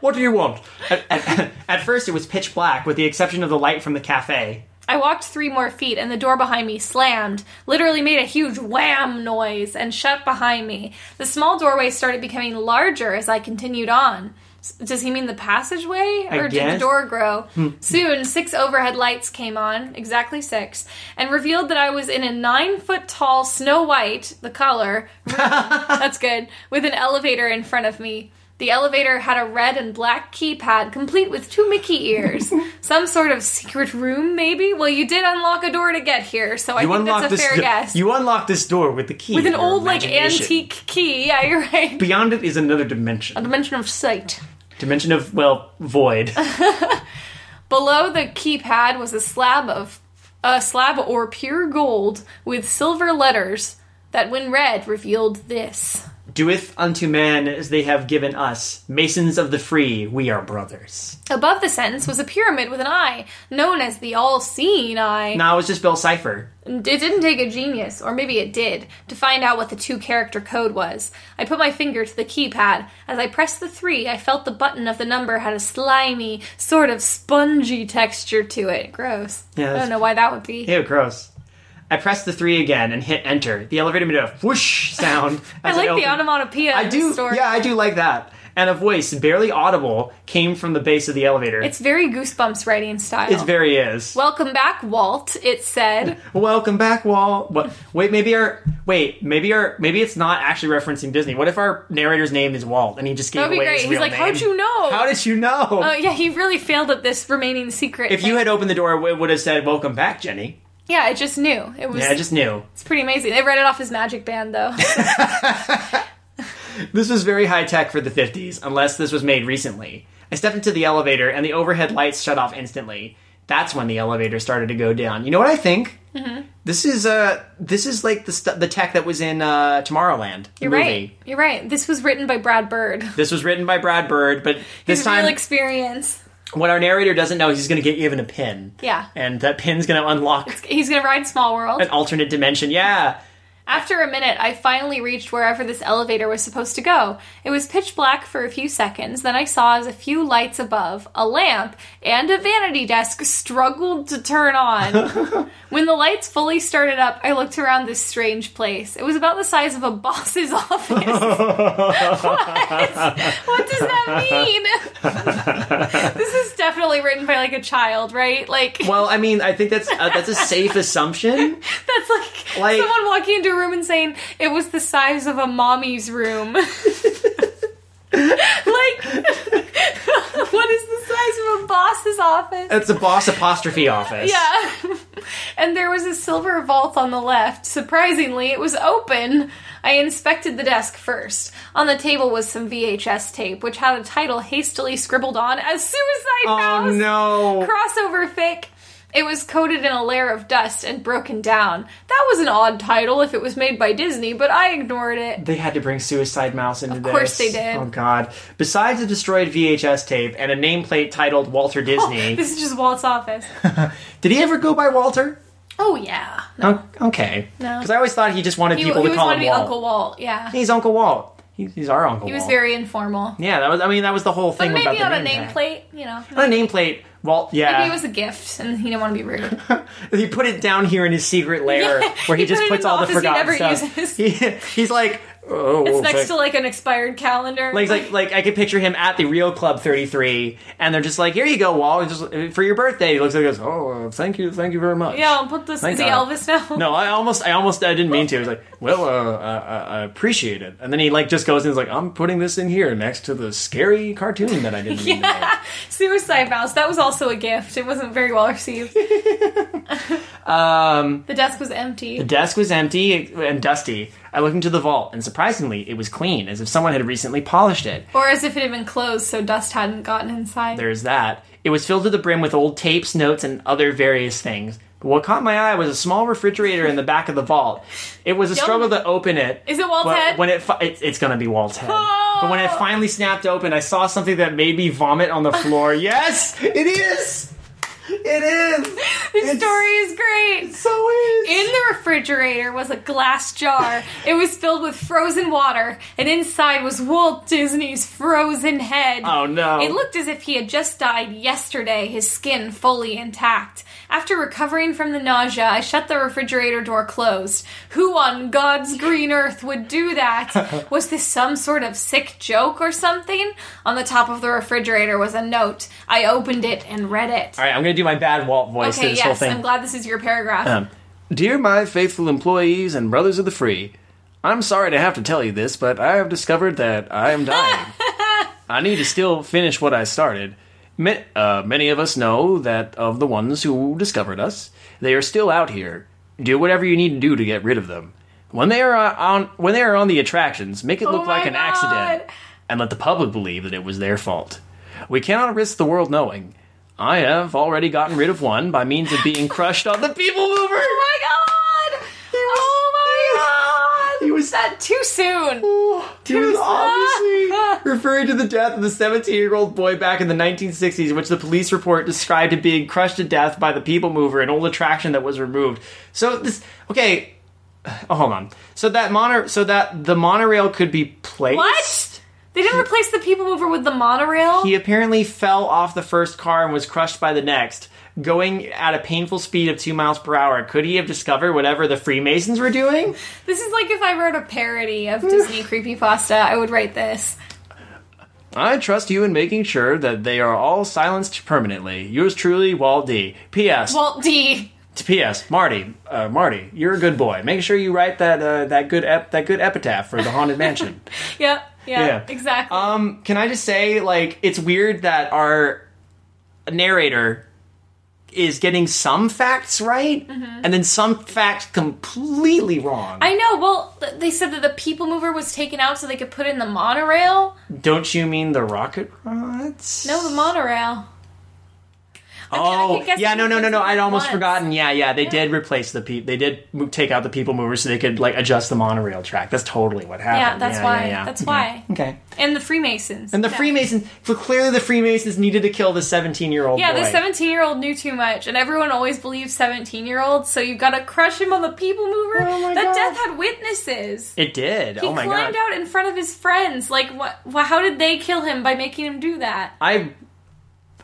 [SPEAKER 3] what do you want? At, at- at first, it was pitch black, with the exception of the light from the cafe.
[SPEAKER 1] I walked three more feet and the door behind me slammed, literally made a huge wham noise and shut behind me. The small doorway started becoming larger as I continued on. S- Does he mean the passageway?
[SPEAKER 3] I
[SPEAKER 1] Or did the
[SPEAKER 3] guess. Hmm.
[SPEAKER 1] door grow? Soon, six overhead lights came on, exactly six, and revealed that I was in a nine foot tall Snow White, the color, that's good. With an elevator in front of me. The elevator had a red and black keypad, complete with two Mickey ears. Some sort of secret room, maybe? Well, you did unlock a door to get here, so I
[SPEAKER 3] You
[SPEAKER 1] think
[SPEAKER 3] unlock
[SPEAKER 1] that's a
[SPEAKER 3] this.
[SPEAKER 1] fair
[SPEAKER 3] do-
[SPEAKER 1] guess.
[SPEAKER 3] You unlock this door with the key.
[SPEAKER 1] with an
[SPEAKER 3] of your
[SPEAKER 1] old, like,
[SPEAKER 3] imagination.
[SPEAKER 1] antique key. Yeah, you're right.
[SPEAKER 3] Beyond it is another
[SPEAKER 1] A
[SPEAKER 3] dimension.
[SPEAKER 1] dimension of sight.
[SPEAKER 3] Dimension of well, void.
[SPEAKER 1] Below the keypad was a slab of a slab or pure gold with silver letters that when read revealed this.
[SPEAKER 3] doeth unto man as they have given us. Masons of the free, we are brothers.
[SPEAKER 1] Above the sentence was a pyramid with an eye, known as the all-seeing eye.
[SPEAKER 3] Now it was just Bill Cipher.
[SPEAKER 1] It didn't take a genius, or maybe it did, to find out what the two character code was. I put my finger to the keypad. As I pressed the three, I felt the button of the number had a slimy, sort of spongy texture to it. Gross.
[SPEAKER 3] Yeah,
[SPEAKER 1] I
[SPEAKER 3] that's-
[SPEAKER 1] don't know why that would be.
[SPEAKER 3] Ew, gross. I pressed the three again and hit enter. The elevator made a whoosh sound.
[SPEAKER 1] I
[SPEAKER 3] as it
[SPEAKER 1] like
[SPEAKER 3] opened.
[SPEAKER 1] the onomatopoeia.
[SPEAKER 3] I
[SPEAKER 1] in
[SPEAKER 3] do.
[SPEAKER 1] This story.
[SPEAKER 3] Yeah, I do like that. And a voice, barely audible, came from the base of the elevator.
[SPEAKER 1] It's very goosebumps writing style.
[SPEAKER 3] It's very is.
[SPEAKER 1] Welcome back, Walt. It said.
[SPEAKER 3] Welcome back, Walt. What? Wait, maybe our wait, maybe our maybe it's not actually referencing Disney. What if our narrator's name is Walt and he just gave
[SPEAKER 1] That'd be
[SPEAKER 3] away
[SPEAKER 1] great.
[SPEAKER 3] his
[SPEAKER 1] He's
[SPEAKER 3] real
[SPEAKER 1] like,
[SPEAKER 3] name?
[SPEAKER 1] "How'd you know?"
[SPEAKER 3] How did you know?
[SPEAKER 1] Oh yeah, he really failed at this remaining secret.
[SPEAKER 3] if you
[SPEAKER 1] thing.
[SPEAKER 3] had opened the door, it would have said, "Welcome back, Jenny."
[SPEAKER 1] yeah, it just knew. It was
[SPEAKER 3] Yeah, I just knew.
[SPEAKER 1] it's pretty amazing. They read it off his magic band though.
[SPEAKER 3] This was very high tech for the 50s, unless this was made recently. I stepped into the elevator and the overhead lights shut off instantly. That's when the elevator started to go down. You know what I think?
[SPEAKER 1] Mm-hmm.
[SPEAKER 3] This is uh this is like the stu- the tech that was in uh, Tomorrowland. the
[SPEAKER 1] You're
[SPEAKER 3] movie.
[SPEAKER 1] right. You're right. This was written by Brad Bird.
[SPEAKER 3] This was written by Brad Bird, but this
[SPEAKER 1] His
[SPEAKER 3] time
[SPEAKER 1] real experience.
[SPEAKER 3] what our narrator doesn't know is he's going to get given a pin.
[SPEAKER 1] Yeah.
[SPEAKER 3] And that pin's going to unlock
[SPEAKER 1] He's gonna ride Small World.
[SPEAKER 3] an alternate dimension. Yeah.
[SPEAKER 1] After a minute, I finally reached wherever this elevator was supposed to go. It was pitch black for a few seconds, then I saw as a few lights above, a lamp, and a vanity desk struggled to turn on. when the lights fully started up, I looked around this strange place. It was about the size of a boss's office. what? what does that mean? this is definitely written by like a child, right? Like
[SPEAKER 3] Well, I mean, I think that's uh, that's a safe assumption.
[SPEAKER 1] that's like,
[SPEAKER 3] Like-
[SPEAKER 1] someone walking into a room and saying it was the size of a mommy's room. like, what is the size of a boss's office?
[SPEAKER 3] That's a boss apostrophe office.
[SPEAKER 1] yeah. and there was a silver vault on the left. Surprisingly, it was open. I inspected the desk first. On the table was some VHS tape, which had a title hastily scribbled on as Suicide
[SPEAKER 3] Oh
[SPEAKER 1] House
[SPEAKER 3] no.
[SPEAKER 1] crossover fic. It was coated in a layer of dust and broken down. That was an odd title if it was made by Disney, but I ignored it.
[SPEAKER 3] They had to bring Suicide Mouse into this.
[SPEAKER 1] Of course they did.
[SPEAKER 3] Oh god. Besides a destroyed VHS tape and a nameplate titled Walter Disney,
[SPEAKER 1] Oh, This is just Walt's office.
[SPEAKER 3] did he ever go by Walter?
[SPEAKER 1] Oh yeah,
[SPEAKER 3] No. okay.
[SPEAKER 1] No.
[SPEAKER 3] Because I always thought he just wanted
[SPEAKER 1] he, he
[SPEAKER 3] people to
[SPEAKER 1] always
[SPEAKER 3] call
[SPEAKER 1] wanted to
[SPEAKER 3] him
[SPEAKER 1] be
[SPEAKER 3] Walt.
[SPEAKER 1] Uncle Walt. Yeah,
[SPEAKER 3] He's Uncle Walt. He- He's our Uncle.
[SPEAKER 1] he was
[SPEAKER 3] Walt.
[SPEAKER 1] very informal.
[SPEAKER 3] Yeah, that was. I mean, that was the whole thing
[SPEAKER 1] But maybe on
[SPEAKER 3] about the
[SPEAKER 1] a
[SPEAKER 3] name tag.
[SPEAKER 1] nameplate, you know.
[SPEAKER 3] On a nameplate. Walt. Yeah.
[SPEAKER 1] Maybe it was a gift, and he didn't want to be rude.
[SPEAKER 3] He put it down here in his secret lair
[SPEAKER 1] Yeah,
[SPEAKER 3] where he,
[SPEAKER 1] he
[SPEAKER 3] just
[SPEAKER 1] put it
[SPEAKER 3] puts
[SPEAKER 1] in
[SPEAKER 3] all
[SPEAKER 1] the
[SPEAKER 3] the
[SPEAKER 1] office he
[SPEAKER 3] forgotten
[SPEAKER 1] never
[SPEAKER 3] stuff.
[SPEAKER 1] uses.
[SPEAKER 3] He- he's like, oh,
[SPEAKER 1] It's
[SPEAKER 3] we'll
[SPEAKER 1] next
[SPEAKER 3] fix-
[SPEAKER 1] to like an expired calendar.
[SPEAKER 3] like, like, like I could picture him at the real Club 33, and they're just like, here you go, Wall, and just uh, for your birthday. He looks like he goes, oh, uh, thank you, thank you very much.
[SPEAKER 1] yeah, I'll put this.
[SPEAKER 3] Thank
[SPEAKER 1] Is he
[SPEAKER 3] God.
[SPEAKER 1] Elvis now?
[SPEAKER 3] No, I almost, I almost, I didn't mean to. He's like, well, uh, I, I appreciate it, and then he like just goes and is like, I'm putting this in here next to the scary cartoon that I didn't mean to. make."
[SPEAKER 1] Suicide Mouse. That was also a gift. It wasn't very well received. um, the desk was empty.
[SPEAKER 3] The desk was empty and dusty. I looked into the vault, and surprisingly, it was clean, as if someone had recently polished it.
[SPEAKER 1] Or as if it had been closed so dust hadn't gotten inside.
[SPEAKER 3] There's that. It was filled to the brim with old tapes, notes, and other various things. But what caught my eye was a small refrigerator in the back of the vault. It was a struggle to open it.
[SPEAKER 1] Is it Walt's
[SPEAKER 3] but
[SPEAKER 1] head? Oh.
[SPEAKER 3] When it, fi- it's, it's gonna be Walt's head. But when it finally snapped open, I saw something that made me vomit on the floor. yes, it is. It is.
[SPEAKER 1] This story is great.
[SPEAKER 3] So is.
[SPEAKER 1] In the refrigerator was a glass jar. It was filled with frozen water, and inside was Walt Disney's frozen head.
[SPEAKER 3] Oh, no.
[SPEAKER 1] It looked as if he had just died yesterday, his skin fully intact. After recovering from the nausea, I shut the refrigerator door closed. Who on God's green earth would do that? Was this some sort of sick joke or something? On the top of the refrigerator was a note. I opened it and read it.
[SPEAKER 3] All right, I'm gonna do my bad Walt voice to
[SPEAKER 1] Okay,
[SPEAKER 3] this whole
[SPEAKER 1] yes,
[SPEAKER 3] thing. Um,
[SPEAKER 1] I'm glad this is your paragraph.
[SPEAKER 6] Dear my faithful employees and brothers of the free, I'm sorry to have to tell you this, but I have discovered that I am dying. I need to still finish what I started. Ma- uh, many of us know that of the ones who discovered us, they are still out here. Do whatever you need to do to get rid of them. When they are uh, on, when they are on the attractions, make it look
[SPEAKER 1] Oh my
[SPEAKER 6] like an
[SPEAKER 1] God.
[SPEAKER 6] accident, and let the public believe that it was their fault. We cannot risk the world knowing. I have already gotten rid of one by means of being crushed on the people mover.
[SPEAKER 1] Oh my god! oh my god!
[SPEAKER 7] was
[SPEAKER 1] That too soon.
[SPEAKER 7] he was
[SPEAKER 3] obviously referring to the death of the 17 year old boy back in the 1960s, which the police report described as being crushed to death by the people mover, an old attraction that was removed. So this, okay, oh hold on. So that mono, so that the monorail could be placed.
[SPEAKER 1] What? They didn't replace the people mover with the monorail.
[SPEAKER 3] He apparently fell off the first car and was crushed by the next, going at a painful speed of two miles per hour. Could he have discovered whatever the Freemasons were doing?
[SPEAKER 1] This is like if I wrote a parody of Disney creepypasta, I would write this.
[SPEAKER 8] I trust you in making sure that they are all silenced permanently. Yours truly, Walt D. P.S.
[SPEAKER 1] Walt D.
[SPEAKER 8] P.S. Marty, uh, Marty, you're a good boy. Make sure you write that uh, that good ep- that good epitaph for the haunted mansion.
[SPEAKER 1] Yep. Yeah,
[SPEAKER 3] Yeah.
[SPEAKER 1] exactly.
[SPEAKER 3] Um, can I just say, like, it's weird that our narrator is getting some facts right and then some facts completely wrong.
[SPEAKER 1] Mm-hmm. I know. Well, th- they said that the people mover was taken out so they could put in the monorail.
[SPEAKER 3] Don't you mean the rocket rods?
[SPEAKER 1] No, the monorail. I
[SPEAKER 3] Oh,
[SPEAKER 1] could guess
[SPEAKER 3] yeah,
[SPEAKER 1] it
[SPEAKER 3] no, no, no, no.
[SPEAKER 1] was
[SPEAKER 3] I'd almost
[SPEAKER 1] once.
[SPEAKER 3] forgotten. Yeah, yeah, they did replace the people. They did mo- take out the people movers so they could like adjust the monorail track. That's totally what
[SPEAKER 1] Yeah,
[SPEAKER 3] happened.
[SPEAKER 1] that's why.
[SPEAKER 3] yeah, yeah.
[SPEAKER 1] That's why.
[SPEAKER 3] Okay.
[SPEAKER 1] And the Freemasons.
[SPEAKER 3] And the
[SPEAKER 1] Yeah.
[SPEAKER 3] Freemasons. So clearly, the Freemasons needed to kill the seventeen-year-old.
[SPEAKER 1] Yeah,
[SPEAKER 3] boy.
[SPEAKER 1] the 17 year old knew too much, and everyone always believes 17 year olds, so you've got to crush him on the people mover. that death had witnesses.
[SPEAKER 3] It did.
[SPEAKER 1] He
[SPEAKER 3] oh my god.
[SPEAKER 1] climbed out in front of his friends. Like, what? wha- How did they kill him by making him do that?
[SPEAKER 3] I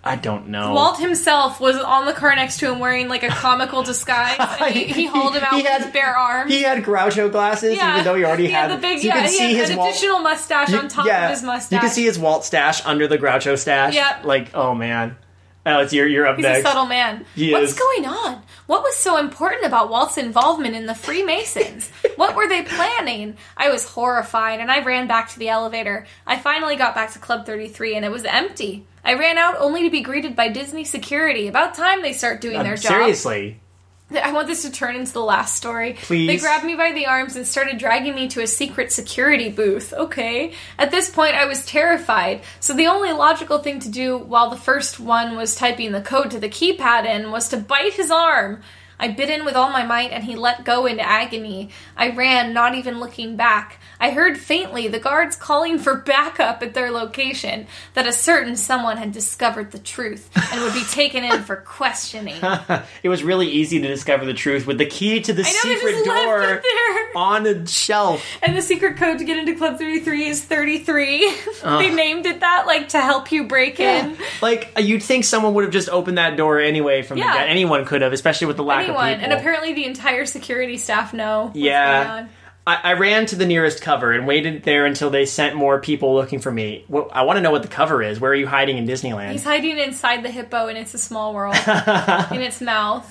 [SPEAKER 3] I don't know.
[SPEAKER 1] Walt himself was on the car next to him wearing like a comical disguise. And he, he hauled him out
[SPEAKER 3] He
[SPEAKER 1] with
[SPEAKER 3] had-
[SPEAKER 1] his bare arms.
[SPEAKER 3] he had Groucho glasses,
[SPEAKER 1] yeah,
[SPEAKER 3] even though he already
[SPEAKER 1] had,
[SPEAKER 3] had.
[SPEAKER 1] the big.
[SPEAKER 3] so you
[SPEAKER 1] yeah,
[SPEAKER 3] could
[SPEAKER 1] he
[SPEAKER 3] see
[SPEAKER 1] had
[SPEAKER 3] his
[SPEAKER 1] an
[SPEAKER 3] Walt.
[SPEAKER 1] additional mustache
[SPEAKER 3] you-
[SPEAKER 1] on top
[SPEAKER 3] yeah,
[SPEAKER 1] of his mustache.
[SPEAKER 3] You could see his Walt stash under the Groucho stash.
[SPEAKER 1] Yep.
[SPEAKER 3] Like, oh man, oh, it's you're you're up
[SPEAKER 1] He's
[SPEAKER 3] next.
[SPEAKER 1] a subtle man.
[SPEAKER 3] He
[SPEAKER 1] What's
[SPEAKER 3] is.
[SPEAKER 1] going on? What was so important about Walt's involvement in the Freemasons? what were they planning? I was horrified and I ran back to the elevator. I finally got back to Club 33 and it was empty. I ran out only to be greeted by Disney security. About time they start doing
[SPEAKER 3] Uh,
[SPEAKER 1] their job.
[SPEAKER 3] Seriously,
[SPEAKER 1] I want this to turn into the last story.
[SPEAKER 3] Please.
[SPEAKER 1] They grabbed me by the arms and started dragging me to a secret security booth. Okay. At this point, I was terrified. So the only logical thing to do while the first one was typing the code to the keypad in was to bite his arm. I bit in with all my might and he let go in agony. I ran, not even looking back. I heard faintly the guards calling for backup at their location, that a certain someone had discovered the truth and would be taken in for questioning.
[SPEAKER 3] it was really easy to discover the truth with the key to the
[SPEAKER 1] I know they
[SPEAKER 3] secret
[SPEAKER 1] just
[SPEAKER 3] door
[SPEAKER 1] left it there.
[SPEAKER 3] on a shelf.
[SPEAKER 1] And the secret code to get into Club 33 is 33.
[SPEAKER 3] Uh.
[SPEAKER 1] they named it that, like, to help you break in.
[SPEAKER 3] Like uh, you'd think someone would have just opened that door anyway from
[SPEAKER 1] Yeah.
[SPEAKER 3] the get. Anyone could have, especially with the lack
[SPEAKER 1] Anyone.
[SPEAKER 3] of people.
[SPEAKER 1] And apparently the entire security staff know what's
[SPEAKER 3] Yeah.
[SPEAKER 1] going on.
[SPEAKER 3] I, I ran to the nearest cover and waited there until they sent more people looking for me. Well, I want to know what the cover is. Where are you hiding in Disneyland?
[SPEAKER 1] He's hiding inside the hippo, and it's a small world. in its mouth.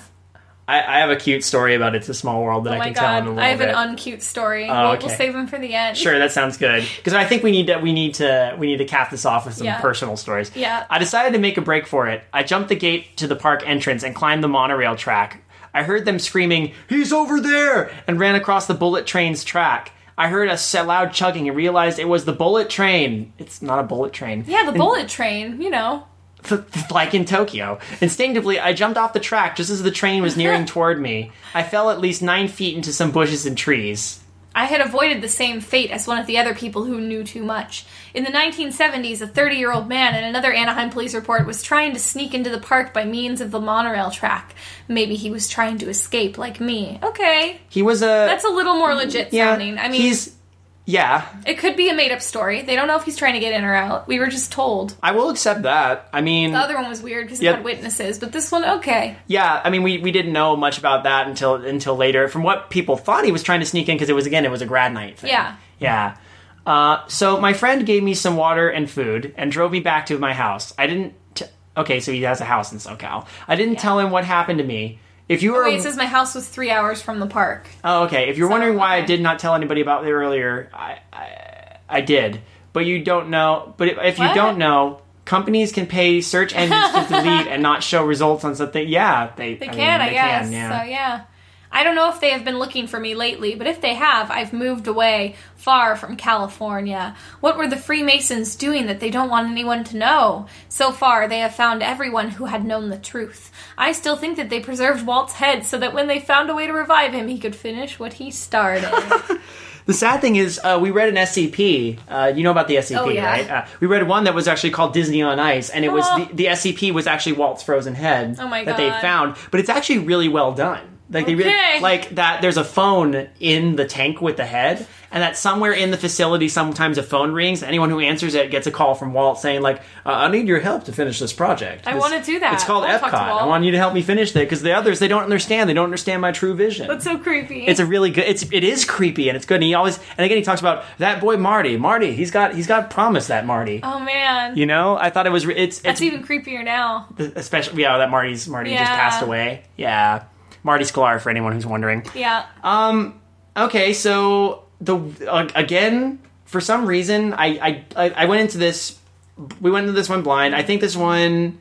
[SPEAKER 3] I, I have a cute story about It's a Small World that
[SPEAKER 1] Oh
[SPEAKER 3] I
[SPEAKER 1] my
[SPEAKER 3] can tell in a
[SPEAKER 1] god.
[SPEAKER 3] little
[SPEAKER 1] I have
[SPEAKER 3] bit.
[SPEAKER 1] an uncute story.
[SPEAKER 3] Oh,
[SPEAKER 1] we'll,
[SPEAKER 3] okay.
[SPEAKER 1] we'll save him for the end.
[SPEAKER 3] sure, that sounds good because I think we need to we need to we need to cap this off with some
[SPEAKER 1] Yeah.
[SPEAKER 3] personal stories.
[SPEAKER 1] Yeah.
[SPEAKER 3] I decided to make a break for it. I jumped the gate to the park entrance and climbed the monorail track. I heard them screaming, "He's over there!" and ran across the bullet train's track. I heard a s- loud chugging and realized it was the bullet train. It's not a bullet train.
[SPEAKER 1] Yeah, the bullet train, you know.
[SPEAKER 3] like in Tokyo. Instinctively, I jumped off the track just as the train was nearing toward me. I fell at least nine feet into some bushes and trees.
[SPEAKER 1] I had avoided the same fate as one of the other people who knew too much. In the 1970s, a 30 year old man in another Anaheim police report was trying to sneak into the park by means of the monorail track. Maybe he was trying to escape, like me. Okay.
[SPEAKER 3] He was a.
[SPEAKER 1] That's a little more legit
[SPEAKER 3] yeah,
[SPEAKER 1] sounding. I mean,
[SPEAKER 3] he's. Yeah,
[SPEAKER 1] it could be a made up story. They don't know if he's trying to get in or out. We were just told.
[SPEAKER 3] I will accept that. I mean,
[SPEAKER 1] The other one was weird because it
[SPEAKER 3] Yeah.
[SPEAKER 1] had witnesses, but this one, okay.
[SPEAKER 3] yeah, I mean, we, we didn't know much about that until until later. From what people thought, he was trying to sneak in because it was again, it was a grad night thing.
[SPEAKER 1] Yeah.
[SPEAKER 3] Yeah. Uh, so my friend gave me some water and food and drove me back to my house. I didn't. T- okay, so he has a house in SoCal. I didn't tell him what happened to me. If you were
[SPEAKER 1] Wait, it says my house was three hours from the park.
[SPEAKER 3] Oh, okay. If you're wondering why I
[SPEAKER 1] okay.
[SPEAKER 3] did not tell anybody about it earlier, I, I, I did. But you don't know. But if, if you
[SPEAKER 1] What?
[SPEAKER 3] don't know, companies can pay search engines to delete and not show results on something. Yeah, they
[SPEAKER 1] They
[SPEAKER 3] I mean,
[SPEAKER 1] can, I,
[SPEAKER 3] they
[SPEAKER 1] guess.
[SPEAKER 3] can,
[SPEAKER 1] So yeah. I don't know if they have been looking for me lately, but if they have, I've moved away far from California. What were the Freemasons doing that they don't want anyone to know? So far, they have found everyone who had known the truth. I still think that they preserved Walt's head so that when they found a way to revive him, he could finish what he started.
[SPEAKER 3] The sad thing is, uh, we read an SCP. Uh, you know about the SCP,
[SPEAKER 1] Oh, yeah.
[SPEAKER 3] right? Uh, we read one that was actually called Disney on Ice, and it was
[SPEAKER 1] Oh.
[SPEAKER 3] the, the SCP was actually Walt's frozen head
[SPEAKER 1] Oh my
[SPEAKER 3] that they
[SPEAKER 1] God.
[SPEAKER 3] found, but it's actually really well done. Like they
[SPEAKER 1] Okay.
[SPEAKER 3] really like that. There's a phone in the tank with the head, and that somewhere in the facility, sometimes a phone rings. Anyone who answers it gets a call from Walt saying, "Like, uh, I need your help to finish this project.
[SPEAKER 1] I
[SPEAKER 3] This-
[SPEAKER 1] wanna do that.
[SPEAKER 3] It's called
[SPEAKER 1] I wanna talk
[SPEAKER 3] Epcot.
[SPEAKER 1] to Walt."
[SPEAKER 3] I want you to help me finish that because the others they don't understand. They don't understand my true vision.
[SPEAKER 1] That's so creepy.
[SPEAKER 3] It's a really good. It's it is creepy and it's good. And he always and again he talks about that boy Marty. Marty, he's got he's got promise that Marty.
[SPEAKER 1] oh man,
[SPEAKER 3] You know, I thought it was re- it's
[SPEAKER 1] that's
[SPEAKER 3] it's
[SPEAKER 1] even creepier now.
[SPEAKER 3] especially yeah that Marty's Marty just
[SPEAKER 1] Yeah.
[SPEAKER 3] passed away. Yeah, Marty Sklar for anyone who's wondering.
[SPEAKER 1] Yeah,
[SPEAKER 3] Okay, so the uh, again for some reason I, I I I went into this we went into this one blind. I think this one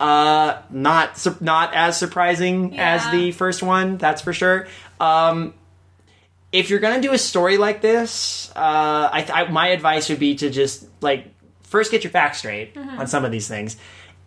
[SPEAKER 3] uh not sur- not as surprising as
[SPEAKER 1] Yeah.
[SPEAKER 3] the first one. That's for sure. Um if you're gonna do a story like this, uh, I, th- I my advice would be to just like first get your facts straight on some of these things,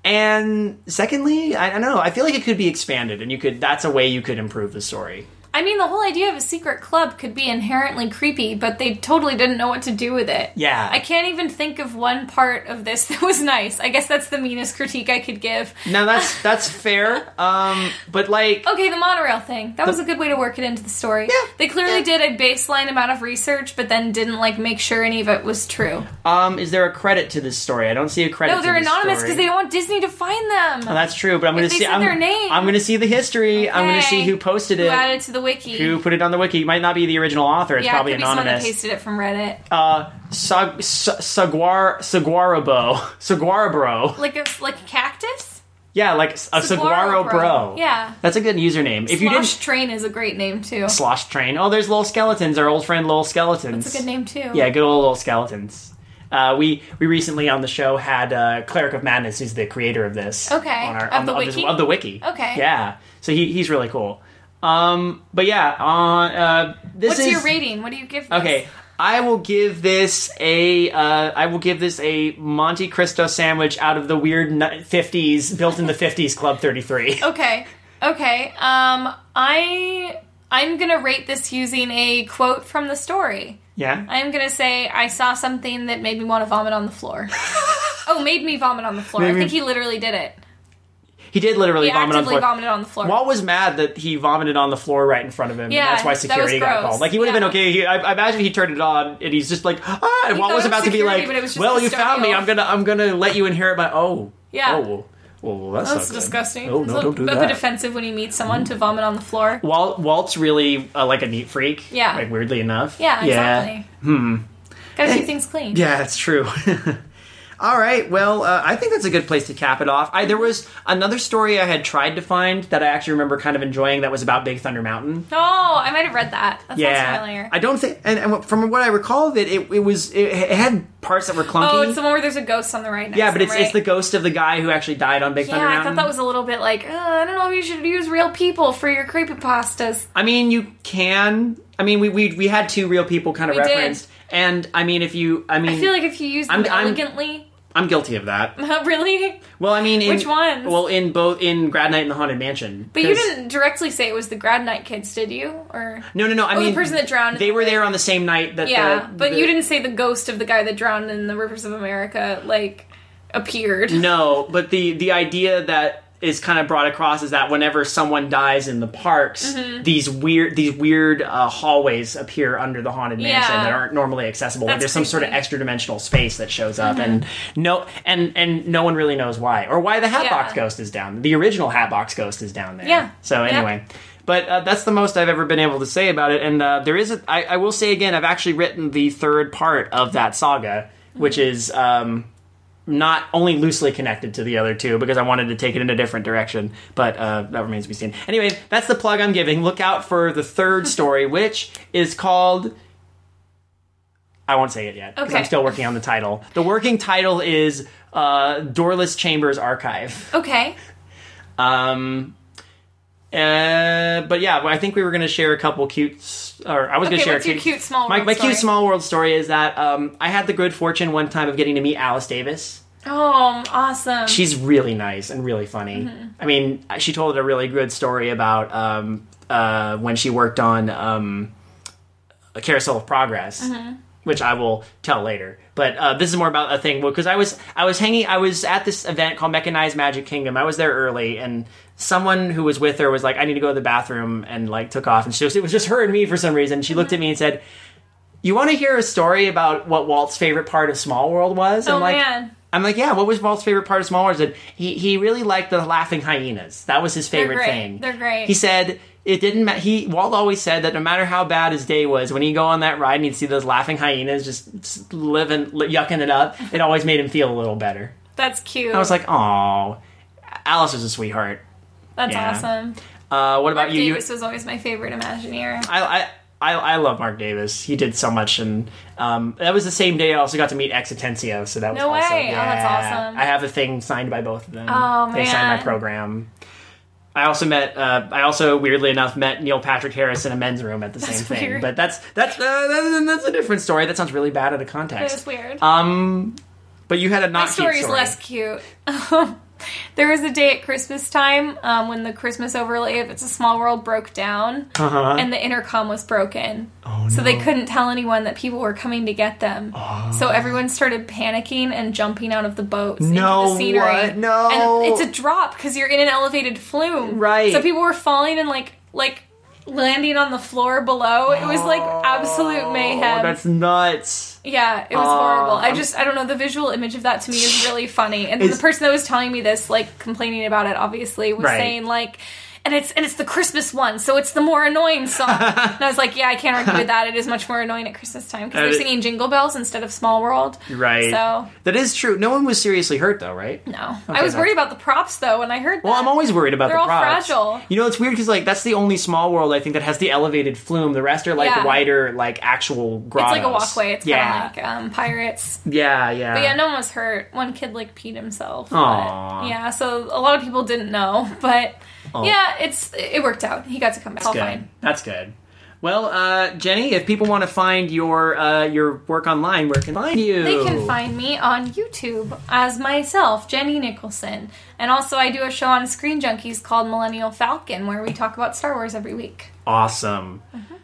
[SPEAKER 3] and secondly, I, I don't know. I feel like it could be expanded, and you could. That's a way you could improve the story.
[SPEAKER 1] I mean the whole idea of a secret club could be inherently creepy, but they totally didn't know what to do with it.
[SPEAKER 3] Yeah,
[SPEAKER 1] I can't even think of one part of this that was nice. I guess that's the meanest critique I could give.
[SPEAKER 3] Now that's that's fair. Um, but like
[SPEAKER 1] Okay, the monorail thing. That was a good way to work it into the story.
[SPEAKER 3] Yeah,
[SPEAKER 1] They clearly did a baseline amount of research, but then didn't like make sure any of it was true.
[SPEAKER 3] um, is there a credit to this story? I don't see a credit.
[SPEAKER 1] Oh. No,
[SPEAKER 3] to
[SPEAKER 1] they're
[SPEAKER 3] this
[SPEAKER 1] anonymous
[SPEAKER 3] story.
[SPEAKER 1] because they don't want Disney to find
[SPEAKER 3] Oh,
[SPEAKER 1] them.
[SPEAKER 3] that's true, but I'm gonna
[SPEAKER 1] they
[SPEAKER 3] see.
[SPEAKER 1] said
[SPEAKER 3] I'm,
[SPEAKER 1] their name.
[SPEAKER 3] I'm gonna see the history. I'm gonna see
[SPEAKER 1] Okay.
[SPEAKER 3] who posted
[SPEAKER 1] Who
[SPEAKER 3] it.
[SPEAKER 1] added it to the wiki?
[SPEAKER 3] who put it on the wiki? It might not be the original author. It's
[SPEAKER 1] yeah,
[SPEAKER 3] probably
[SPEAKER 1] it could be someone that
[SPEAKER 3] anonymous.
[SPEAKER 1] pasted it from Reddit.
[SPEAKER 3] Uh, Sag- Sa- Saguar Saguarabo Saguarabro.
[SPEAKER 1] like a like a cactus.
[SPEAKER 3] Yeah, like s- a Saguaro bro.
[SPEAKER 1] Yeah.
[SPEAKER 3] that's a good username. If you
[SPEAKER 1] Slosh
[SPEAKER 3] didn't
[SPEAKER 1] train is a great name too.
[SPEAKER 3] slosh train. Oh, there's little skeletons. Our old friend little skeletons.
[SPEAKER 1] That's a good name too.
[SPEAKER 3] Yeah, good old little skeletons. Uh, we we recently on the show had uh, Cleric of Madness, who's the creator of this.
[SPEAKER 1] Okay,
[SPEAKER 3] on
[SPEAKER 1] of
[SPEAKER 3] on
[SPEAKER 1] the
[SPEAKER 3] on this-
[SPEAKER 1] wiki?
[SPEAKER 3] of the wiki.
[SPEAKER 1] Okay.
[SPEAKER 3] yeah. So he, he's really cool. Um, but yeah, on uh, this
[SPEAKER 1] What's
[SPEAKER 3] is
[SPEAKER 1] your rating? What do you give? This?
[SPEAKER 3] okay. I will give this a uh, I will give this a Monte Cristo sandwich out of the weird ni- '50s built in the '50s Club 33.
[SPEAKER 1] Okay. Okay. Um, I I'm gonna rate this using a quote from the story.
[SPEAKER 3] Yeah.
[SPEAKER 1] I'm gonna say I saw something that made me want to vomit on the floor. oh, made me vomit on the floor. I
[SPEAKER 3] Maybe-
[SPEAKER 1] think he literally did it.
[SPEAKER 3] He did literally
[SPEAKER 1] He
[SPEAKER 3] vomit on the
[SPEAKER 1] actively
[SPEAKER 3] floor.
[SPEAKER 1] vomited on the floor.
[SPEAKER 3] Walt was mad that he vomited on the floor right in front of him.
[SPEAKER 1] Yeah,
[SPEAKER 3] and that's why
[SPEAKER 1] that was
[SPEAKER 3] security got
[SPEAKER 1] gross.
[SPEAKER 3] called. Like he would have
[SPEAKER 1] Yeah.
[SPEAKER 3] been okay. He, I, I imagine he turned it on and he's just like, ah, and
[SPEAKER 1] He
[SPEAKER 3] Walt
[SPEAKER 1] thought it was
[SPEAKER 3] was about to be
[SPEAKER 1] security,
[SPEAKER 3] like,
[SPEAKER 1] but it was just
[SPEAKER 3] well, you found me.
[SPEAKER 1] custodial.
[SPEAKER 3] I'm gonna, I'm gonna let you inherit my. Oh,
[SPEAKER 1] Yeah.
[SPEAKER 3] Oh, well, well, well, that's,
[SPEAKER 1] That's
[SPEAKER 3] not good.
[SPEAKER 1] disgusting.
[SPEAKER 3] Oh
[SPEAKER 1] it's
[SPEAKER 3] no,
[SPEAKER 1] a little
[SPEAKER 3] don't do
[SPEAKER 1] bit
[SPEAKER 3] that.
[SPEAKER 1] offensive when you meet someone to vomit on the floor.
[SPEAKER 3] Walt, Walt's really uh, like a neat freak.
[SPEAKER 1] Yeah.
[SPEAKER 3] like weirdly enough.
[SPEAKER 1] Yeah,
[SPEAKER 3] yeah, Eh,
[SPEAKER 1] exactly. Hmm. Gotta keep things clean.
[SPEAKER 3] Yeah, that's true. All right. Well, uh, I think that's a good place to cap it off. I, there was another story I had tried to find that I actually remember kind of enjoying. That was about Big Thunder Mountain.
[SPEAKER 1] No, Oh, I might have read that. That sounds familiar.
[SPEAKER 3] I don't think, and, and from what I recall of it, it, it was it, it had parts that were clunky.
[SPEAKER 1] oh, it's the one where there's a ghost on the right next
[SPEAKER 3] yeah, but
[SPEAKER 1] to
[SPEAKER 3] it's
[SPEAKER 1] him,
[SPEAKER 3] it's the
[SPEAKER 1] right?
[SPEAKER 3] ghost of the guy who actually died on Big
[SPEAKER 1] Yeah,
[SPEAKER 3] Thunder
[SPEAKER 1] I
[SPEAKER 3] Mountain.
[SPEAKER 1] thought that was a little bit like, uh, I don't know if you should use real people for your creepypastas.
[SPEAKER 3] I mean, you can. I mean, we we, we had two real people kind of
[SPEAKER 1] We did.
[SPEAKER 3] referenced, and I mean, if you, I mean,
[SPEAKER 1] I feel like if you use them
[SPEAKER 3] I'm- I'm-
[SPEAKER 1] elegantly,
[SPEAKER 3] I'm guilty of that.
[SPEAKER 1] really.
[SPEAKER 3] Well, I mean, in,
[SPEAKER 1] Which ones?
[SPEAKER 3] Well, in both in Grad Night and the Haunted Mansion.
[SPEAKER 1] But you
[SPEAKER 3] 'cause-
[SPEAKER 1] didn't directly say it was the grad night kids, did you? Or
[SPEAKER 3] No, no, no. I
[SPEAKER 1] Oh, the
[SPEAKER 3] mean,
[SPEAKER 1] person that drowned-
[SPEAKER 3] They were there on the same night that.
[SPEAKER 1] yeah,
[SPEAKER 3] the,
[SPEAKER 1] but
[SPEAKER 3] the-
[SPEAKER 1] you didn't say the ghost of the guy that drowned in the rivers of America like appeared.
[SPEAKER 3] No, but the the idea that is kind of brought across is that whenever someone dies in the parks,
[SPEAKER 1] Mm-hmm.
[SPEAKER 3] these weird these weird uh, hallways appear under the haunted mansion
[SPEAKER 1] Yeah.
[SPEAKER 3] that aren't normally accessible. like
[SPEAKER 1] That's
[SPEAKER 3] there's some sort of
[SPEAKER 1] creepy. Mm-hmm.
[SPEAKER 3] extra dimensional space that shows up, and no and and no one really knows why or why the hatbox
[SPEAKER 1] Yeah.
[SPEAKER 3] ghost is down. The original hatbox ghost is down there.
[SPEAKER 1] Yeah.
[SPEAKER 3] So
[SPEAKER 1] Yeah.
[SPEAKER 3] anyway. But uh, that's the most I've ever been able to say about it. And uh, there is, a, I, I will say again, I've actually written the third part of that saga, which
[SPEAKER 1] Mm-hmm.
[SPEAKER 3] is um, not only loosely connected to the other two because I wanted to take it in a different direction, but uh, that remains to be seen. Anyway, that's the plug I'm giving. Look out for the third story, which is called. I won't say it yet because
[SPEAKER 1] Okay.
[SPEAKER 3] I'm still working on the title. The working title is uh, Doorless Chambers Archive.
[SPEAKER 1] Okay.
[SPEAKER 3] Um, uh, but yeah, well, I think we were going to share a couple cute, s- or I was going
[SPEAKER 1] Okay,
[SPEAKER 3] to share
[SPEAKER 1] what's
[SPEAKER 3] a
[SPEAKER 1] your cute small
[SPEAKER 3] my,
[SPEAKER 1] world
[SPEAKER 3] my cute
[SPEAKER 1] story?
[SPEAKER 3] small world story is that um, I had the good fortune one time of getting to meet Alice Davis.
[SPEAKER 1] Oh, awesome.
[SPEAKER 3] She's really nice and really funny.
[SPEAKER 1] Mm-hmm.
[SPEAKER 3] I mean, she told a really good story about um, uh, when she worked on um, a carousel of progress,
[SPEAKER 1] Mm-hmm.
[SPEAKER 3] which I will tell later. But uh, this is more about a thing because I was I was hanging I was at this event called Mechanized Magic Kingdom. I was there early and someone who was with her was like, I need to go to the bathroom and like took off and she was, it was just her and me for some reason. She looked at me and said. You want to hear a story about what Walt's favorite part of Small World was?
[SPEAKER 1] Oh
[SPEAKER 3] I'm like,
[SPEAKER 1] man,
[SPEAKER 3] I'm like, yeah. What was Walt's favorite part of Small Wars? And he he really liked the laughing hyenas. That was his favorite
[SPEAKER 1] great.
[SPEAKER 3] thing.
[SPEAKER 1] They're great.
[SPEAKER 3] He said it didn't. Ma- he Walt always said that no matter how bad his day was, when he go on that ride and he'd see those laughing hyenas just s- living li- yucking it up, it always made him feel a little better.
[SPEAKER 1] that's cute.
[SPEAKER 3] I was like, oh, Alice was a sweetheart.
[SPEAKER 1] that's
[SPEAKER 3] yeah.
[SPEAKER 1] awesome.
[SPEAKER 3] Uh, what about
[SPEAKER 1] Mark
[SPEAKER 3] you? You-
[SPEAKER 1] Davis was always my favorite Imagineer.
[SPEAKER 3] I, I I I love Mark Davis. He did so much, and um, that was the same day I also got to meet Exitensio. So that was
[SPEAKER 1] No
[SPEAKER 3] also,
[SPEAKER 1] way. Oh, that's awesome.
[SPEAKER 3] I have a thing signed by both of them.
[SPEAKER 1] Oh,
[SPEAKER 3] they signed my
[SPEAKER 1] man.
[SPEAKER 3] program. I also met. Uh, I also weirdly enough met Neil Patrick Harris in a men's room at the same thing.
[SPEAKER 1] weird.
[SPEAKER 3] But that's that's uh, that's, that's a different story. That sounds really bad out of
[SPEAKER 1] It
[SPEAKER 3] context.
[SPEAKER 1] was weird.
[SPEAKER 3] Um, but you had a not
[SPEAKER 1] My
[SPEAKER 3] cute
[SPEAKER 1] story's
[SPEAKER 3] story.
[SPEAKER 1] less cute. Um, there was a day at Christmas time um, when the Christmas overlay of It's a Small World broke down,
[SPEAKER 3] Uh-huh.
[SPEAKER 1] and the intercom was broken.
[SPEAKER 3] Oh,
[SPEAKER 1] So they couldn't tell anyone that people were coming to get them.
[SPEAKER 3] Ah.
[SPEAKER 1] So everyone started panicking and jumping out of the boats into
[SPEAKER 3] No,
[SPEAKER 1] the scenery.
[SPEAKER 3] what? No.
[SPEAKER 1] and it's a drop because you're in an elevated flume.
[SPEAKER 3] Right.
[SPEAKER 1] So people were falling and like like landing on the floor below. It was like absolute mayhem.
[SPEAKER 3] Oh, that's nuts.
[SPEAKER 1] Yeah, it was
[SPEAKER 3] Aw,
[SPEAKER 1] horrible. I
[SPEAKER 3] Uh, I'm-
[SPEAKER 1] just I don't know the visual image of that to me is really funny. And the
[SPEAKER 3] It's-
[SPEAKER 1] person that was telling me this, like complaining about it, obviously was
[SPEAKER 3] Right.
[SPEAKER 1] saying like, and it's and it's the Christmas one, so it's the more annoying song. and I was like, yeah, I can't argue with that. It is much more annoying at Christmas time because
[SPEAKER 3] And
[SPEAKER 1] they're
[SPEAKER 3] it-
[SPEAKER 1] singing Jingle Bells instead of Small World.
[SPEAKER 3] Right.
[SPEAKER 1] So
[SPEAKER 3] That is true. No one was seriously hurt though, right?
[SPEAKER 1] no, I was worried about the props though when I heard.
[SPEAKER 3] Well,
[SPEAKER 1] that.
[SPEAKER 3] I'm always worried about
[SPEAKER 1] They're
[SPEAKER 3] the
[SPEAKER 1] all
[SPEAKER 3] props.
[SPEAKER 1] fragile.
[SPEAKER 3] You know, it's weird because like that's the only small world I think that has the elevated flume. The rest are like
[SPEAKER 1] Yeah.
[SPEAKER 3] wider, like actual
[SPEAKER 1] It's
[SPEAKER 3] grottos.
[SPEAKER 1] like a walkway. It's
[SPEAKER 3] yeah,
[SPEAKER 1] kind of like um, pirates.
[SPEAKER 3] yeah, yeah.
[SPEAKER 1] But yeah, no one was hurt. One kid like peed himself.
[SPEAKER 3] Uh, Aw.
[SPEAKER 1] But, yeah, so a lot of people didn't know, but yeah, it's it worked out. He got to come back. It's all
[SPEAKER 3] good.
[SPEAKER 1] fine.
[SPEAKER 3] That's good. Well, uh, Jenny, if people want to find your uh, your work online, where can they find you?
[SPEAKER 1] They can find me on YouTube as myself, Jenny Nicholson. And also I do a show on Screen Junkies called Millennial Falcon where we talk about Star Wars every week.
[SPEAKER 3] awesome.
[SPEAKER 1] Mm-hmm.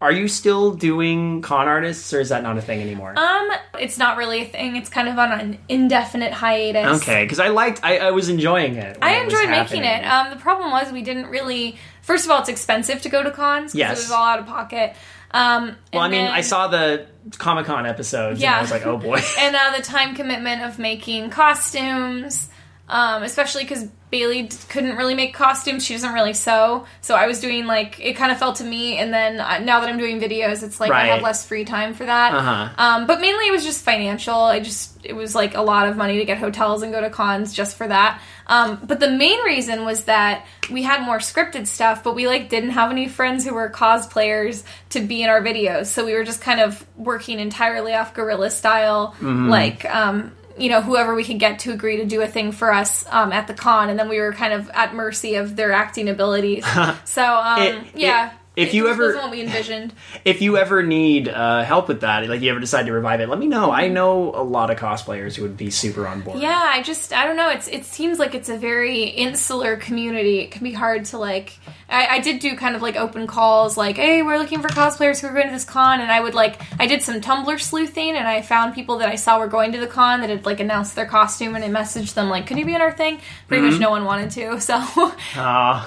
[SPEAKER 3] Are you still doing con artists, or is that not a thing anymore?
[SPEAKER 1] Um, it's not really a thing. It's kind of on an indefinite hiatus.
[SPEAKER 3] okay, because I liked, I, I was enjoying it. when
[SPEAKER 1] I
[SPEAKER 3] it was
[SPEAKER 1] enjoyed making
[SPEAKER 3] happening.
[SPEAKER 1] it. Um, the problem was we didn't really. First of all, it's expensive to go to cons because
[SPEAKER 3] Yes.
[SPEAKER 1] it was all out of pocket. Um,
[SPEAKER 3] well, I
[SPEAKER 1] and
[SPEAKER 3] mean,
[SPEAKER 1] then-
[SPEAKER 3] I saw the Comic Con episodes, and I
[SPEAKER 1] Yeah.
[SPEAKER 3] was like, oh boy.
[SPEAKER 1] and uh, the time commitment of making costumes, um, especially because Bailey d- couldn't really make costumes. She doesn't really sew, so I was doing like it kind of fell to me. And then uh, now that I'm doing videos, it's like I
[SPEAKER 3] Right.
[SPEAKER 1] have less free time for that.
[SPEAKER 3] Uh-huh.
[SPEAKER 1] Um, but mainly it was just financial. I just it was like a lot of money to get hotels and go to cons just for that. Um, but the main reason was that we had more scripted stuff, but we like didn't have any friends who were cosplayers to be in our videos, so we were just kind of working entirely off guerrilla style,
[SPEAKER 3] Mm-hmm.
[SPEAKER 1] like. Um, you know, whoever we could get to agree to do a thing for us um, at the con, and then we were kind of at mercy of their acting abilities. so, um,
[SPEAKER 3] It-
[SPEAKER 1] yeah.
[SPEAKER 3] it- if you
[SPEAKER 1] just
[SPEAKER 3] ever-
[SPEAKER 1] wasn't what we envisioned,
[SPEAKER 3] if you ever need uh, help with that, like you ever decide to revive it, let me know. I know a lot of cosplayers who would be super on board.
[SPEAKER 1] Yeah, I just I don't know. It's it seems like it's a very insular community. It can be hard to like. I, I did do kind of like open calls, like, "Hey, we're looking for cosplayers who are going to this con," and I would like I did some Tumblr sleuthing, and I found people that I saw were going to the con that had like announced their costume, and I messaged them like, "Could you be in our thing?" Pretty much no one wanted to. So
[SPEAKER 3] Uh,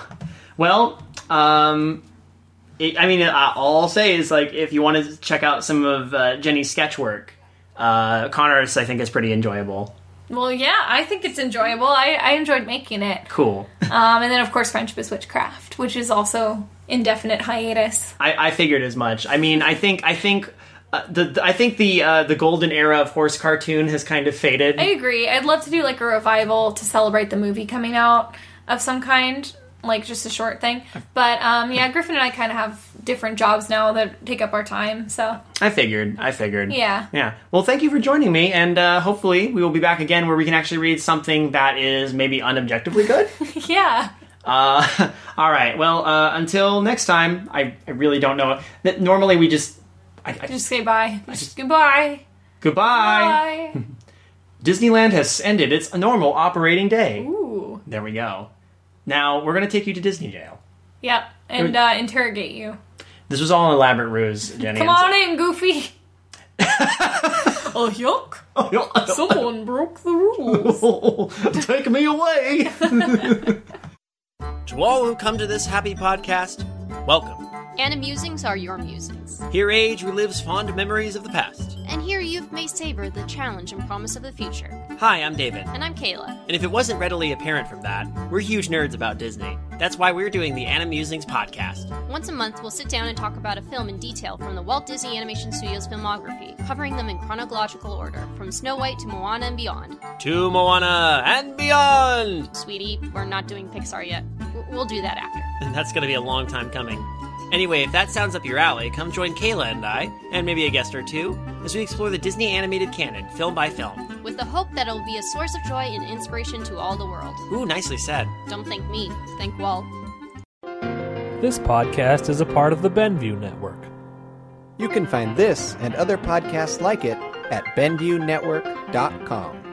[SPEAKER 3] well, um, it, I mean, I, all I'll say is like if you want to check out some of uh, Jenny's sketch work, uh, con artists I think is pretty enjoyable.
[SPEAKER 1] well, yeah, I think it's enjoyable. I I enjoyed making it.
[SPEAKER 3] Cool.
[SPEAKER 1] Um, and then of course Friendship is Witchcraft, which is also indefinite hiatus.
[SPEAKER 3] I, I figured as much. I mean, I think I think. Uh, the, the- I think the uh, the golden era of horse cartoon has kind of faded.
[SPEAKER 1] I agree. I'd love to do like a revival to celebrate the movie coming out of some kind, like just a short thing. But um, yeah, Griffin and I kind of have different jobs now that take up our time. So
[SPEAKER 3] I figured. I figured.
[SPEAKER 1] yeah,
[SPEAKER 3] Yeah. Well, thank you for joining me, and uh, hopefully we will be back again where we can actually read something that is maybe unobjectively good.
[SPEAKER 1] yeah.
[SPEAKER 3] uh, all right. Well, uh, until next time, I, I really don't know. That normally we just. I, I,
[SPEAKER 1] Just say bye. Just goodbye.
[SPEAKER 3] goodbye.
[SPEAKER 1] Bye.
[SPEAKER 3] Disneyland has ended its normal operating day.
[SPEAKER 1] Ooh.
[SPEAKER 3] There we go. Now we're gonna take you to Disney jail.
[SPEAKER 1] Yep. And uh, interrogate you.
[SPEAKER 9] This was all an elaborate ruse, Jenny.
[SPEAKER 1] Come on in, Goofy. oh, yuck.
[SPEAKER 3] Oh,
[SPEAKER 1] Someone broke the rules.
[SPEAKER 10] Take me away.
[SPEAKER 3] To all who come to this happy podcast, welcome.
[SPEAKER 11] And amusings are your musings.
[SPEAKER 3] Here, age relives fond memories of the past.
[SPEAKER 11] And here you may savor the challenge and promise of the future.
[SPEAKER 3] Hi, I'm David.
[SPEAKER 11] And I'm Kayla.
[SPEAKER 3] And if it wasn't readily apparent from that, we're huge nerds about Disney. That's why we're doing the Animusings podcast.
[SPEAKER 11] Once a month, we'll sit down and talk about a film in detail from the Walt Disney Animation Studios filmography, covering them in chronological order, from Snow White to Moana and beyond.
[SPEAKER 3] To Moana and beyond!
[SPEAKER 11] Sweetie, we're not doing Pixar yet. W- We'll do that after.
[SPEAKER 3] And that's going to be a long time coming. Anyway, if that sounds up your alley, come join Kayla and I, and maybe a guest or two, as we explore the Disney animated canon, film by film.
[SPEAKER 11] With the hope that it'll be a source of joy and inspiration to all the world.
[SPEAKER 3] Ooh, nicely said.
[SPEAKER 11] Don't thank me, thank Walt.
[SPEAKER 12] This podcast is a part of the Benview Network.
[SPEAKER 13] You can find this and other podcasts like it at BenviewNetwork.com.